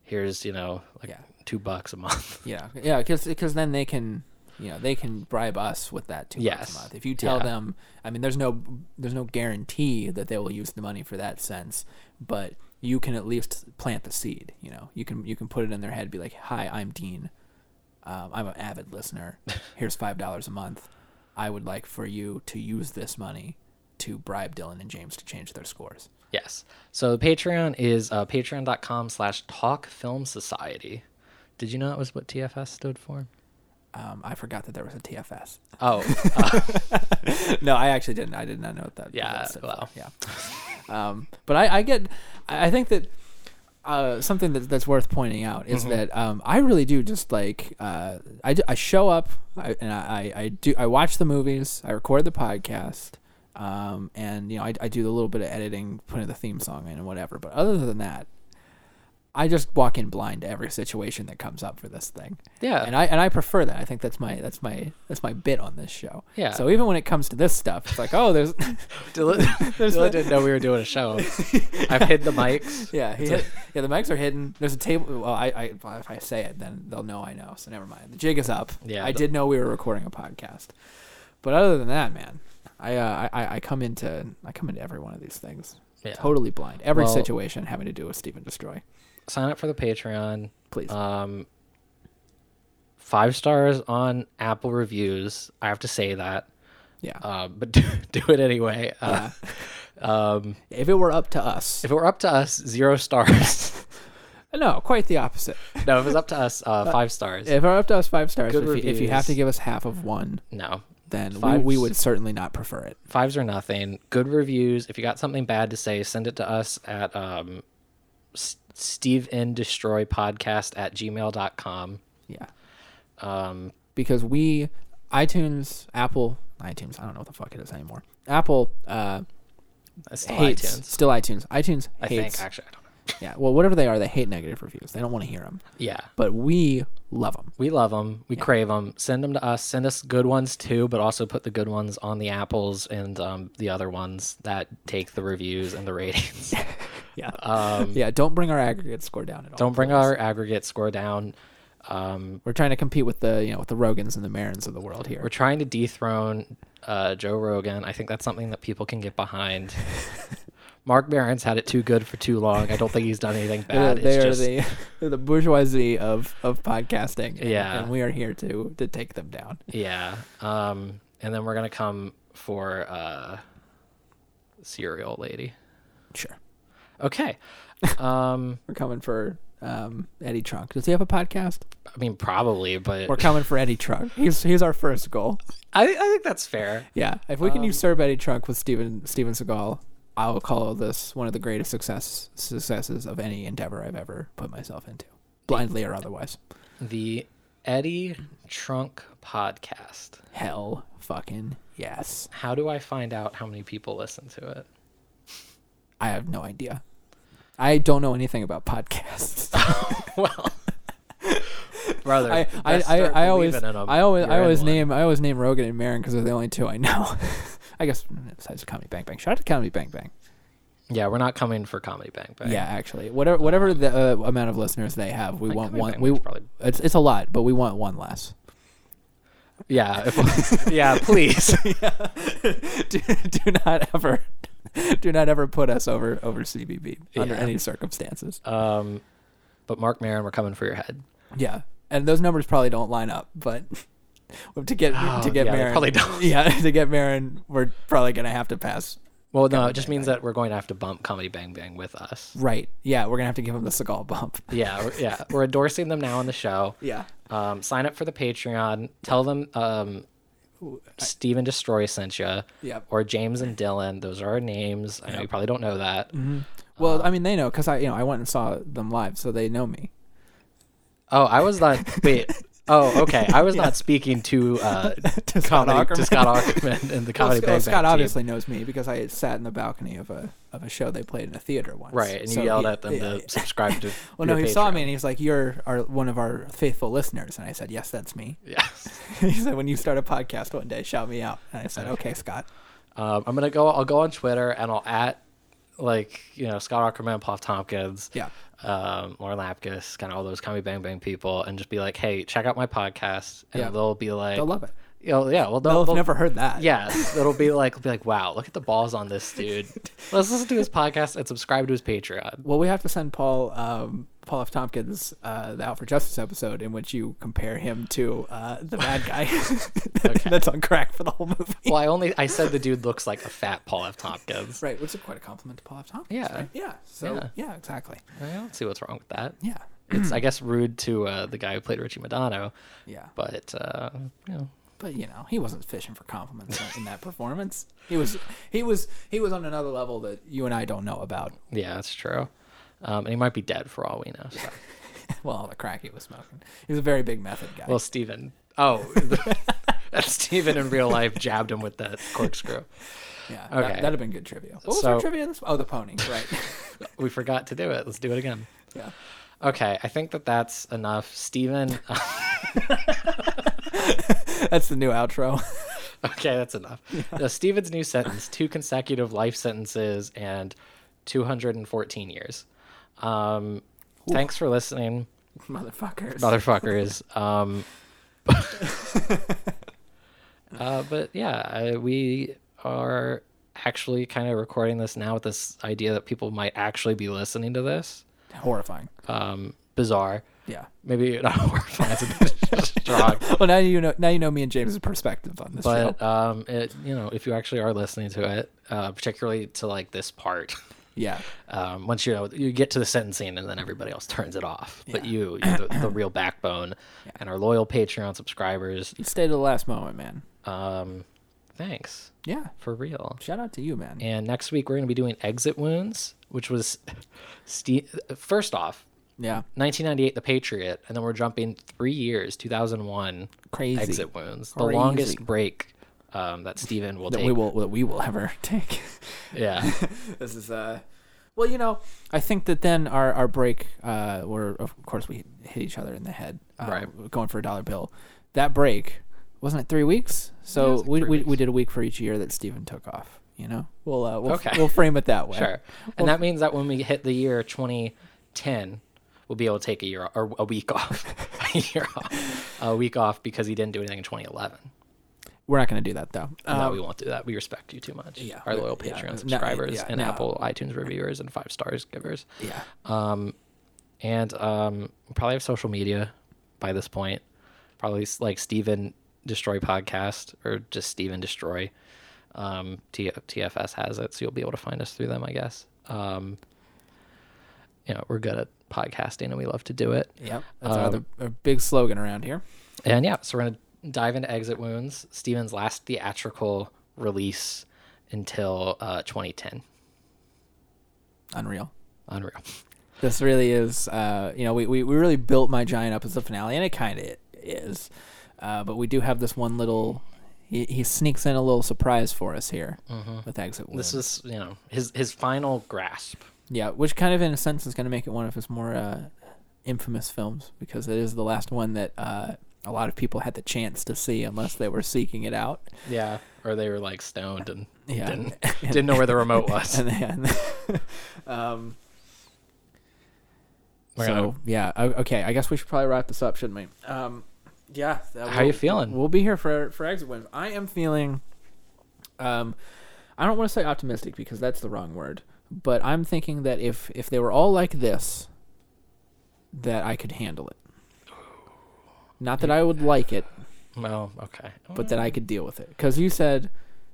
Here's you know like Yeah. two bucks a month." Yeah, yeah, because then they can, you know, they can bribe us with that two bucks Yes. a month. If you tell Yeah. them, I mean, there's no there's no guarantee that they will use the money for that sense, but you can at least plant the seed. You know, you can you can put it in their head, be like, "Hi, I'm Dean. Um, I'm an avid listener. Here's five dollars a month. I would like for you to use this money to bribe Dylan and James to change their scores." Yes. So the Patreon is uh, patreon.com slash talk film society. Did you know that was what TFS stood for? Um, I forgot that there was a TFS. Oh, no, I actually didn't. I did not know that. Yeah, that stood for. well. yeah. Um, but I, I get. I I think that uh, something that, that's worth pointing out Mm-hmm. is that um, I really do just like uh, I, d- I show up I, and I, I, I do I watch the movies. I record the podcast. Um, and you know I, I do a little bit of editing, putting the theme song in and whatever. But other than that, I just walk in blind to every situation that comes up for this thing. Yeah. And I and I prefer that. I think that's my that's my that's my bit on this show. Yeah. So even when it comes to this stuff, it's like, oh, there's Dylan, Dylan didn't know we were doing a show. I've hid the mics. yeah, he hit, yeah, the mics are hidden. There's a table. Well, I, I well, if I say it, then they'll know I know. So never mind. The jig is up. Yeah, I the- did know we were recording a podcast, but other than that, man, I uh, I I come into I come into every one of these things Yeah. totally blind. Every Well- situation having to do with Stephen Destroy. Sign up for the Patreon. Please. Um, five stars on Apple reviews. I have to say that. yeah. Uh, but do, do it anyway. Uh, um, if it were up to us, if it were up to us, zero stars. no, quite the opposite. no, if it was up to us, uh, five stars. If it were up to us, five stars. Good but if, you, if you have reviews. to give us half of one, no. then we, Fives. we would certainly not prefer it. fives or nothing. Good reviews. If you got something bad to say, send it to us at um, S- Steve and Destroy Podcast at gmail.com. Yeah. Um, because we iTunes, Apple, iTunes. I don't know what the fuck it is anymore. Apple uh, it's still hates iTunes. still iTunes. iTunes I hates. think, actually. I don't know. Yeah, well, whatever they are, they hate negative reviews. They don't want to hear them, Yeah. but we love them. We love them. We crave 'em. crave them. Send them to us. Send us good ones too, but also put the good ones on the apples and um, the other ones that take the reviews and the ratings. Yeah, Um, yeah. Don't bring our aggregate score down at all. Don't bring please. our aggregate score down. Um, We're trying to compete with the you know with the Rogans and the Marins of the world here. We're trying to dethrone uh, Joe Rogan. I think that's something that people can get behind. Mark Barron's had it too good for too long. I don't think he's done anything They're- bad. it's they are just, the they're the bourgeoisie of of podcasting. and- Yeah. and we are here to to take them down. yeah. Um, and then we're gonna come for uh, cereal lady. Sure. Okay. Um, We're coming for um, Eddie Trunk. Does he have a podcast? I mean, probably, but We're coming for Eddie Trunk. He's he's our first goal. I, I think that's fair. Yeah. If Um, we can usurp Eddie Trunk with Steven Steven Seagal, I will call this one of the greatest success successes of any endeavor I've ever put myself into, blindly or otherwise. The Eddie Trunk podcast. Hell fucking yes. How do I find out how many people listen to it? I have no idea. I don't know anything about podcasts. Well, brother, I, best I, I, start I always believing in 'em. I always You're I in always one. name I always name Rogan and Marin because they're the only two I know. I guess mm, besides Comedy Bang Bang. Shout out to Comedy Bang Bang. Yeah, we're not coming for comedy bang bang. Yeah, actually, whatever whatever the uh, amount of listeners they have, we Like, want Comedy one. Bang We Bang's probably- it's it's a lot, but we want one less. yeah, if- yeah. Please, do, do not ever do not ever put us over over CBB under Yeah. any circumstances. um, but Mark Maron, we're coming for your head. Yeah, and those numbers probably don't line up, but. To get Oh, to get yeah, they Marin, probably don't. yeah, to get Marin, we're probably gonna have to pass Well, no, it just means that we're going to have to bump comedy bang bang with us. Right. Yeah, we're gonna have to give him the Seagal bump. Yeah, we're, yeah, we're endorsing them now on the show. Yeah. Um, sign up for the Patreon. Tell them um, Steven Destroy sent you. Yep. Or James and Dylan. Those are our names. I know you probably don't know that. Um, Well, I mean, they know because I, you know, I went and saw them live, so they know me. Oh, I was not. wait. Oh, okay. I was not speaking to uh, To Scott comedy, to Aukerman. Scott Ackerman and the comedy. well, Bang Scott Bang team. obviously knows me because I sat in the balcony of a of a show they played in a theater once. Right, and you So yelled he- at them yeah, to yeah. subscribe to. Well, no, your he saw Patreon. me and he's like, "You're our one of our faithful listeners," and I said, "Yes, that's me." Yes. he said, "When you start a podcast one day, shout me out." And I said, "Okay, Scott." Um, I'm gonna go. I'll go on Twitter and I'll at like you know Scott Ackerman, Paul Tompkins, Yeah. um, Lauren Lapkus, kind of all those comedy bang bang people, and just be like, hey, check out my podcast, and Yeah. they'll be like, They'll love it. You know, yeah, well, they'll, They'll have they'll- never heard that. Yeah, it'll be like, it'll be like, wow, look at the balls on this dude. Let's listen to his podcast and subscribe to his Patreon. Well, we have to send Paul um, Paul F. Tompkins uh, the Out for Justice episode in which you compare him to uh, the bad guy that's on crack for the whole movie. Well, I only I said the dude looks like a fat Paul F. Tompkins. Right, which is quite a compliment to Paul F. Tompkins. Yeah. right? yeah. So Yeah. yeah. exactly. I don't see what's wrong with that. Yeah, It's I guess rude to uh, the guy who played Richie Madonna, yeah. But, but uh, you know, you know, he wasn't fishing for compliments in that performance. He was he was he was on another level that you and I don't know about. yeah, that's true. Um, and he might be dead for all we know. So. Well, all the crack he was smoking. He was a very big method guy. Well, Steven. Oh, Steven in real life jabbed him with that corkscrew. yeah. okay. That, would have been good trivia. What was So- our trivia in this? Oh, the pony. Right. We forgot to do it. Let's do it again. yeah. Okay, I think that that's enough. Steven. That's the new outro. Okay, that's enough. Now, Steven's new sentence two consecutive life sentences and 214 years. Um, thanks for listening, Motherfuckers. motherfuckers. um, uh, but yeah, I, we are actually kind of recording this now with this idea that people might actually be listening to this. Horrifying. Um, bizarre. Yeah. Maybe not horrifying, it's a bit strong. Well, now you know. Now you know me and James's perspective on this but show. um it you know if you actually are listening to it uh particularly to like this part Yeah. um once you know you get to the sentencing and then everybody else turns it off but you you're the, the real backbone and our loyal patreon subscribers You stayed to the last moment, man. um thanks Yeah. for real Shout out to you, man. and next week we're going to be doing exit wounds which was Ste- first off Yeah. 1998 the patriot and then we're jumping three years 2001 Crazy. exit wounds the Crazy. longest break um, that steven will That take we will that we will ever take. yeah this is uh. Well, you know, I think that then our our break, uh, where of course we hit each other in the head, uh, Right. Going for a dollar bill. That break wasn't it three weeks? So Yeah, it was like we, three we weeks. we did a week for each year that Steven took off. You know, we'll uh, we'll, Okay. we'll frame it that way. Sure. And that means that when we hit the year 2010, we'll be able to take a year or a week off, a year off, a week off because he didn't do anything in 2011. We're not going to do that though. no, Um, we won't do that. We respect you too much. Yeah, Our we- loyal yeah, Patreon no, subscribers yeah, and no. Apple iTunes reviewers and five stars givers. yeah. And um, we probably have social media by this point. Probably s- like Steven Destroy Podcast or just Steven Destroy. Um, T- TFS has it, so you'll be able to find us through them, I guess. Um, you know, we're good at podcasting and we love to do it. Yep. That's another a big slogan around here. And yeah, so we're going to dive into Exit Wounds, Steven's last theatrical release until uh, 2010. Unreal. Unreal. This really is, uh, you know, we, we, we really built My Giant up as the finale, and it kind of is. Uh, but we do have this one little, he, he sneaks in a little surprise for us here with Exit Wound. This is, you know, his his final grasp. Yeah, which kind of in a sense is going to make it one of his more uh, infamous films because it is the last one that uh, a lot of people had the chance to see unless they were seeking it out. Yeah. Or they were like stoned and Yeah. didn't didn't know where the remote was. And then, um, We're so gonna- yeah, o- okay. I guess we should probably wrap this up, shouldn't we? Um, yeah. that- How you we'll- feeling? We'll be here for for exit wins. I am feeling. Um, I don't want to say optimistic because that's the wrong word, but I'm thinking that if if they were all like this, that I could handle it. Not that I would like it, Well, okay. but that I could deal with it. Because you said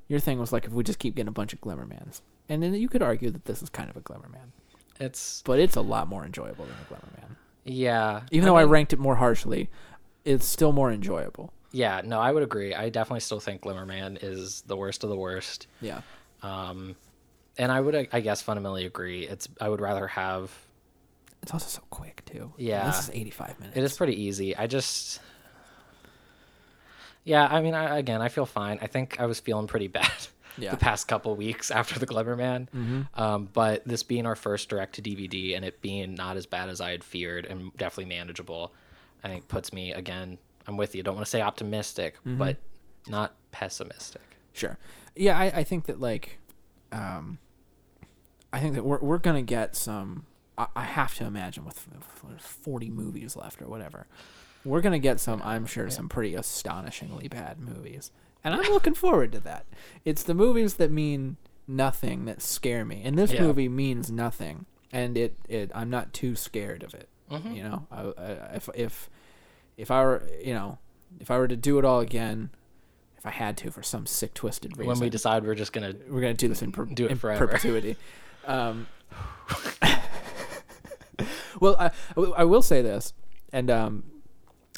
your thing was like if we just keep getting a bunch of Glimmermans, and then you could argue that this is kind of a Glimmerman, it's but it's a lot more enjoyable than a Glimmerman. yeah. Even though I mean, ranked it more harshly, it's still more enjoyable. yeah, no, I would agree. I definitely still think Glimmerman is the worst of the worst. Yeah, Um, and I would, I guess, fundamentally agree. It's I would rather have. it's also so quick too. Yeah. this is 85 minutes. It is pretty easy. I just. Yeah, I mean, I, again, I feel fine. I think I was feeling pretty bad Yeah. Mm-hmm. the past couple weeks after the Glimmerman. Um, but this being our first direct to DVD and it being not as bad as I had feared and definitely manageable, I think puts me again. I'm with you. Don't want to say optimistic, Mm-hmm. but not pessimistic. Sure. Yeah, I, I think that like, um, I think that we're we're gonna get some. I, I have to imagine with, with forty movies left or whatever, we're gonna get some. I'm sure some pretty astonishingly bad movies, and I'm looking forward to that. It's the movies that mean nothing that scare me, and this Yeah. movie means nothing, and it, it I'm not too scared of it. You know, I, I, if if if I were you know if I were to do it all again. If I had to, for some sick, twisted reason, When we decide we're just gonna we're gonna do this in, per- Do it in forever. perpetuity. Um, well, I, I will say this, and um,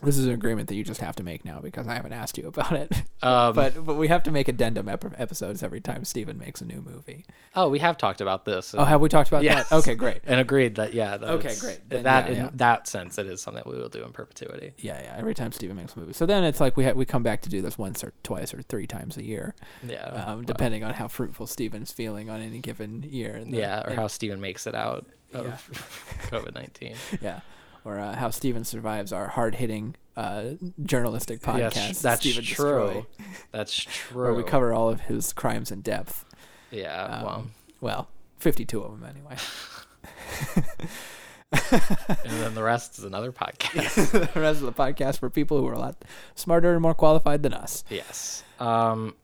this is an agreement that you just have to make now because I haven't asked you about it. Um, but but we have to make addendum ep- episodes every time Steven makes a new movie. Oh, we have talked about this. Oh, have we talked about Yes. that? Okay, great. and agreed that yeah. That Okay, it's- great. Then, that yeah, in yeah. that sense, it is something we will do in perpetuity. Yeah, yeah. Every time Steven makes a movie, so then it's like we ha- we come back to do this once or twice or three times a year, Yeah, um, well, depending on how fruitful Steven's feeling on any given year. in the- yeah, or in- how Steven makes it out of Yeah. COVID nineteen. Yeah. Or uh, how Steven survives our hard hitting uh, journalistic podcast. Yes, that's true. Steven Destroy, That's true. where we cover all of his crimes in depth. Yeah. Um, well, well, 52 of them anyway. and then the rest is another podcast. the rest of the podcast for people who are a lot smarter and more qualified than us. yes. Um.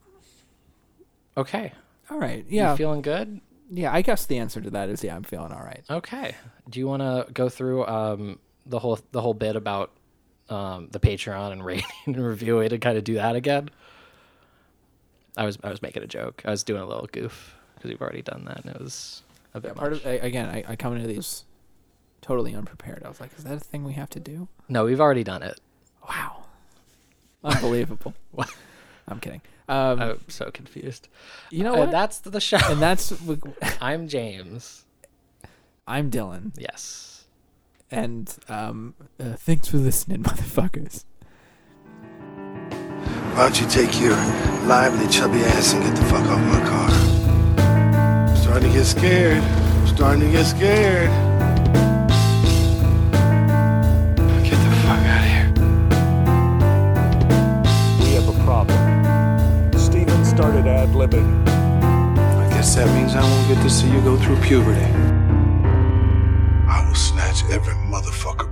Okay. All right. Yeah. Yeah. You feeling good? yeah. I guess the answer to that is yeah, I'm feeling all right. Okay. Do you want to go through um the whole the whole bit about um the Patreon and rating and review it and kind of do that again? I was I was making a joke. I was doing a little goof because we've already done that and it was a bit Part much. of, I, again, I, I come into these totally unprepared. I was like, is that a thing we have to do? No, we've already done it. Wow. Unbelievable. What? Uh, I'm kidding. Um, I'm Oh, so confused. you know Uh, what? that's the show. and that's, I'm James. I'm Dylan. Yes. And um, uh, thanks for listening, motherfuckers. Why don't you take your lively, chubby ass and get the fuck off my car? I'm starting to get scared. I'm starting to get scared. Get the fuck out of here. We have a problem. Steven started ad libbing. I guess that means I won't get to see you go through puberty. I will snatch every motherfucker